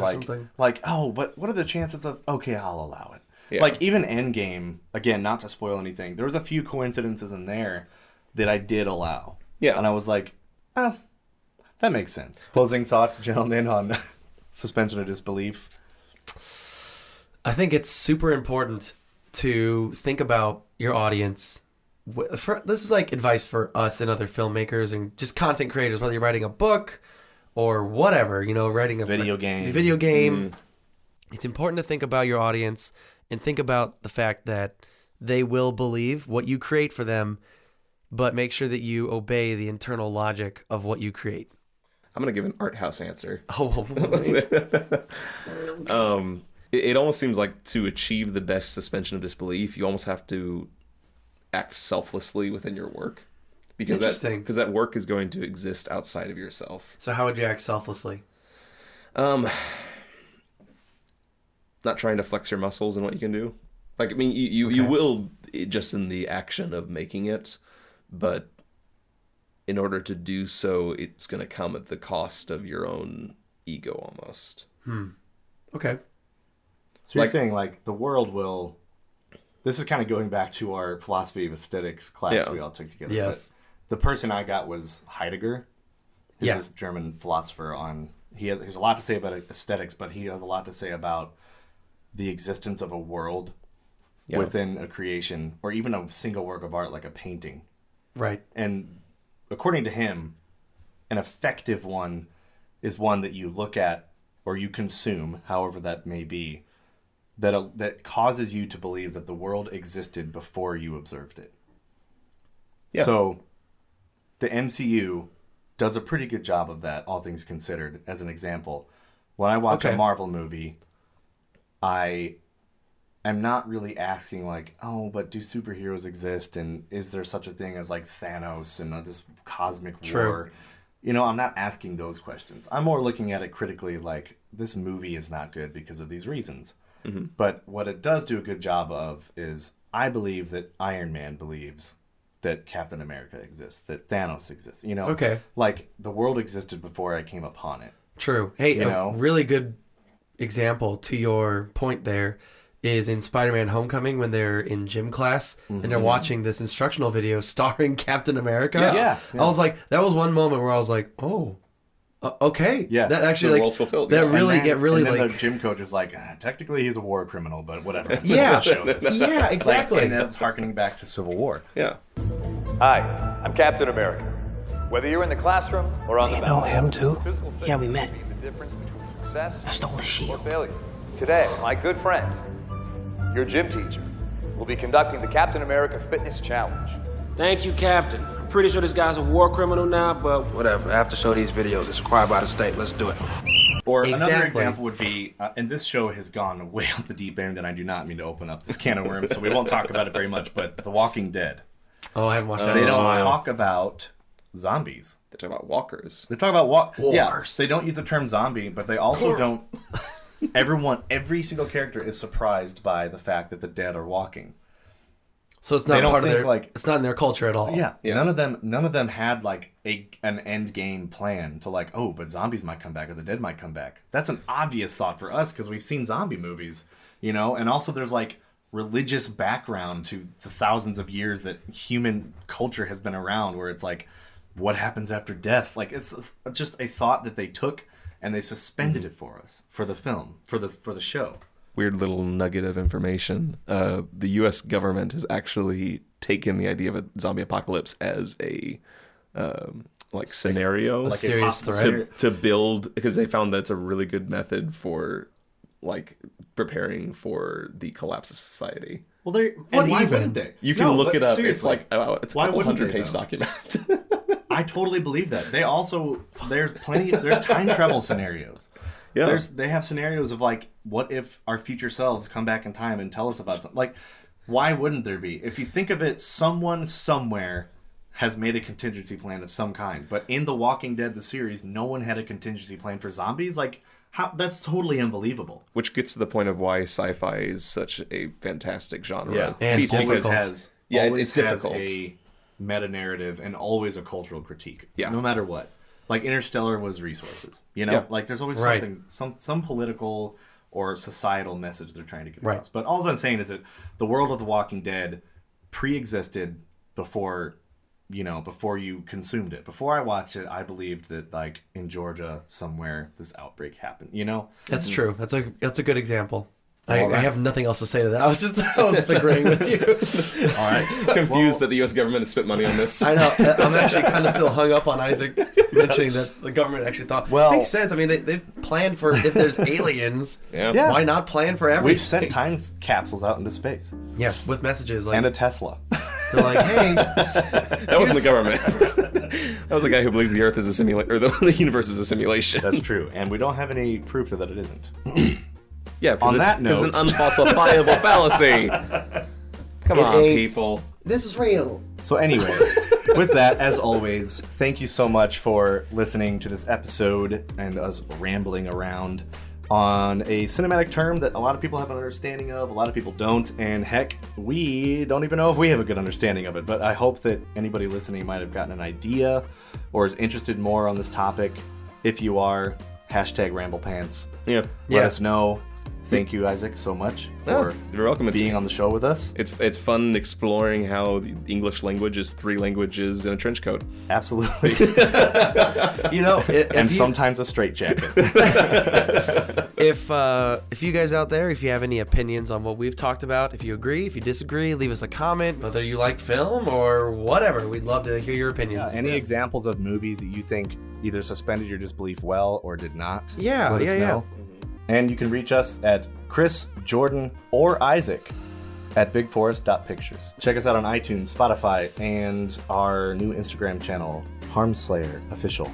Speaker 1: coincidences or
Speaker 2: like
Speaker 1: something.
Speaker 2: like oh, but what are the chances of? Okay, I'll allow it.
Speaker 3: Yeah.
Speaker 2: Like even Endgame, again, not to spoil anything, there was a few coincidences in there that I did allow.
Speaker 3: Yeah.
Speaker 2: And I was like, oh, that makes sense. Closing thoughts, gentlemen, on suspension of disbelief.
Speaker 1: I think it's super important to think about your audience. Wh- For, this is like advice for us and other filmmakers and just content creators, whether you're writing a book or whatever, you know, writing a
Speaker 2: Video game. Mm.
Speaker 1: a video game. It's important to think about your audience and think about the fact that they will believe what you create for them, but make sure that you obey the internal logic of what you create.
Speaker 3: I'm gonna give an art house answer.
Speaker 1: Oh,
Speaker 3: um, it, it almost seems like to achieve the best suspension of disbelief, you almost have to act selflessly within your work because that
Speaker 1: Interesting.
Speaker 3: because that work is going to exist outside of yourself.
Speaker 1: so how would you act selflessly?
Speaker 3: Um, not trying to flex your muscles and what you can do. Like I mean, you you, you will eh, just in the action of making it, but in order to do so, it's going to come at the cost of your own ego almost.
Speaker 1: Hmm. Okay.
Speaker 2: So you're
Speaker 3: Like-
Speaker 2: saying like the world will. This is kind of going back to our philosophy of aesthetics class
Speaker 3: Yeah.
Speaker 2: we all took together. but
Speaker 1: Yes.
Speaker 2: The person I got was Heidegger. He's
Speaker 1: Yeah.
Speaker 2: this German philosopher on. He has, he has a lot to say about aesthetics, but he has a lot to say about the existence of a world
Speaker 3: Yeah.
Speaker 2: within a creation or even a single work of art like a painting.
Speaker 1: Right.
Speaker 2: And according to him, an effective one is one that you look at or you consume, however that may be, that uh, that causes you to believe that the world existed before you observed it.
Speaker 3: Yeah.
Speaker 2: So the MCU does a pretty good job of that, all things considered, as an example. When I watch
Speaker 1: Okay.
Speaker 2: a Marvel movie, I am not really asking like, oh, but do superheroes exist and is there such a thing as like Thanos and uh, this cosmic
Speaker 1: True.
Speaker 2: war? You know, I'm not asking those questions. I'm more looking at it critically like this movie is not good because of these reasons.
Speaker 1: Mm-hmm.
Speaker 2: But what it does do a good job of is I believe that Iron Man believes that Captain America exists, that Thanos exists. You know,
Speaker 1: Okay.
Speaker 2: like the world existed before I came upon it.
Speaker 1: True. Hey,
Speaker 2: You
Speaker 1: a
Speaker 2: know?
Speaker 1: really good example to your point there is in Spider-Man: Homecoming when they're in gym class and they're
Speaker 2: Mhm.
Speaker 1: watching this instructional video starring Captain America.
Speaker 2: Yeah. Yeah.
Speaker 1: I was like, that was one moment where I was like, oh, uh, okay,
Speaker 2: Yeah.
Speaker 1: that actually
Speaker 3: The
Speaker 1: like
Speaker 3: world's fulfilled,
Speaker 1: That
Speaker 3: yeah. And
Speaker 1: really,
Speaker 2: And
Speaker 1: that really
Speaker 2: and then
Speaker 1: like
Speaker 2: the gym coach is like, "Ah, technically he's a war criminal, but whatever. I'm
Speaker 1: Yeah.
Speaker 2: supposed to show this."
Speaker 1: Yeah,
Speaker 2: Like,
Speaker 1: exactly.
Speaker 2: and that's harkening back to Civil War.
Speaker 3: Yeah.
Speaker 6: Hi, I'm Captain America. Whether you're in the classroom or on
Speaker 19: Do
Speaker 6: the
Speaker 19: you know
Speaker 6: battlefield,
Speaker 19: him too?
Speaker 6: physical fitness
Speaker 19: Yeah, we met.
Speaker 6: can be The difference between success
Speaker 19: I stole the shield.
Speaker 6: or failure. Today, my good friend, your gym teacher, will be conducting the Captain America Fitness Challenge.
Speaker 12: Thank you, Captain. I'm pretty sure this guy's a war criminal now, but whatever. I have to show these videos. It's quiet by the state. Let's do it.
Speaker 2: Or another
Speaker 12: Exactly.
Speaker 2: example would be, uh, and this show has gone way off the deep end, and I do not mean to open up this can of worms, so we won't talk about it very much. But The Walking Dead,
Speaker 1: oh, I haven't watched that.
Speaker 2: they
Speaker 1: in a
Speaker 2: don't
Speaker 1: while.
Speaker 2: talk about zombies.
Speaker 3: They talk about walkers.
Speaker 2: They talk about walk. Yeah, they don't use the term zombie, but they also don't. Everyone, every single character is surprised by the fact that the dead are walking.
Speaker 1: So it's not
Speaker 2: They don't
Speaker 1: part of
Speaker 2: think,
Speaker 1: their
Speaker 2: like-
Speaker 1: it's not in their culture at all.
Speaker 2: Yeah, none of them, none of them had like a an end game plan to like, oh, but zombies might come back or the dead might come back. That's an obvious thought for us because we've seen zombie movies, you know. And also, there's like religious background to the thousands of years that human culture has been around, where it's like, what happens after death? Like, it's just a thought that they took and they suspended
Speaker 3: Mm-hmm.
Speaker 2: it for us for the film, for the for the show.
Speaker 3: weird little nugget of information. Uh, the U.S. government has actually taken the idea of a zombie apocalypse as a um, like scenario,
Speaker 1: a
Speaker 3: like
Speaker 1: serious
Speaker 3: possible-
Speaker 1: threat.
Speaker 3: to, to build because they found that's a really good method for like preparing for the collapse of society.
Speaker 2: Well, they
Speaker 3: What
Speaker 2: and why
Speaker 3: even?
Speaker 2: wouldn't they?
Speaker 3: You can
Speaker 2: No,
Speaker 3: look
Speaker 2: but
Speaker 3: it up. It's
Speaker 2: seriously,
Speaker 3: like oh, it's a
Speaker 2: why
Speaker 3: couple
Speaker 2: wouldn't
Speaker 3: hundred
Speaker 2: they,
Speaker 3: page
Speaker 2: though?
Speaker 3: document.
Speaker 2: I totally believe that. They also there's plenty there's time travel scenarios.
Speaker 3: Yeah.
Speaker 2: There's they have scenarios of like what if our future selves come back in time and tell us about something. Like why wouldn't there be? If you think of it, someone somewhere has made a contingency plan of some kind. But in The Walking Dead the series, no one had a contingency plan for zombies. Like how that's totally unbelievable.
Speaker 3: which gets to the point of why sci-fi is such a fantastic genre.
Speaker 2: Yeah,
Speaker 3: Be- because-
Speaker 2: always has
Speaker 3: yeah, it's,
Speaker 2: always
Speaker 3: it's difficult.
Speaker 2: Has a meta narrative and always a cultural critique.
Speaker 3: Yeah.
Speaker 2: no matter what. Like Interstellar was resources. You know,
Speaker 3: Yeah.
Speaker 2: like there's always
Speaker 3: Right.
Speaker 2: something, some some political or societal message they're trying to get
Speaker 1: Right.
Speaker 2: across. But all I'm saying is that the world of The Walking Dead pre-existed before you know before you consumed it before i watched it i believed that like in georgia somewhere this outbreak happened you know
Speaker 1: That's true. That's a that's a good example. I,
Speaker 2: Mm-hmm. All right.
Speaker 1: I have nothing else to say to that. I was just I was just agreeing with you.
Speaker 2: All right.
Speaker 3: Confused that the U.S. government has spent money on this.
Speaker 1: I know. uh, I'm actually kind of still hung up on Isaac mentioning that the government actually thought. Well, makes sense. I mean, they they've planned for if there's aliens.
Speaker 2: Yeah.
Speaker 1: Why not plan for everything?
Speaker 2: we've sent time capsules out into space
Speaker 1: Yeah, with messages like
Speaker 2: and a tesla
Speaker 1: they're like, hey,
Speaker 3: That wasn't the government. that was the guy who believes the Earth is a simulation or the, the universe is a simulation.
Speaker 2: That's true, and we don't have any proof that it isn't.
Speaker 3: Yeah,
Speaker 2: On
Speaker 3: because it's,
Speaker 2: that
Speaker 3: 'cause it's an
Speaker 2: note-
Speaker 3: unfalsifiable fallacy. Come
Speaker 2: It
Speaker 3: on,
Speaker 2: ain't-
Speaker 3: people.
Speaker 13: This is real.
Speaker 2: So anyway, with that, as always, thank you so much for listening to this episode and us rambling around on a cinematic term that a lot of people have an understanding of, a lot of people don't, and heck, we don't even know if we have a good understanding of it. But I hope that anybody listening might have gotten an idea or is interested more on this topic. If you are, hashtag RamblePants.
Speaker 3: Yeah.
Speaker 2: Let
Speaker 3: Yeah.
Speaker 2: us know. Thank you, Isaac, so much
Speaker 3: Oh,
Speaker 2: for
Speaker 3: you're welcome. It's-
Speaker 2: being on the show with us.
Speaker 3: It's it's fun exploring how the English language is three languages in a trench coat.
Speaker 2: Absolutely.
Speaker 1: you know, i- if
Speaker 2: and
Speaker 1: you-
Speaker 2: sometimes a straitjacket.
Speaker 1: if uh, if you guys out there, if you have any opinions on what we've talked about, if you agree, if you disagree, leave us a comment. Whether you like film or whatever, we'd love to hear your
Speaker 2: Yeah,
Speaker 1: opinions.
Speaker 2: any examples of movies that you think either suspended your disbelief well or did not?
Speaker 1: Yeah,
Speaker 2: let us
Speaker 1: yeah, yeah.
Speaker 2: know. And you can reach us at Chris, Jordan, or Isaac at bigforest.pictures. Check us out on iTunes, Spotify, and our new Instagram channel, Harmslayer Official.